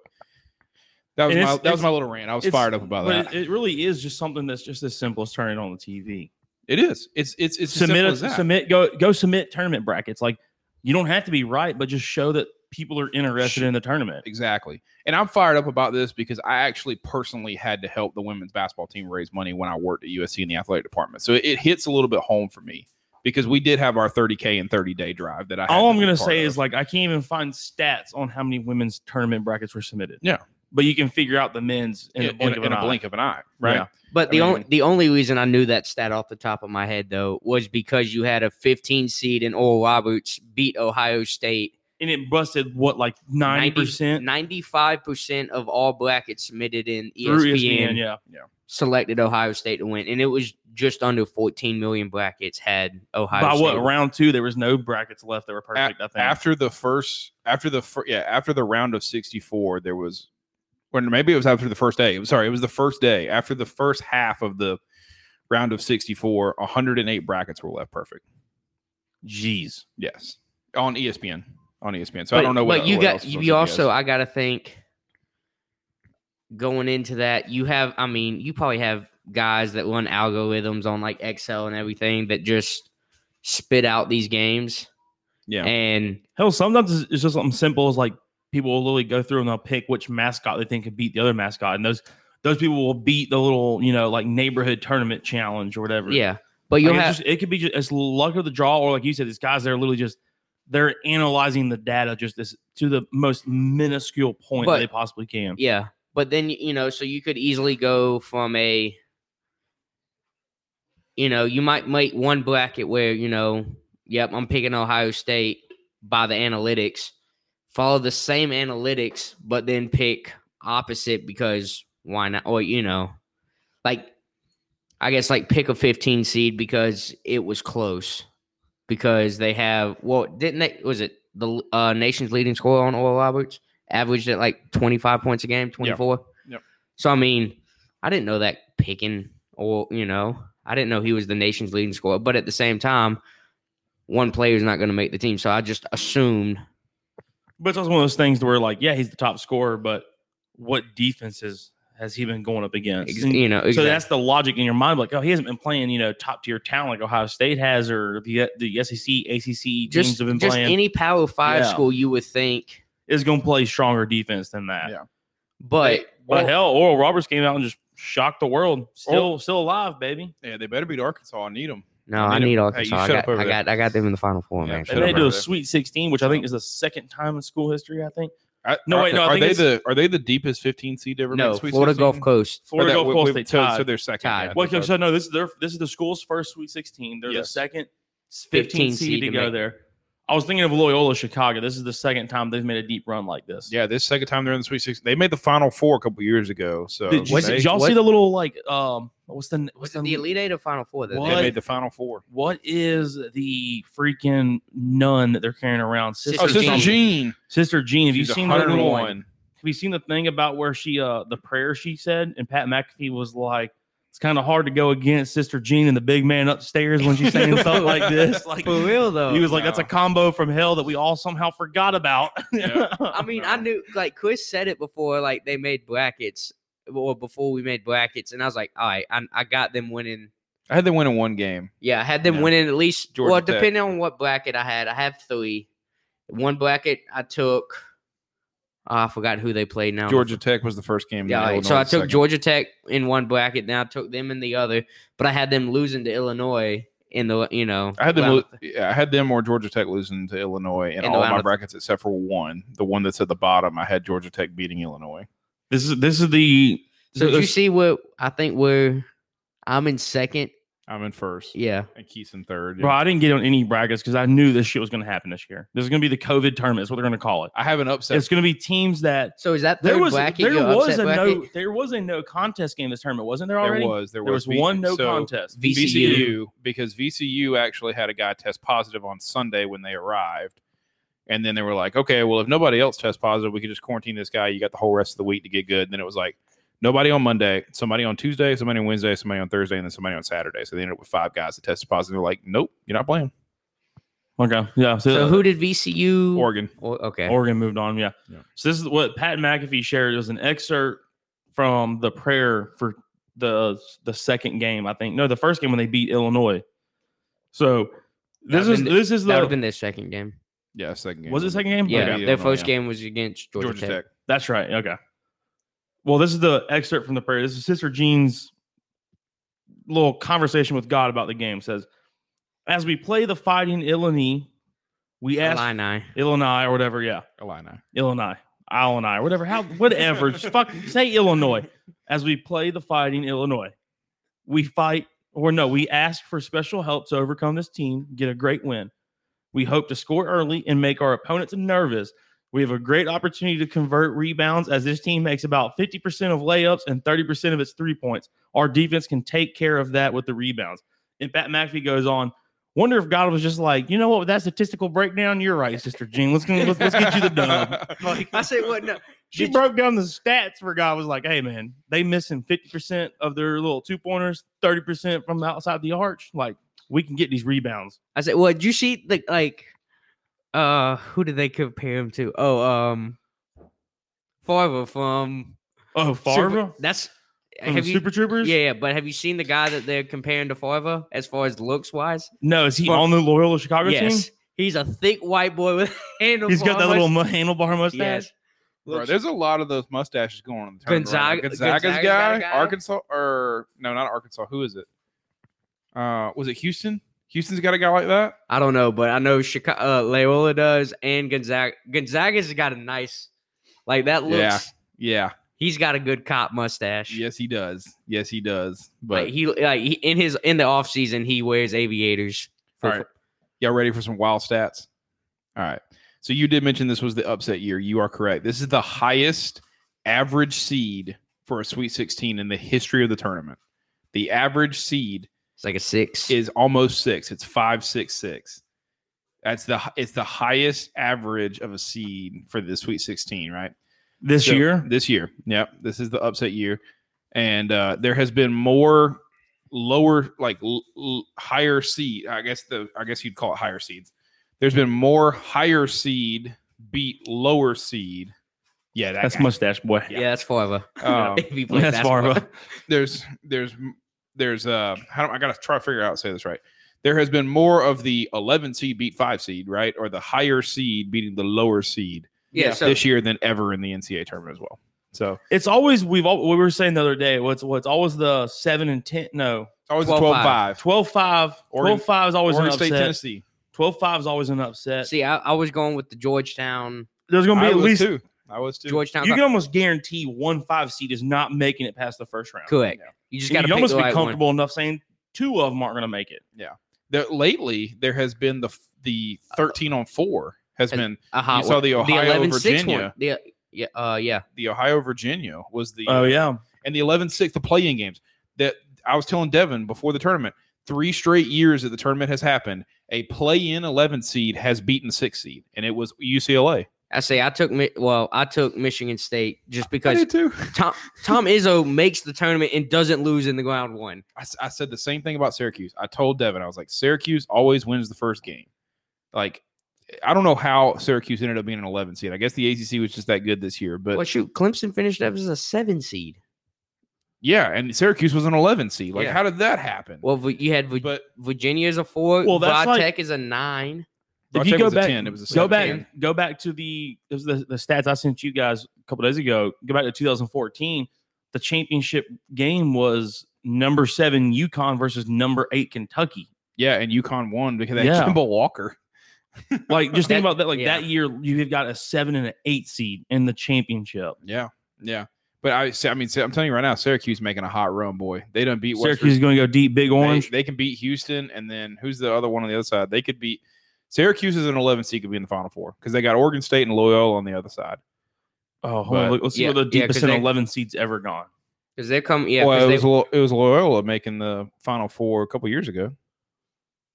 A: that was
B: And
A: my
B: it's-
A: that was
B: it's-
A: my little rant. I was
B: It's-
A: fired up about
B: but
A: that.
B: It, it really is just something that's just as simple as turning on the TV.
A: it is. It's it's it's as
B: submit
A: simple
B: a,
A: as that.
B: submit go go submit tournament brackets. Like you don't have to be right, but just show that people are interested in the tournament.
A: Exactly. And I'm fired up about this because I actually personally had to help the women's basketball team raise money when I worked at USC in the athletic department. So it, it hits a little bit home for me because we did have our 30K and 30 day drive that I had
B: All I'm
A: be a
B: gonna
A: part
B: say
A: of.
B: is like I can't even find stats on how many women's tournament brackets were submitted.
A: Yeah.
B: but you can figure out the men's in,
A: in,
B: a blink
A: in-
B: of
A: in
B: an
A: a
B: eye.
A: blink of an eye, right?
B: Yeah.
C: But
A: I
C: the only
A: mean-
C: the only reason I knew that stat off the top of my head though was because you had a 15 seed in Oral Roberts beat Ohio State.
B: and it busted what like nine percent
C: 95 percent of all brackets submitted in E
B: through E
C: ESPN,
B: ESPN. Yeah,
C: selected Ohio State to win, and it was just under 14 million brackets had Ohio
B: by
C: State.
B: what round two there was no brackets left that were perfect. I think
A: After the first, after the fir- yeah, after the round of 64, there was, or maybe it was after the first day. It was- Sorry, it was the first day after the first half of the round of 64. 108 brackets were left perfect.
B: jeez,
A: Yes, on E ESPN. On ESPN. So I don't know what
C: But you
A: what
C: got
A: else is on E
C: you
A: CBS.
C: also I gotta think going into that you have I mean you probably have guys that run algorithms on like Excel and everything that just spit out these games
A: yeah
C: and
B: hell, sometimes it's- it's just something simple as like people will literally go through and they'll pick which mascot they think could beat the other mascot, and those those people will beat the little you know like neighborhood tournament challenge or whatever.
C: yeah. But
B: Like,
C: you'll
B: it's
C: have
B: just- it could be just as luck of the draw, or like you said, these guys they're literally just they're analyzing the data just this to the most minuscule point
C: But-
B: they possibly can.
C: Yeah. But then, y- you know, so you could easily go from a, you know, you might make one bracket where, you know, yep, I'm picking Ohio State by the analytics, follow the same analytics, but then pick opposite because why not? Or, you know, like, I guess like pick a 15 seed because it was close. Because they have, well, didn't they, was it the uh, nation's leading scorer on Oral Roberts? averaged at like 25 points a game, 24.
A: Yep.
C: So I mean, I didn't know that picking or you know, I didn't know he was the nation's leading scorer, but at the same time, one player is not going to make the team, so I just assumed
B: But it's also one of those things where like, yeah, he's the top scorer, but what defenses has he been going up against?
C: ex-
B: And
C: you know,
B: So
C: exact-
B: that's the logic in your mind, like, oh, he hasn't been playing, you know, top tier talent like Ohio State has, or the the E SEC, ACC teams
C: just,
B: have been
C: just
B: playing.
C: any Power 5
B: Yeah.
C: school you would think,
B: is going to play stronger defense than that.
A: Yeah.
C: but
B: But
A: Or-
B: hell, Oral Roberts came out and just shocked the world. Still, still alive, baby.
A: yeah they better beat arkansas i need them
C: no,
A: You
C: I
A: need to-
C: need
A: hey, you
C: Arkansas.
A: shut
C: I,
A: up
C: got,
A: over
C: I
A: there.
C: got I got them in the should've been the final four,
A: Yeah,
C: man.
A: they
B: They
A: Shut
B: made
A: up
B: it
A: over
B: to
A: there.
B: a Sweet 16, which I think is the second time in school history. I think
A: I,
B: No,
A: are,
B: wait, no, I
A: are
B: think
A: they
B: it's-
A: the are they the deepest 15 seed ever made
C: No,
A: Sweet
C: Florida
A: 16?
C: Gulf Coast.
A: Or
B: Florida
A: that-
B: Gulf
A: we-
B: Coast
A: we-
B: they
A: so,
B: tied.
A: so they're second
C: Tied.
A: yeah,
B: well,
A: they're
B: so no, this is their this is the school's first Sweet 16. They're the
A: Yes.
B: second 15,
C: 15
B: seed,
C: seed
B: to
C: to
B: go
C: make-
B: there. I was thinking of Loyola Chicago. This is the second time they've made a deep run like this.
A: third. yeah this is second time they're in the sweet 16 they made the final four a couple years ago so
B: Did, you,
C: what-
A: they,
B: did y'all
C: what-
B: see the little like um what's the what's
C: Was
B: the,
C: it the Elite Eight or Final Four?
A: they
C: That they
B: What?
C: made?
A: made the final four
B: what is the freaking nun that they're carrying around? Sister,
A: oh sister
C: Jean.
A: jean
B: Sister Jean. Have you
A: She's
B: seen the little,
A: 101
B: Have you seen the thing about where she uh the prayer she said and Pat McAfee was like It's kind of hard to go against Sister Jean and the big man upstairs when she's saying stuff like this. Like
C: For real though.
B: he was like,
A: no.
B: "That's a combo from hell that we all somehow forgot about."
A: Yeah.
C: I mean, I knew like Chris said it before, like they made brackets or before we made brackets, and I was like, all right, I, I got them winning.
A: I had them win in one game.
C: Yeah, I had them
A: Yeah.
C: winning at least.
A: Georgia
C: well,
A: Tech.
C: depending on what bracket I had, I have three. One bracket I took. oh, I forgot who they played now.
A: Georgia Tech was the first game. and
C: Yeah, all right, so
A: Illinois
C: I
A: the
C: took
A: second.
C: Georgia Tech in one bracket, then I took them in the other, but I had them losing to Illinois in the you know.
A: I had them.
C: round-
A: lo- yeah, I had them or Georgia Tech losing to Illinois in
C: In the
A: all
C: round
A: my
C: of-
A: brackets except for one, the one that's at the bottom. I had Georgia Tech beating Illinois.
B: this is this is the
C: So did you
B: this-
C: see what I think we're. I'm in second.
A: I'm in first,
C: Yeah.
A: and Keith's in third.
B: Bro, I didn't get on any brackets because I knew this shit was going to happen this year. This is going to be the COVID tournament. Is what they're going to call it.
A: I have an upset.
B: It's going to be teams that
C: So is that third
B: there was
C: bracket?
B: there
C: your
B: was
C: upset
B: a
C: bracket?
B: no there was a no contest game this tournament wasn't there
A: there
B: already?
A: was there,
B: There was
A: V-
B: one no
A: so
B: contest.
A: VCU.
C: VCU.
A: because VCU actually had a guy test positive on Sunday when they arrived, and then they were like, okay, well if nobody else tests positive, we could just quarantine this guy. You got the whole rest of the week to get good. And then it was like nobody on Monday, somebody on Tuesday, somebody on Wednesday, somebody on Thursday, and then somebody on Saturday. So they ended up with five guys that tested positive. They're like, nope, you're not playing.
B: Okay, yeah. So,
C: So who did VCU?
A: Oregon.
C: Or- okay.
B: Oregon moved on. Yeah.
A: Yeah.
B: So this is what Pat McAfee shared. It was an excerpt from the prayer for the the second game. I think no, the first game when they beat Illinois. So this
C: That'd
B: is
C: been-
B: this is
C: that would
B: the
C: have been their second game.
A: Yeah, second game.
B: was it second game?
C: Yeah,
B: Okay.
A: Yeah,
C: their
A: no,
C: first
A: yeah.
C: game was against Georgia,
A: Georgia
C: Tech.
A: Tech.
B: That's right. Okay. Well, this is the excerpt from the prayer. This is Sister Jean's little conversation with God about the game. It says, as we play the fighting Illini, we ask
C: Illini.
B: Illinois or whatever. Yeah,
A: Illini.
B: Illinois, Illinois, whatever. How, whatever. just fuck, say Illinois. As we play the fighting Illinois, we fight or no, we ask for special help to overcome this team, get a great win. We hope to score early and make our opponents nervous. We have a great opportunity to convert rebounds as this team makes about 50% of layups and 30% of its three points. Our defense can take care of that with the rebounds. And Pat McAfee goes on, wonder if God was just like, you know what, with that statistical breakdown, you're right, Sister Jean. Let's, let's, let's get you the dub. Like,
C: I said what? No.
B: she
C: She-
B: broke down the stats where God was like, hey, man, they missing 50% of their little two pointers, 30% from outside the arch. Like, we can get these rebounds.
C: I said, well, did you see the like? Uh, who did they compare him to? Oh, um, Farva from
B: Oh, Farva?
C: Super, that's
B: From
C: have
B: the
C: you?
B: Super Troopers?
C: yeah, yeah, but have you seen the guy that they're comparing to Farva as far as looks wise?
B: No, is he
C: Far-
B: on the Loyola Chicago
C: Yes,
B: team?
C: he's a thick white boy with handlebar.
B: He's got that little
C: mustache.
B: mu- handlebar mustache.
C: Yes.
A: Bro,
C: Looks-
A: there's a lot of those mustaches going on. in The tournament right now.
C: Gonzaga-
A: Gonzaga's,
C: Gonzaga's got
A: guy,
C: a guy?
A: Arkansas, or no, not Arkansas. Who is it? Uh, was it Houston? Houston's got a guy like that.
C: I don't know, but I know Chicago, uh, Loyola does, and Gonzaga. Gonzaga's got a nice, like that looks.
A: Yeah. Yeah.
C: He's got a good cop mustache.
A: Yes, he does. Yes, he does. But
C: Like, he like he, in his in the off season he wears aviators.
A: all right, y'all ready for some wild stats? All right. So you did mention this was the upset year. You are correct. This is the highest average seed for a Sweet 16 in the history of the tournament. The average seed
C: It's like a six.
A: is almost six. It's five six six. That's the hi- it's the highest average of a seed for the Sweet Sixteen, right?
B: This
A: So,
B: year,
A: This year, yep. This is the upset year, and uh, there has been more lower, like l- l- higher seed. I guess the I guess you'd call it higher seeds. There's been more higher seed beat lower seed. Yeah, that
B: that's
A: guy.
B: mustache boy.
C: yeah. that's forever.
A: Um,
C: if he plays
B: That's
C: basketball.
B: Farva.
A: there's there's there's uh how do I gotta try to figure out how to say this right. There has been more of the 11 seed beat five seed, right, or the higher seed beating the lower seed
C: Yeah,
B: Yeah.
C: so
A: this year than ever in the NCAA tournament as well. So it's
B: It's always we've all we were saying the other day. What's what's always the seven and ten? No,
A: always 12,
C: 12-5.
A: 12-5.
B: 12-5.
A: Oregon-
B: 12-5 is always an
A: Oregon State,
B: upset.
A: Tennessee.
B: 12-5 is always an upset.
C: see, I, I was going with the Georgetown.
B: There's going to
A: I
B: be at
A: was
B: least
A: too. I was too.
C: Georgetown.
B: you can almost guarantee one five seed is not making it past the first round.
C: correct.
A: Yeah.
C: You just
B: And
C: got to
B: you
C: pick
B: almost
C: the
B: be
C: right one.
B: comfortable enough saying two of them aren't going to make it.
A: There- lately, there has been the f- the 13 on four has
C: Has-
A: been
C: A hot
A: You saw
C: one.
A: the Ohio,
C: 11-6
A: Virginia.
C: One. The, yeah, uh, yeah.
A: the Ohio Virginia was the
B: Oh yeah,
A: and the 11 6 the play-in games that i was telling devin before the tournament three straight years that the tournament has happened a play-in 11 seed has beaten six seed and it was ucla
C: I say I took Mi- well, I took Michigan State just
A: I
C: because
A: did too.
C: Tom Tom Izzo makes the tournament and doesn't lose in the round one.
A: I, s- I said the same thing about Syracuse. I told Devin, I was like, Syracuse always wins the first game. Like, I don't know how Syracuse ended up being an 11 seed. I guess the ACC was just that good this year, but
C: well, shoot, Clemson finished up as a seven seed.
A: yeah, and Syracuse was an 11 seed. Like,
C: Yeah.
A: how did that happen?
C: Well, Vi- you had Vi-
A: but
C: Virginia as a four,
B: Well,
C: well,
B: that's
C: Tech
B: like-
C: is a nine.
B: if you
A: Rochek
B: go
A: was a
B: back,
A: 10, it was a
B: go
A: 7.
B: back, go back to the it was the, the stats I sent you guys a couple days ago. Go back to 2014. The championship game was number seven Yukon versus number eight Kentucky.
A: yeah, and UConn won because they
B: Yeah.
A: had Kimball Walker.
B: Like just think
C: That-
B: about that. Like
C: yeah.
B: that year, you've got a seven and an eight seed in the championship.
A: Yeah, yeah. But I, say- I mean, say- I'm telling you right now, Syracuse making a hot run, boy. They done beat West
B: Syracuse is going to go deep, big
A: They-
B: orange.
A: They, can beat Houston, and then who's the other one on the other side? They could beat Syracuse is an 11 seed could be in the Final Four because they got Oregon State and Loyola on the other side.
B: oh, hold on,
A: but-
B: look, let's see
C: Yeah,
B: where the
C: yeah, 'cause
B: deepest in
C: they-
B: eleven seeds ever gone.
C: Because they come, yeah,
A: well, it
C: 'cause
A: was
C: they,
A: Lo- it was Loyola making the Final Four a couple years ago,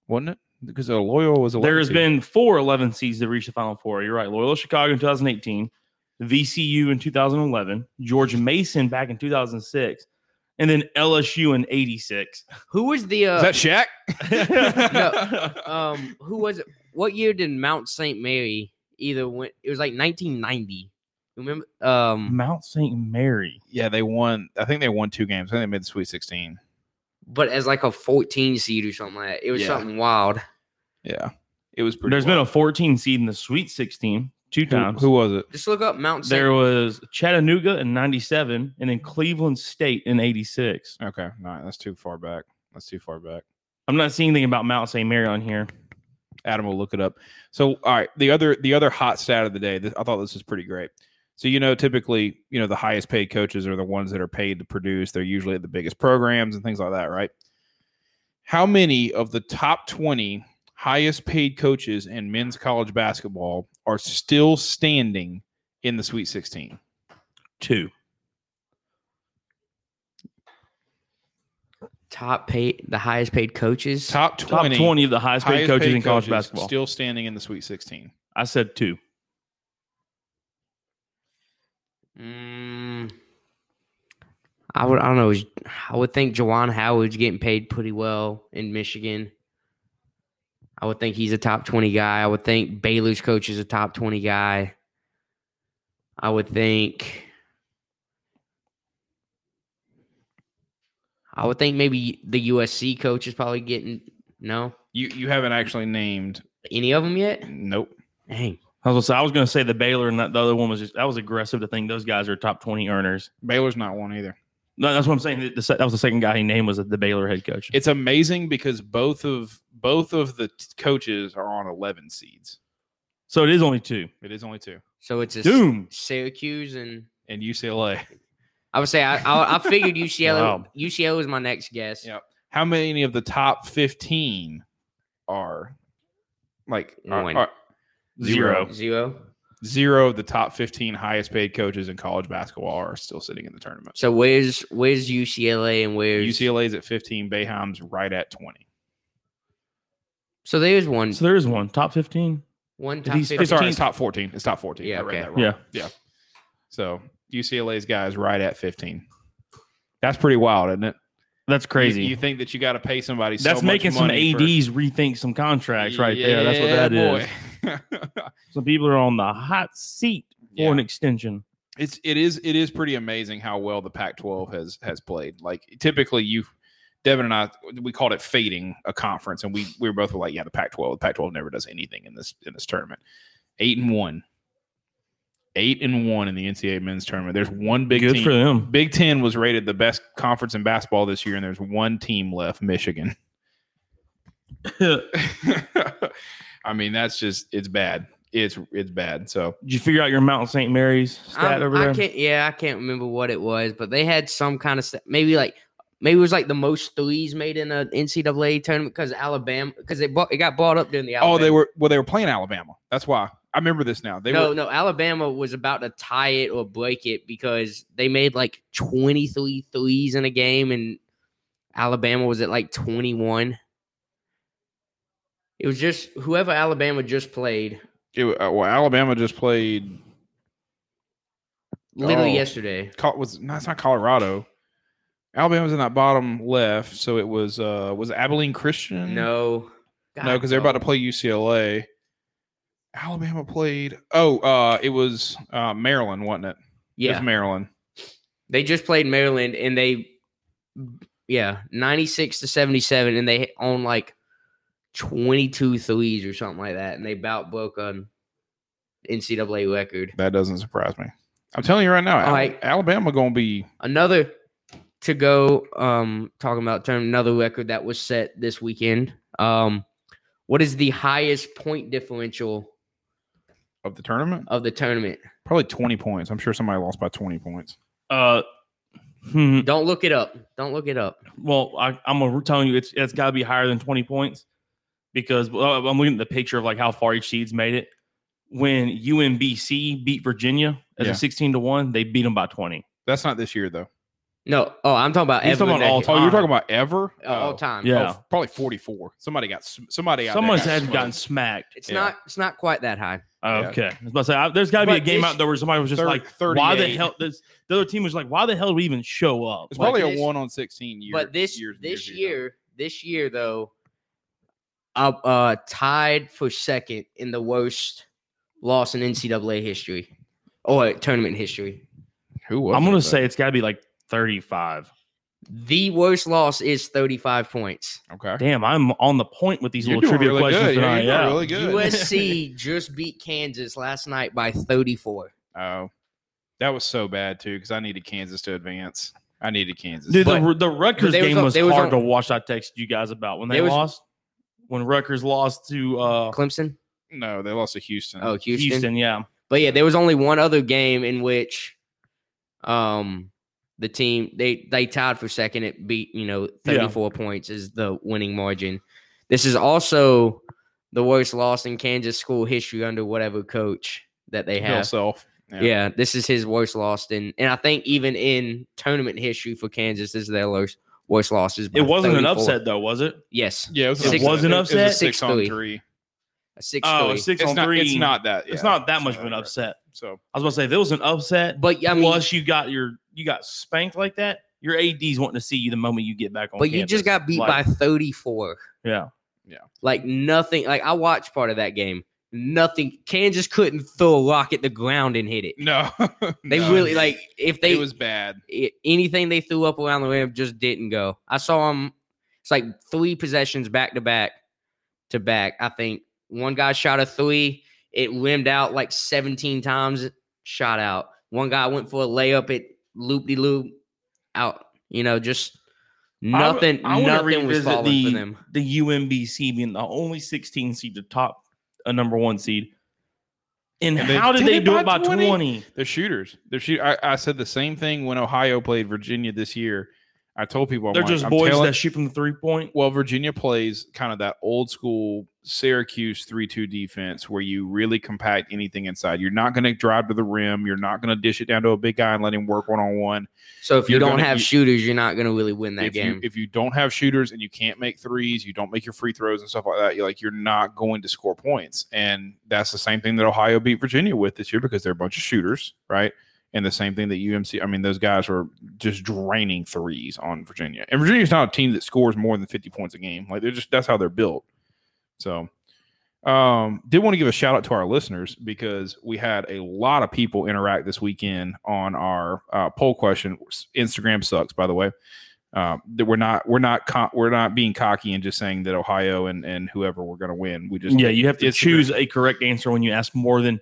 A: wasn't it? Because uh, Loyola was 11
B: There has
A: seed.
B: been four 11 seeds that reached the Final Four. You're right. Loyola Chicago in 2018, VCU in 2011, George Mason back in 2006, and then LSU in 86.
C: who was the uh,
A: is that Shaq?
C: um who was it? What year did Mount St. Mary either went? It was like 1990. Remember? Um,
B: Mount St. Mary.
A: yeah, they won. I think they won two games. I think they made the Sweet 16.
C: but as like a 14 seed or something like that. It was
A: Yeah.
C: something wild.
A: Yeah, it was pretty.
B: There's
A: wild.
B: been a 14 seed in the Sweet 16 two times.
A: who, who was it?
C: Just look up Mount St.
B: there was Chattanooga in 97 and then Cleveland State in 86.
A: Okay, no, that's too far back. That's too far back.
B: I'm not seeing anything about Mount St. Mary on here.
A: Adam will look it up. So, all right, the other the other hot stat of the day. This, I thought this was pretty great. So, you know, typically, you know, the highest paid coaches are the ones that are paid to produce. They're usually at the biggest programs and things like that, right? How many of the top twenty highest paid coaches in men's college basketball are still standing in the Sweet Sixteen?
B: Two.
C: top paid, the highest paid coaches.
A: Top
B: Top
A: twenty,
B: 20, of the highest paid
A: highest
B: coaches
A: paid
B: in college
A: coaches
B: basketball.
A: still standing in the Sweet Sixteen.
B: I said two.
C: Mm, I would, I don't know. I would think Jawan Howard's getting paid pretty well in Michigan. I would think he's a top 20 guy. I would think Baylor's coach is a top 20 guy. I would think. I would think maybe the USC coach is probably getting no
A: You you haven't actually named.
C: any of them yet.
A: Nope.
C: Dang,
B: I was, gonna say- I was going to say the Baylor and that, the other one was just that was aggressive to think those guys are top twenty earners.
A: Baylor's not one either.
B: No, that's what I'm saying. The se- that was the second guy he named was the Baylor head coach.
A: it's amazing because both of both of the t- coaches are on 11 seeds
B: so it is only two.
A: it is only two
C: so it's a
B: Doom.
C: Syracuse and
A: and ucla
C: I would say I I, I figured UCLA
B: Wow.
C: UCLA was my next guess.
A: Yeah. how many of the top 15 are like are-
C: One.
A: are
B: Zero.
C: Zero.
A: zero of the top 15 highest paid coaches in college basketball are still sitting in the tournament
C: So where's where's UCLA and where's
A: ucla's at 15 bayheim's right at 20
C: So there's
A: Mm.
C: one
B: So there is one top fifteen.
C: one
B: if
C: top
B: he's-
C: 15.
A: sorry it's top 14 it's top 14
C: Yeah,
A: i read
C: okay.
A: that wrong
B: Yeah.
A: yeah so ucla's guy is right at 15 that's pretty wild isn't it
B: That's crazy.
A: You, you think that you got to pay somebody? so
B: that's
A: much
B: making some
A: money for-
B: ads rethink some contracts right there. That's what that is.
A: Yeah, boy.
B: Some people are on the hot seat for
A: Yeah.
B: an extension.
A: it's it is it is pretty amazing how well the Pac-12 has has played. Like typically, you, Devin and I, we called it fading a conference, and we we were both like, yeah, the Pac-12, the Pac-12 never does anything in this in this tournament. Eight and one, eight and one in the NCAA men's tournament. There's one big
B: Good
A: team.
B: for them.
A: Big Ten was rated the best conference in basketball this year, and there's one team left, Michigan.
B: Did
A: I mean, that's just it's bad. It's it's bad. So
B: you figure out your Mount St. Mary's stat
C: I'm-
B: over
C: I
B: there?
C: can't yeah, I can't remember what it was, but they had some kind of st- maybe like maybe it was like the most threes made in an NCAA tournament because Alabama because it bought, it got brought up during the Alabama.
A: oh, they were well, they were playing Alabama. That's why I remember this now. They
C: no,
A: were
C: no, Alabama was about to tie it or break it because they made like 23 threes in a game and Alabama was at like 21. It was just whoever Alabama just played
A: It, uh, well, Alabama just played.
C: Literally
A: Oh.
C: yesterday.
A: Col- Was no, it's not Colorado. Alabama's in that bottom left, so it was uh was Abilene Christian.
C: No.
A: no, because they're about to play UCLA. Alabama played. Oh, uh, it was uh, Maryland, wasn't it? It was
C: Yeah.
A: Maryland.
C: They just played Maryland and they yeah, 96 to 77 and they own like 22 threes or something like that and they bout broke um, an NCAA record.
A: That doesn't surprise me. I'm telling you right now, Al-
C: right.
A: Alabama gonna be
C: Another to go um talking about term another record that was set this weekend. Um what is the highest point differential
A: of the tournament.
C: of the tournament?
A: Probably 20 points. I'm sure somebody lost by 20 points.
B: Uh, hmm,
C: Don't look it up. Don't look it up.
B: well, I, I'm telling you, it's it's got to be higher than 20 points because well, I'm looking at the picture of like how far each seed's made it. When UMBC beat Virginia as
A: Yeah.
B: a 16 to one, they beat them by 20.
A: That's not this year though.
C: No. Oh, I'm talking about
B: He's talking
C: Evelyn
B: about all
C: Beckett.
A: Oh, you're
B: Time.
A: talking about ever?
C: Uh, all
A: Oh.
C: time.
B: Yeah.
A: Oh, probably 44. Somebody got sm- somebody out there
B: Someone's
A: got
B: had
A: smoked.
B: gotten smacked.
C: It's
A: Yeah.
C: not it's not quite that high.
B: Okay, I was about to say, I, there's got to be a
C: But
B: game
C: it's
B: out there where somebody was just
A: thir-
B: like, "Why the
A: 38.
B: hell?" This, the other team was like, "Why the hell do we even show up?"
A: It's
B: Like,
A: probably
C: this-
A: a 1 on 16 year.
C: but this
A: years and
C: this
A: years ago.
C: year, this year though, uh, uh tied for second in the worst loss in NCAA history or tournament history.
A: Who was
B: I'm
A: it,
B: gonna
A: though?
B: say it's got to be like 35.
C: The worst loss is 35 points.
A: Okay.
B: Damn, I'm on the point with these
A: You're
B: little
A: doing
B: trivia
A: really
B: questions
A: good. Yeah,
B: tonight.
A: you're
B: Yeah,
A: doing really good.
C: USC just beat Kansas last night by 34.
A: Oh. That was so bad too cuz I needed Kansas to advance. I needed Kansas.
B: Dude,
A: But
B: the, the Rutgers
C: they was
B: game
C: on-
B: was,
C: they was
B: hard
C: on-
B: to watch. I texted you guys about when they,
C: They was-
B: lost, when Rutgers lost to uh,
C: Clemson?
A: no, they lost to Uh, Houston.
C: Oh,
B: Houston.
C: Houston.
B: Yeah,
C: But yeah, there was only one other game in which um the team they they tied for second. It beat, you know,
B: Yeah.
C: 34 points is the winning margin. This is also the worst loss in Kansas school history under whatever coach that they
A: Bill
C: have.
A: Self.
C: yeah. this is his worst loss in and I think even in tournament history for Kansas, this is their worst worst losses. by
B: it wasn't an
C: 34.
B: upset though, was it?
C: Yes.
A: Yeah, it was,
C: It
A: an
B: was
A: upset. It was
B: an
A: a
B: upset?
A: six,
C: Six
A: on
C: three.
A: three.
C: A six
B: Oh,
C: oh,
B: a six
A: it's
B: on
A: not,
B: three.
A: It's not that.
B: It's
A: yeah,
B: not that
A: it's
B: much of an
A: right.
B: upset.
A: So
B: I was about to say if it was an upset.
C: But I mean
B: plus you got your you got spanked like that. Your AD's wanting to see you the moment you get back on.
C: but you just
B: campus.
C: got beat
B: Like,
C: by 34.
B: yeah.
C: Like nothing. Like I watched part of that game. Nothing. Kansas couldn't throw a rock at the ground and hit it.
A: no,
C: They
A: No.
C: really like if they
A: it was bad.
C: i- anything they threw up around the rim just didn't go. I saw them. It's like three possessions back to back to back. I think one guy shot a three. It rimmed out like 17 times. Shot out. One guy went for a layup. It loop de loop out. You know, just
B: I w-
C: nothing.
B: I wanna
C: nothing was
B: revisit
C: falling
B: the,
C: for them.
B: The UMBC being the only 16 seed to top a number one seed. And,
A: And they
B: how did,
A: did
B: they
A: it
B: do
A: by
B: it by
A: 20?
B: 20?
A: They're shooters. They're shoot. I, I said the same thing when Ohio played Virginia this year. I told people I'm
B: They're
A: like,
B: just
A: Oh I'm
B: boys
A: telling-
B: that shoot from the three point.
A: well, Virginia plays kind of that old school Syracuse three-two defense where you really compact anything inside. You're not going to drive to the rim. You're not going to dish it down to a big guy and let him work one-on-one.
C: So if you
A: You're
C: don't
A: gonna-
C: have
A: you-
C: shooters, you're not going to really win that
A: if
C: game.
A: you if you don't have shooters and you can't make threes, you don't make your free throws and stuff like that, you're like you're not going to score points. And that's the same thing that Ohio beat Virginia with this year because they're a bunch of shooters, right? And the same thing that UMC, I mean, those guys were just draining threes on Virginia. And Virginia's not a team that scores more than 50 points a game. Like they're just that's how they're built. So um did want to give a shout out to our listeners because we had a lot of people interact this weekend on our uh, poll question. Instagram sucks, by the way um, that we're not we're not co- we're not being cocky and just saying that Ohio and and whoever we're going to win. We just
B: Yeah, you have to
A: Instagram.
B: choose a correct answer when you ask more than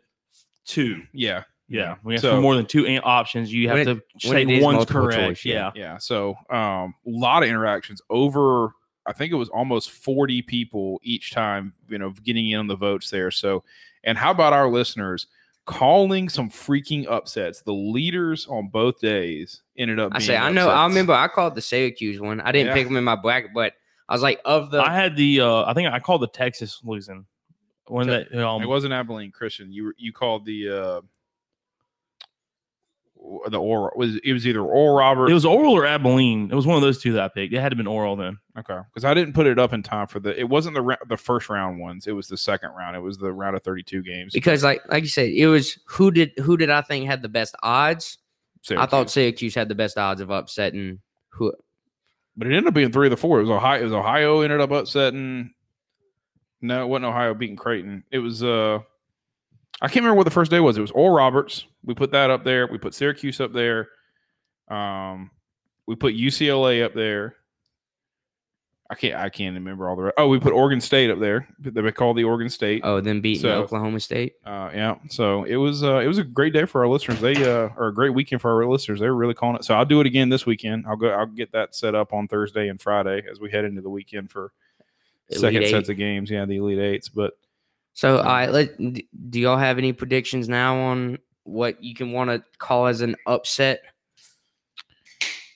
B: two.
A: yeah
B: Yeah, when you ask
A: So-
B: for more than two an- options, you have
C: When
B: to
C: when it
B: say
C: is
B: one's
C: multiple
B: correct.
C: choice, yeah.
B: yeah.
A: yeah. So um, a lot of interactions over. I think it was almost forty people each time. You know, getting in on the votes there. So and how about our listeners? Calling some freaking upsets. The leaders on both days ended up.
C: I
A: being
C: say I know. I
A: upsets.
C: remember I called the Syracuse one. I didn't
A: Yeah.
C: pick them in my bracket, but I was like, of the
B: I had the uh I think I called the Texas losing. When
C: Te-
B: that um,
A: it wasn't Abilene Christian. You were, you called the. Uh, or the oral was it was either Oral Robert.
B: It was Oral or Abilene. It was one of those two that I picked. It had to have been Oral then.
A: okay, because I didn't put it up in time for the. It wasn't the ra- the first round ones. It was the second round. It was the round of thirty two games.
C: because like like you said, it was who did who did I think had the best odds? I
A: Syracuse.
C: thought Syracuse had the best odds of upsetting who
A: but it ended up being three of the four. It was Ohio. It was Ohio ended up upsetting. No, it wasn't Ohio beating Creighton. It was uh, I can't remember what the first day was. It was Oral Roberts. We put that up there. We put Syracuse up there. Um, we put UCLA up there. I can't. I can't remember all the. Re- oh, we put Oregon State up there. They called the Oregon State.
C: oh then beating
A: So-
C: Oklahoma State.
A: Uh, yeah. So it was uh, it was a great day for our listeners. They uh, or a great weekend for our listeners. They were really calling it. So I'll do it again this weekend. I'll go. I'll get that set up on Thursday and Friday as we head into the weekend for
C: Elite
A: second
C: Eight.
A: sets of games. Yeah, the elite eights. But
C: So
A: Yeah.
C: all right, let d- do y'all have any predictions now on what you can want to call as an upset?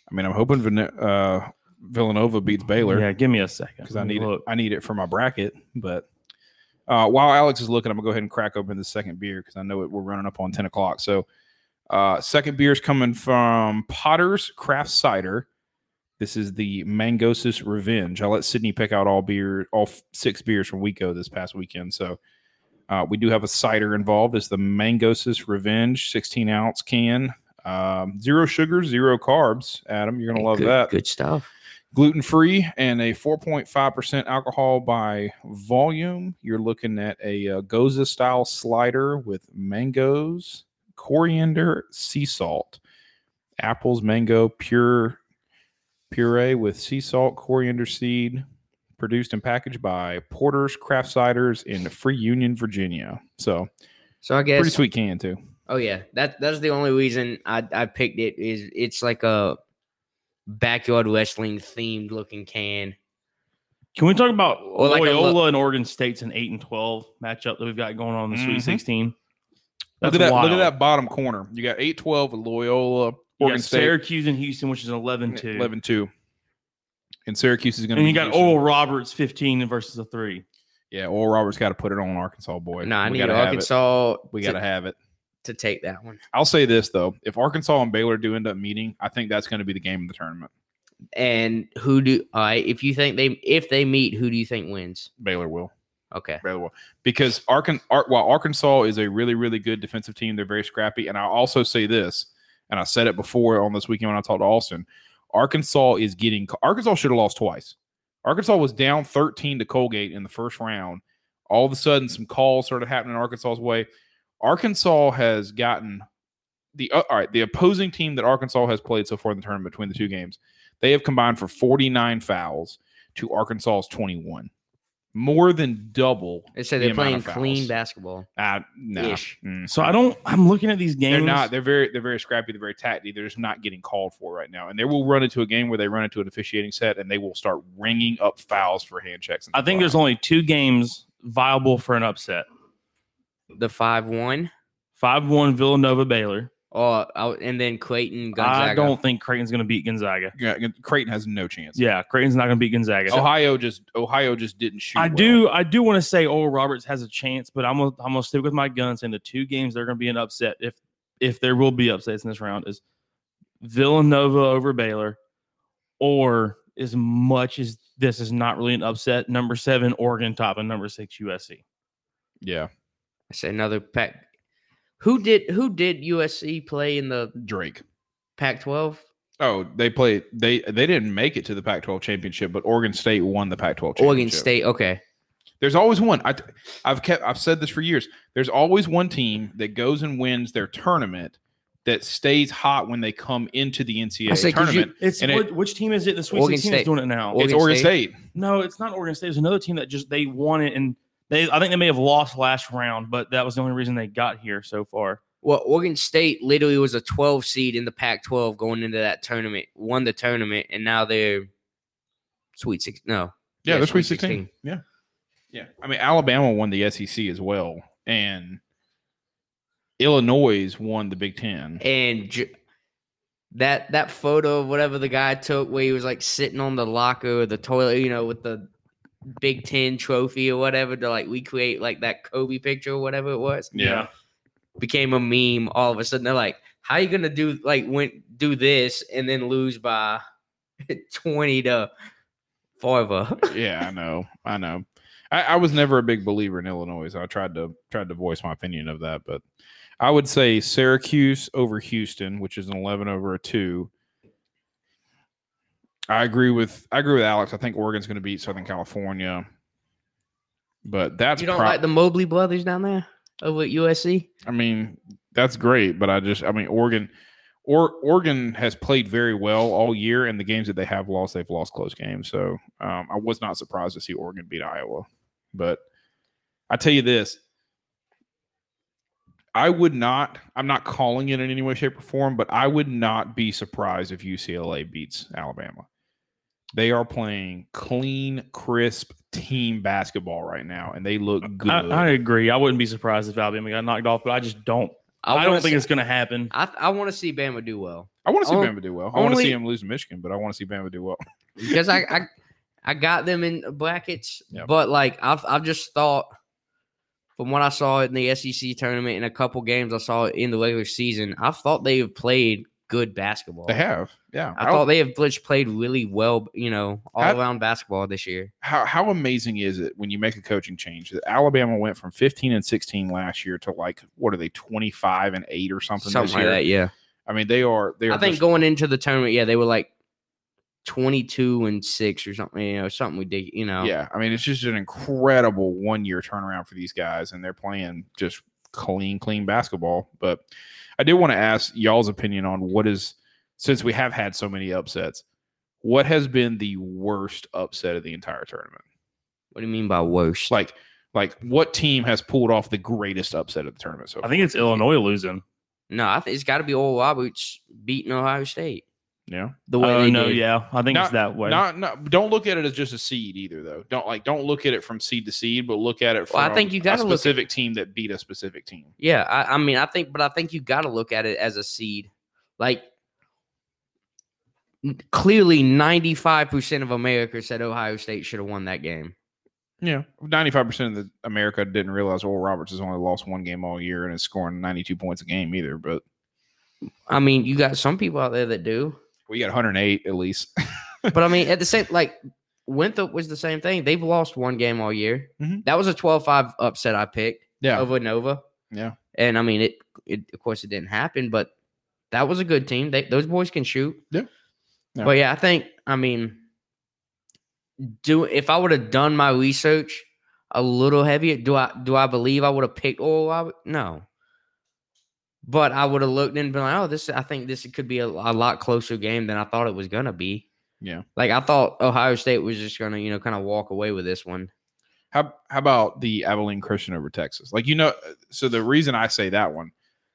A: I mean, I'm hoping Vin- uh, Villanova beats Baylor.
B: Yeah, give me a second.
A: because I
B: Let me
A: need it.
B: look.
A: I need it for my bracket. But uh, while Alex is looking, I'm gonna go ahead and crack open the second beer because I know it, we're running up on ten o'clock. So uh, second beer is coming from Potter's Craft Cider. This is the Mangosis Revenge. I let Sydney pick out all beer, all f- six beers from Wico this past weekend. So uh, we do have a cider involved. It's the Mangosis Revenge, 16 ounce can, um, zero sugar, zero carbs. Adam, you're gonna love
C: good,
A: that
C: Good stuff.
A: gluten free and a 4.5% alcohol by volume. You're looking at a uh, Goza style slider with mangoes, coriander, sea salt, apples, mango, pure puree with sea salt, coriander seed. Produced and packaged by Porter's Craft Ciders in Free Union, Virginia. So
C: So I
A: pretty
C: guess
A: sweet can too.
C: oh yeah, that that's the only reason I I picked it is it's like a backyard wrestling themed looking can.
B: Can we talk about
C: Or like a lo-
B: Loyola and Oregon State's an eight and twelve matchup that we've got going on in the Sweet
A: Mhm.
B: Sixteen?
A: Look
B: That's
A: at that! Look at
B: wild.
A: that bottom corner. You got eight twelve with Loyola,
B: You
A: Oregon
B: got
A: State,
B: Syracuse and Houston, which is an 11-2.
A: 11 2. And Syracuse is going to
B: and you got Oral Roberts fifteen versus a three.
A: Yeah, Oral Roberts got to put it on Arkansas, boy.
C: No, I
A: we
C: need
A: gotta have it.
C: Arkansas.
A: We
C: to-
A: got to have it.
C: to take that one.
A: I'll say this, though. If Arkansas and Baylor do end up meeting, I think that's going to be the game of the tournament.
C: And who do I? if you think they if they meet, who do you think wins?
A: Baylor will.
C: Okay,
A: Baylor will. Because Arkan, Ar- while Arkansas is a really, really good defensive team, they're very scrappy. And I'll also say this, and I said it before on this weekend when I talked to Austin Arkansas is getting, Arkansas should have lost twice. Arkansas was down 13 to Colgate in the first round. All of a sudden, some calls started happening Arkansas's way. Arkansas has gotten the uh, all right. The opposing team that Arkansas has played so far in the tournament between the two games, they have combined for 49 fouls to Arkansas's 21, more than double.
C: and so
A: the
C: they're
A: amount
C: playing
A: of
C: clean
A: fouls.
C: basketball.
A: Uh, nah.
C: Ish.
A: Mm.
B: So I don't. I'm looking at these games.
A: They're not. They're very. They're very scrappy. They're very tacty. They're just not getting called for right now. And they will run into a game where they run into an officiating set and they will start ringing up fouls for hand checks. and
B: I
A: stuff
B: think
A: like
B: there's only two games viable for an upset.
C: The five one,
B: Five one Villanova Baylor.
C: or oh, and then Clayton Gonzaga.
B: I don't think Creighton's going to beat Gonzaga.
A: that. Yeah, Creighton has no chance.
B: Yeah, Creighton's not going to beat Gonzaga.
A: Ohio just Ohio just didn't shoot.
B: I
A: well.
B: do. I do want to say Oral Roberts has a chance, but I'm gonna, I'm gonna stick with my guns. And the two games they're going to be an upset if if there will be upsets in this round is Villanova over Baylor, or as much as this is not really an upset, number seven Oregon top and number six USC.
A: Yeah,
C: That's another pack. Who did who did USC play in the
A: Drake.
C: Pac-12?
A: Oh, they played. They they didn't make it to the Pac-12 championship, but Oregon State won the Pac-12 championship.
C: Oregon State. Okay,
A: There's always one. I, I've kept. I've said this for years. There's always one team that goes and wins their tournament that stays hot when they come into the NCAA
C: I say, 'cause you-
A: tournament.
B: It's
A: And
B: what, which team is it? The Sweet
C: Oregon
B: Sixteen
C: State.
B: is doing it now.
C: Oregon
A: it's Oregon State.
B: No, it's not Oregon State. It's another team that just they won it, and they I think they may have lost last round, but that was the only reason they got here so far.
C: Well, Oregon State literally was a 12 seed in the Pac-12 going into that tournament, won the tournament, and now they're Sweet Six. No,
A: Yeah,
C: Yeah,
A: that's Sweet
C: Sweet
A: 16.
C: 16.
A: Yeah. Yeah. I mean, Alabama won the SEC as well, and Illinois won the Big Ten.
C: and j- that that photo of whatever the guy took where he was like sitting on the locker or the toilet, you know, with the Big Ten trophy or whatever to like recreate like that Kobe picture or whatever it was.
A: Yeah.
C: became a meme all of a sudden. They're like, how you gonna do like when do this and then lose by twenty to forever?
A: yeah, I know. I know. I, I was never a big believer in Illinois, so I tried to tried to voice my opinion of that. But I would say Syracuse over Houston, which is an eleven over a two. I agree with I agree with Alex. I think Oregon's going to beat Southern California, but that's
C: you don't
A: prob-
C: like the Mobley brothers down there over at USC?
A: I mean, that's great, but I just, I mean, Oregon, or Oregon has played very well all year, and the games that they have lost, they've lost close games. So um, I was not surprised to see Oregon beat Iowa, but I tell you this, I would not. I'm not calling it in any way, shape, or form, but I would not be surprised if UCLA beats Alabama. They are playing clean, crisp team basketball right now, and they look good.
B: I, I agree. I wouldn't be surprised if Alabama got knocked off, but I just don't. I,
C: wanna
B: don't think
C: see,
B: it's going to happen.
C: I I want to see Bama do well
A: I want to see
C: On-
A: Bama do well. I want to
C: only- Oh.
A: see him lose to Michigan, but I want to see Bama do well.
C: because I, I I got them in brackets,
A: Yep.
C: but like I've I've just thought from what I saw in the SEC tournament and a couple games I saw in the regular season, I've thought they have played good basketball.
A: They have, yeah.
C: I
A: how,
C: thought they have just played really well, you know, all
A: How-
C: around basketball this year.
A: how how amazing is it when you make a coaching change? that Alabama went from 15 and 16 last year to like what are they 25 and eight or something?
C: Something
A: this
C: like
A: year?
C: that, yeah.
A: I mean, they are. They are.
C: I think
A: just-
C: going into the tournament, yeah, they were like twenty-two and six or something, you know, something ridiculous, you know.
A: yeah, I mean, it's just an incredible one year turnaround for these guys, and they're playing just clean, clean basketball. But I did want to ask y'all's opinion on what is since we have had so many upsets. What has been the worst upset of the entire tournament?
C: What do you mean by worst?
A: like like what team has pulled off the greatest upset of the tournament so
B: I
A: far?
B: think it's Illinois losing.
C: no, I think it's got to be old Roberts beating Ohio State
A: yeah
C: the way
B: Oh
C: they
B: no,
C: did.
B: yeah, I think
A: Not-
B: it's that way.
A: not, not don't look at it as just a seed either though don't like don't look at it from seed to seed but look at it from
C: Well, I think you
A: a
C: gotta look at-
A: specific team that beat a specific team
C: Yeah, I, I mean, I think, but I think you got to look at it as a seed. Like, n- clearly, ninety-five percent of America said Ohio State should have won that game.
A: yeah 95% of the america didn't realize oral roberts has only lost one game all year and is scoring 92 points a game either but
C: I mean, you got some people out there that do,
A: we got 108 at least
C: but I mean, at the same, like Winthrop was the same thing. They've lost one game all year.
A: Mhm.
C: That was a 12-5 upset I picked
A: yeah
C: over Nova.
A: Yeah.
C: and I mean, it, it of course it didn't happen, but that was a good team. They those boys can shoot.
A: Yeah. Yeah.
C: But yeah, I think I mean, do if I would have done my research a little heavier, do I do I believe I would have picked Oral Roberts? No. But I would have looked and been like, oh, this I think this could be a, a lot closer game than I thought it was gonna be.
A: Yeah.
C: Like I thought Ohio State was just gonna, you know, kind of walk away with this one.
A: How how about the Abilene Christian over Texas? Like you know, so the reason I say that one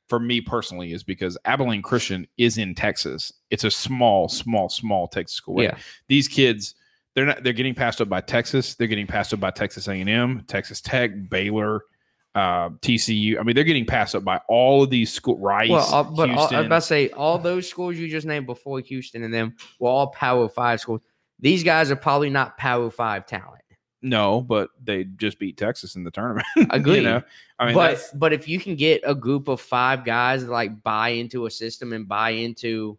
A: for me personally is because Abilene Christian is in Texas. It's a small, small, small Texas school.
C: Yeah.
A: These kids, they're not they're getting passed up by Texas. They're getting passed up by Texas A&M, Texas Tech, Baylor, uh, TCU. I mean, they're getting passed up by all of these school Rice,
C: Well, all, but uh, all, I
A: Houston.
C: was about to say all those schools you just named before Houston and them were all Power Five schools. These guys are probably not Power Five talent.
A: no, but they just beat Texas in the tournament.
C: Agreed.
A: you know? I mean,
C: but
A: that's-
C: but if you can get a group of five guys that like buy into a system and buy into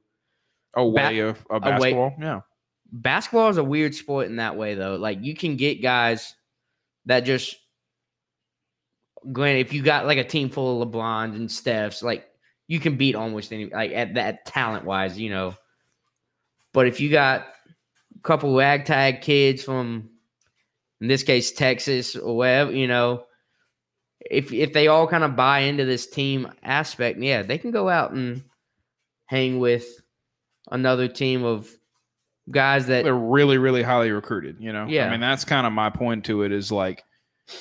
A: a
C: ba-
A: way of, of
C: a way-
A: basketball. yeah.
C: basketball is a weird sport in that way though. Like you can get guys that just Glenn, if you got like a team full of LeBrons and Stephs, like you can beat almost any like at that talent wise, you know. But if you got a couple ragtag kids from in this case Texas or wherever, you know, if if they all kind of buy into this team aspect, yeah, they can go out and hang with another team of guys that
A: they're really really highly recruited you know i
C: Yeah.
A: mean that's kind of my point to it is like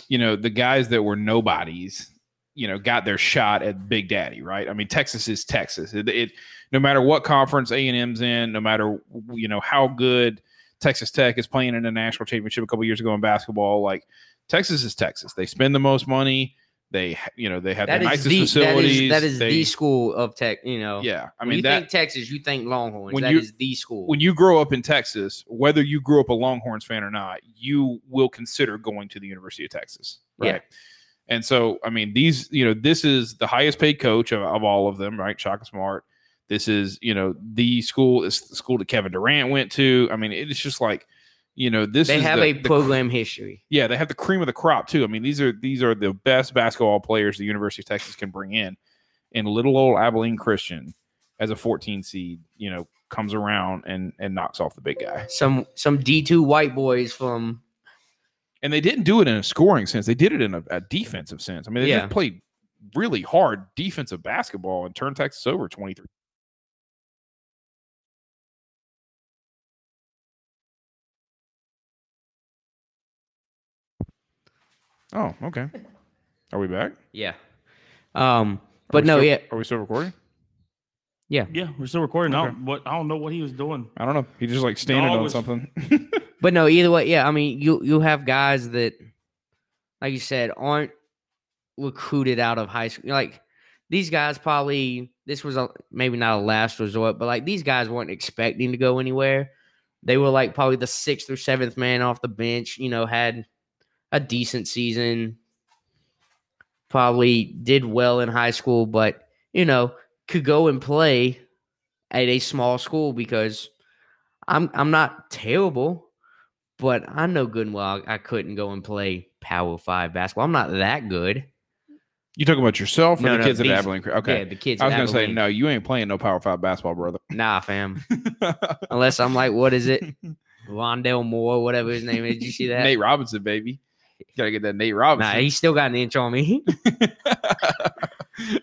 A: you know the guys that were nobodies you know got their shot at big daddy right i mean texas is texas it, it no matter what conference a&m's in no matter you know how good texas tech is playing in the national championship a couple years ago in basketball like texas is texas they spend the most money they ha- you know they have
C: that
A: the
C: is
A: nicest
C: the, that
A: facilities
C: is, that is
A: they,
C: the school of tech, you know.
A: yeah i
C: When
A: mean
C: you
A: that
C: think Texas, you think Longhorns.
A: when
C: That
A: you-
C: is the school.
A: when you grow up in Texas, whether you grew up a Longhorns fan or not, you will consider going to the University of Texas, right?
C: Yeah.
A: And so, I mean, these, you know, this is the highest paid coach of, of all of them, right? Shaka Smart. This is, you know, the school is the school that Kevin Durant went to. I mean, it's just like, you know, this
C: they
A: is
C: have
A: the-
C: a
A: the
C: program history.
A: yeah, they have the cream of the crop too. I mean, these are these are the best basketball players the University of Texas can bring in. And little old Abilene Christian, as a 14 seed, you know, comes around and and knocks off the big guy.
C: Some some D two white boys from
A: And they didn't do it in a scoring sense; they did it in a, a defensive sense. I mean, they
C: Yeah.
A: just played really hard defensive basketball and turned Texas over 23. Oh, okay. Are we back?
C: yeah.
A: Are
C: Um, but
A: we
C: no,
A: still-
C: yeah,
A: Are we still recording?
B: Yeah, we're still recording. I,
A: Okay.
B: don't, what, I don't know what he was doing.
A: I don't know. He just like standing
B: Dog
A: on
B: was-
A: something.
C: but no, either way, yeah. I mean, you you have guys that, like you said, aren't recruited out of high school. Like these guys probably this was a maybe not a last resort, but like these guys weren't expecting to go anywhere. They were like probably the sixth or seventh man off the bench. You know, had a decent season. Probably did well in high school, but you know could go and play at a small school because I'm I'm not terrible, but I know good and well I, I couldn't go and play Power Five basketball. I'm not that good.
A: you talking about yourself or
C: No,
A: the
C: no,
A: kids
C: these-
A: at Abilene? Cre- Okay.
C: Yeah, the kids.
A: I was
C: at
A: gonna say
C: Abilene.
A: no. You ain't playing no Power Five basketball, brother.
C: Nah, fam. Unless I'm like, what is it, Rondell Moore, whatever his name is. Did you see that?
A: Nate Robinson, baby. Gotta get that Nate
C: Nah,
A: Robinson.
C: he still got an inch on me.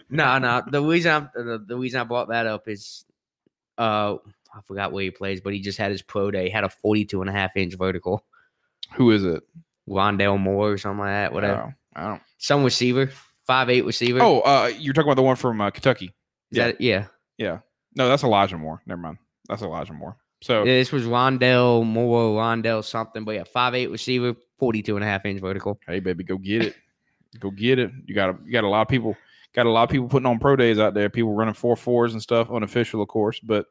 C: No, no. The reason I'm the, the reason I brought that up is uh I forgot where he plays, but he just had his pro day, had a 42 and a half inch vertical.
A: Who is it?
C: Rondell Moore or something like that, whatever.
A: Oh, I don't.
C: Some receiver, five eight receiver.
A: Oh, uh, you're talking about the one from uh, Kentucky.
C: Is
A: yeah.
C: that yeah.
A: No, that's Elijah Moore. Never mind. That's Elijah Moore. So
C: Yeah, this was Rondell Moore, Rondell something, but yeah, five eight receiver, 42 and a half inch vertical.
A: hey, baby, go get it. go get it. You got a, you got a lot of people. Got a lot of people putting on pro days out there. People running four fours and stuff, unofficial, of course, but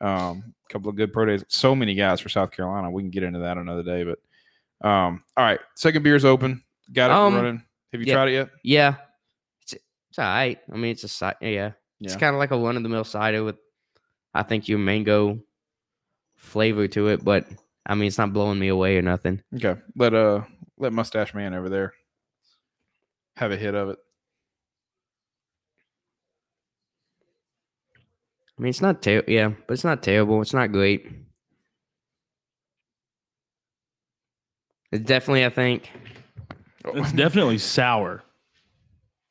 A: um, a couple of good pro days. So many guys for South Carolina. We can get into that another day, but um, all right. Second beer's open. Got it
C: Um,
A: running. Have you
C: yeah.
A: tried it yet?
C: Yeah, it's, it's all right. I mean, it's a side. Yeah, it's
A: Yeah.
C: kind of like a run of the mill cider with, I think, your mango flavor to it, but I mean, it's not blowing me away or nothing.
A: Okay. Let uh let mustache man over there have a hit of it.
C: I mean, it's not terrible. Yeah, but it's not terrible. It's not great. It's definitely, I think.
B: It's definitely sour.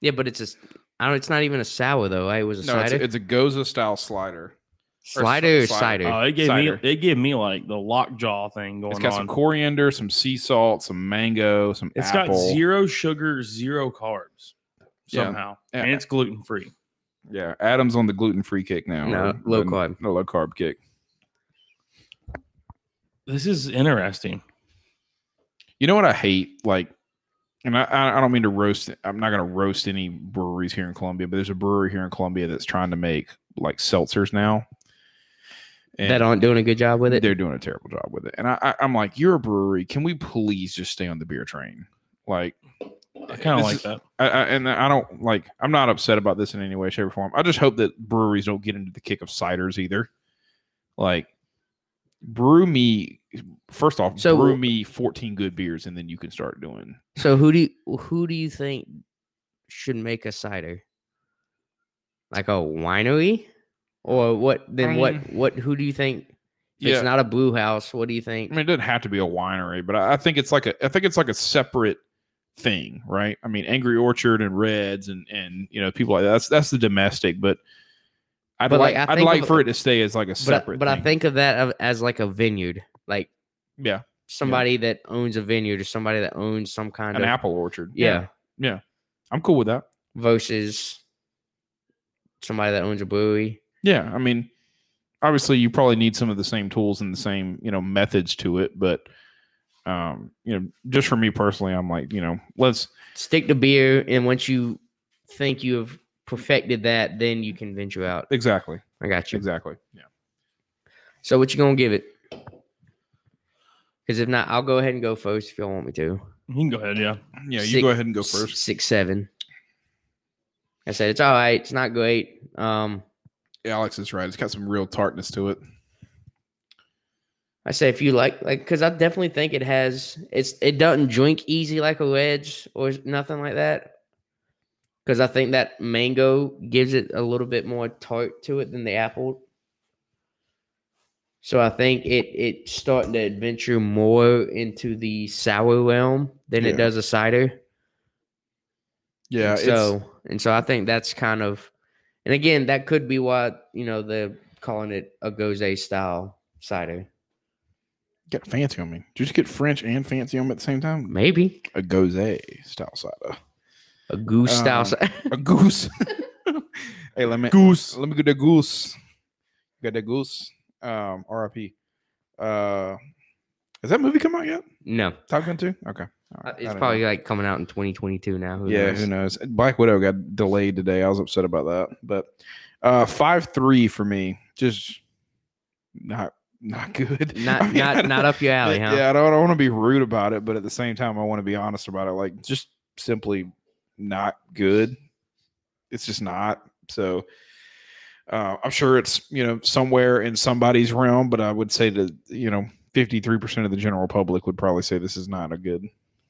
C: Yeah, but it's a. s- I don't. It's not even a sour though. Right? It was a
A: no, it's
C: cider.
A: a, it's a Goza style slider. or
C: slider or
A: sli-
C: cider.
A: cider.
B: Oh, it gave
A: Cider.
B: me it gave me like the lockjaw thing going
A: It's got
B: on.
A: some coriander, some sea salt, some mango, some
B: It's
A: apple.
B: got zero sugar, zero carbs
A: Yeah.
B: somehow,
A: Yeah.
B: and it's gluten free.
A: Yeah, Adam's on the gluten free kick now.
C: No,
A: or
C: low
A: the-
C: carb.
A: No low carb kick.
B: This is interesting.
A: You know what I hate? Like, and I- I I don't mean to roast. I'm not gonna roast any breweries here in Columbia, but there's a brewery here in Columbia that's trying to make like seltzers now. And
C: that aren't doing a good job with it.
A: They're doing a terrible job with it. And I, I, I'm like, you're a brewery. Can we please just stay on the beer train? Like,
B: I kind
A: this
B: of like
A: is-
B: that.
A: I, I, and I don't like. I'm not upset about this in any way, shape, or form. I just hope that breweries don't get into the kick of ciders either. Like, brew me first off.
C: So-
A: brew me 14 good beers, and then you can start doing.
C: So who do you, who do you think should make a cider? Like a winery, or what? Then what?
A: Um,
C: What? Who do you think? If
A: Yeah,
C: It's not a brew house. What do you think?
A: I mean, it doesn't have to be a winery, but I, I think it's like a. I think it's like a separate thing, right? I mean, Angry Orchard and Reds and and you know people like that. That's that's the domestic, but. I'd
C: But, like,
A: like,
C: I
A: I'd
C: think
A: like
C: of-
A: for it to stay as like a
C: but, I-
A: separate.
C: but I
A: thing.
C: think of that of- as like a vineyard, like
A: yeah,
C: somebody that owns a vineyard or somebody that owns some kind
A: an
C: of
A: apple orchard.
C: yeah,
A: I'm cool with that.
C: versus somebody that owns a brewery.
A: Yeah, I mean, obviously you probably need some of the same tools and the same you know methods to it, but um, you know, just for me personally, I'm like, you know, let's
C: Stick to beer, and once you think you have perfected that, then you can venture out.
A: exactly,
C: I got you.
A: exactly, yeah.
C: So what you gonna give it? Because if not, I'll go ahead and go first if y'all want me to.
B: You can go ahead. Yeah.
A: Yeah, you
C: Six-
A: go ahead and go
C: S-
A: first.
C: Six seven. I said it's all right. It's not great. Um,
A: Alex is right. It's got some real tartness to it.
C: I say if you like, like, because I definitely think it has. It's it doesn't drink easy like a wedge or s- nothing like that. Because I think that mango gives it a little bit more tart to it than the apple. So I think it it's starting to adventure more into the sour realm than
A: Yeah.
C: it does a cider.
A: Yeah,
C: And so and so I think that's kind of, and again, that could be why you know they're calling it a goze style cider.
A: it's got fancy on me. Did you just get French and fancy on me at the same time?
C: Maybe
A: A goze style cider.
C: a goose
A: Um,
C: style. cider.
A: A goose. hey, let me goose. Let me get the goose. Got the goose. Um, R.I.P. Uh, has that movie come out yet?
C: no,
A: Top Gun Two. Okay, All
C: Uh,
A: right. I
C: it's
A: don't
C: probably like coming out in 2022 now.
A: know.
C: Who
A: yeah.
C: knows?
A: Who knows? Black Widow got delayed today. I was upset about that, but uh, five three for me. Just not not good.
C: Not
A: I mean, I
C: not
A: don't-
C: not up your alley, huh?
A: Yeah, I don't, want to be rude about it, but at the same time, I want to be honest about it. Like, just simply not good. It's just not. So, uh, I'm sure it's you know somewhere in somebody's realm, but I would say that you know 53 percent of the general public would probably say this is not a good.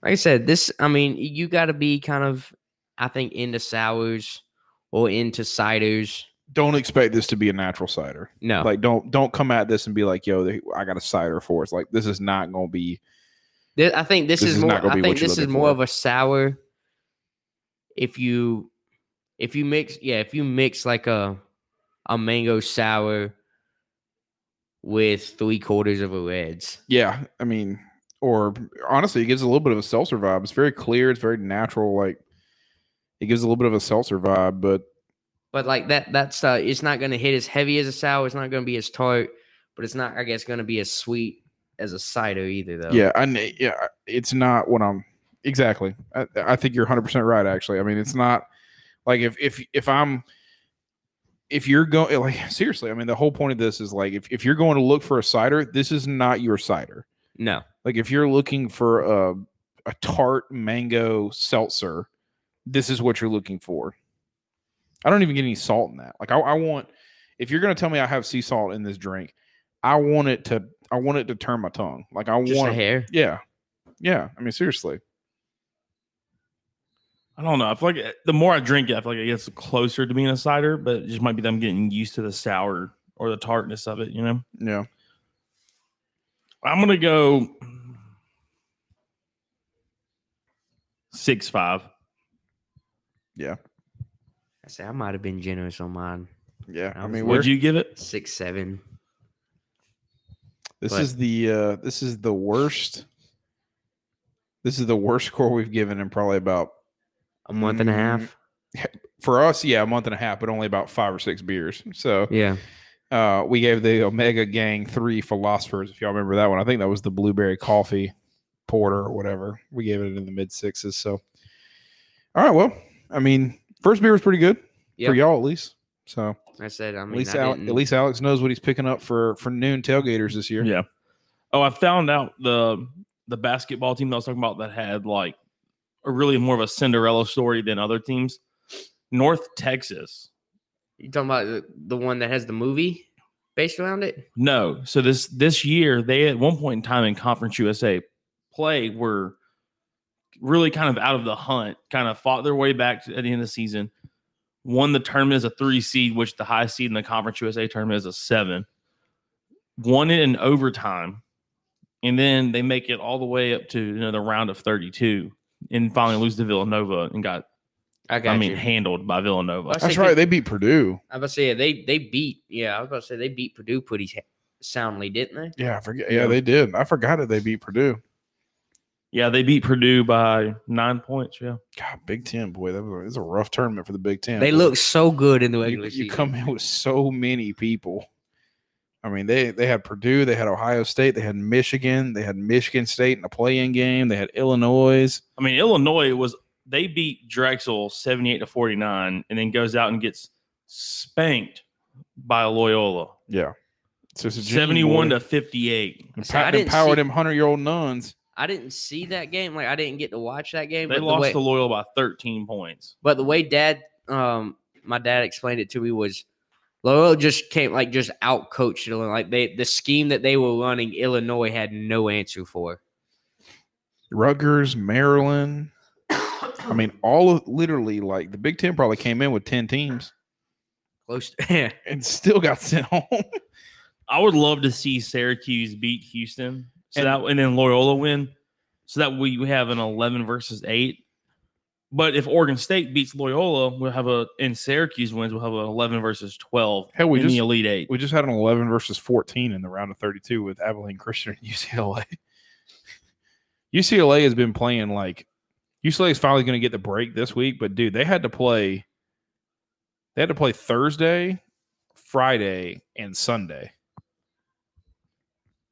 C: Like I said, this. I mean, you got to be kind of, I think, into sours or into ciders.
A: Don't expect this to be a natural cider.
C: No,
A: Like, don't don't come at this and be like, "Yo, they- I got a cider for it." It's Like, this is not going to be.
C: Th- I think this,
A: This
C: is,
A: is
C: more.
A: not gonna be
C: I think
A: what you're
C: this is
A: looking
C: more
A: for.
C: of a sour. If you, if you mix, yeah, if you mix like a, a mango sour with three quarters of a reds.
A: Yeah, I mean, or honestly, it gives a little bit of a seltzer vibe. It's very clear. It's very natural. Like it gives a little bit of a seltzer vibe, but
C: But like that, that's uh, it's not going to hit as heavy as a sour. It's not going to be as tart, but it's not, I guess, going to be as sweet as a cider either, though.
A: yeah, I kn- yeah, it's not what I'm exactly. I, I think you're 100 percent right. Actually, I mean, it's not like if if if I'm if you're going like seriously, I mean, the whole point of this is like if if you're going to look for a cider, this is not your cider.
C: No.
A: Like if you're looking for a a tart mango seltzer, this is what you're looking for. I don't even get any salt in that. Like I, I want if you're gonna tell me I have sea salt in this drink, I want it to I want it to turn my tongue. Like I
C: Just a
A: want
C: hair.
A: Yeah. Yeah. I mean seriously.
B: I don't know. I feel like it- the more I drink it, I feel like it gets closer to being a cider, but it just might be them getting used to the sour or the tartness of it, you know?
A: Yeah.
B: I'm gonna go six five.
C: I say I might have been generous on mine.
A: Yeah. I
C: That was
A: mean we're,
B: Would you give it?
C: Six, seven.
A: this
C: but-
A: is the uh this is the worst this is the worst score we've given in probably about
C: A month and a
A: Mm,
C: half.
A: for us, yeah, a month and a half, but only about five or six beers. So
C: Yeah.
A: uh, we gave the Omega Gang three philosophers. If y'all remember that one, I think that was the blueberry coffee porter or whatever. We gave it in the mid sixes. So, all right. Well, I mean, first beer was pretty good for
C: Yep.
A: y'all at least. So
C: I said, I mean,
A: at least
C: I
A: Al-
C: didn't-
A: at least Alex knows what he's picking up for for noon tailgaters this year.
B: Yeah. Oh, I found out the the basketball team that I was talking about that had like a really more of a Cinderella story than other teams. North Texas.
C: You talking about the, the one that has the movie based around it?
B: No. So this this year they at one point in time in Conference USA play were really kind of out of the hunt, kind of fought their way back to, at the end of the season, won the tournament as a three seed, which the high seed in the Conference USA tournament is a seven, won it in overtime, and then they make it all the way up to you know the round of thirty two. And finally lose to Villanova and got,
C: I got
B: I mean,
C: you.
B: handled by Villanova.
C: That's-
A: That's right. They beat Purdue.
C: I was about to say yeah, they they beat. Yeah, I was about to say they beat Purdue pretty ha- soundly, didn't they?
A: Yeah, I forget. Yeah, they did. I forgot that they beat Purdue.
B: Yeah, they beat Purdue by nine points. Yeah.
A: God, Big Ten boy, that was, it was a rough tournament for the Big Ten.
C: They
A: boy.
C: look so good in the
A: you,
C: regular
A: you
C: season.
A: come in with so many people. I mean, they they had Purdue, they had Ohio State, they had Michigan, they had Michigan State in a play-in game, they had Illinois.
B: I mean, Illinois was they beat Drexel 78 to 49 and then goes out and gets spanked by Loyola.
A: Yeah. So it's a Virginia
B: 71
A: boy.
B: to 58.
A: Empo-
C: See, I didn't
A: empower
C: see-
A: them hundred year old nuns.
C: I didn't see that game. Like I didn't get to watch that game.
B: They
C: but
B: lost
C: the way,
B: to Loyal by 13 points.
C: But the way dad, um, my dad explained it to me was Loyola just came like just out coached Illinois. Like they, the scheme that they were running, Illinois had no answer for.
A: Rutgers, Maryland. I mean, all of literally like the Big Ten probably came in with ten teams
C: Close. To,
A: and still got sent home.
B: I would love to see Syracuse beat Houston, so
A: And-
B: that and then Loyola win, so that we, we have an eleven versus eight. But if Oregon State beats Loyola, we'll have a and Syracuse wins, we'll have an eleven versus twelve
A: Hell, we
B: in the
A: just
B: Elite Eight.
A: we just had an eleven versus fourteen in the round of thirty two with Abilene Christian and UCLA. UCLA has been playing like UCLA is finally going to get the break this week, but dude, they had to play. They had to play Thursday, Friday, and Sunday.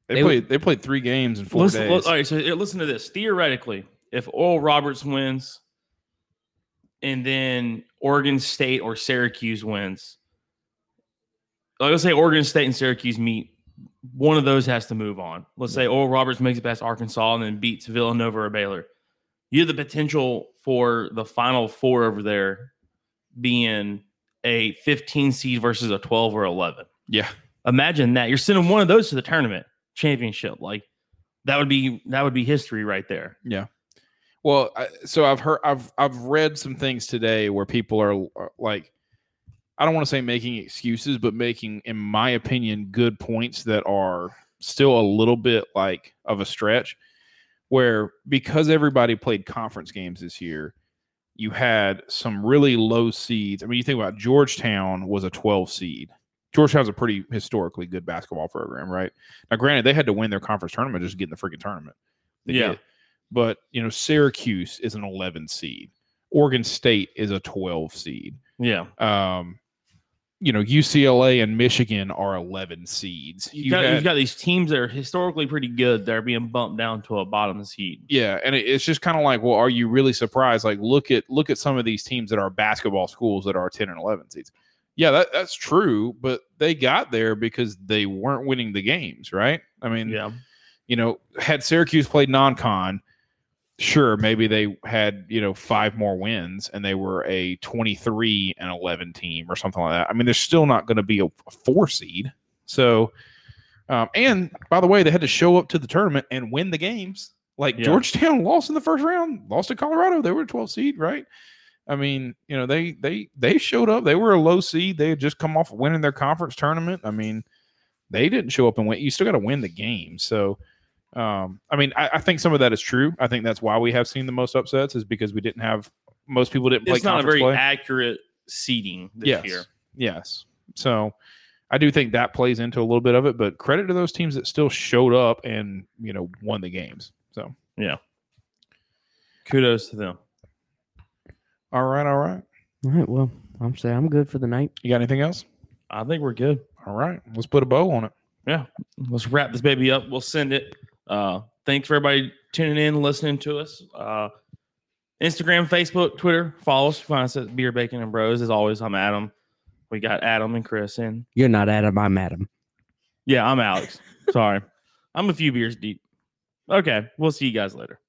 A: They,
C: They w-
A: played. they played three games in 4
B: Listen,
A: days.
B: all right, so here, listen to this. Theoretically, if Oral Roberts wins, and then Oregon State or Syracuse wins, like let's say Oregon State and Syracuse meet, one of those has to move on. Let's say Oral Roberts makes it past Arkansas and then beats Villanova or Baylor. You have the potential for the Final Four over there being a 15 seed versus a 12 or 11
A: yeah,
B: imagine that you're sending one of those to the tournament championship like that would be that would be history right there
A: Well, I, so I've heard, I've, I've read some things today where people are, are like, I don't want to say making excuses, but making, in my opinion, good points that are still a little bit like of a stretch. Where because everybody played conference games this year, you had some really low seeds. I mean, you think about Georgetown was a 12 seed. Georgetown's a pretty historically good basketball program, right? Now, granted, they had to win their conference tournament just to get in the freaking tournament. They
B: Yeah.
A: did. But, you know, Syracuse is an 11 seed, Oregon State is a 12 seed
B: yeah
A: um, you know, UCLA and Michigan are 11 seeds.
B: you
A: You
B: got,
A: had-
B: you've got these teams that are historically pretty good that are being bumped down to a bottom seed
A: yeah, and it, it's just kind of like, well, are you really surprised? Like, look at look at some of these teams that are basketball schools that are 10 and 11 seeds. Yeah, that, that's true, but they got there because they weren't winning the games, right? I mean,
B: yeah
A: you know, had Syracuse played non-con, sure, maybe they had, you know, five more wins and they were a 23 and 11 team or something like that. I mean, they're still not going to be a, a four seed. So, um, and by the way, they had to show up to the tournament and win the games. Like
B: Yeah.
A: Georgetown lost in the first round, lost to Colorado. They were a 12 seed, right? I mean, you know, they they they showed up. They were a low seed. They had just come off winning their conference tournament. I mean, they didn't show up and win. You still got to win the game. So, um, I mean, I, I think some of that is true. I think that's why we have seen the most upsets is because we didn't have most people didn't play
B: it's not a
A: conference
B: very
A: play.
B: accurate seeding this
A: yes,
B: year
A: yes. So, I do think that plays into a little bit of it. But credit to those teams that still showed up and you know won the games. So,
B: kudos to them
A: all right, all right.
C: all right. Well, I'm saying I'm good for the night.
A: You got anything else?
B: i think we're good
A: All right, let's put a bow on it.
B: let's wrap this baby up. We'll send it. Uh, thanks for everybody tuning in, listening to us. Uh, Instagram, Facebook, Twitter. Follow us. Find us at Beer Bacon and Bros. As always, I'm Adam. We got Adam and Chris, and
C: You're not Adam. I'm Adam.
B: yeah, I'm Alex. Sorry, I'm a few beers deep. Okay, we'll see you guys later.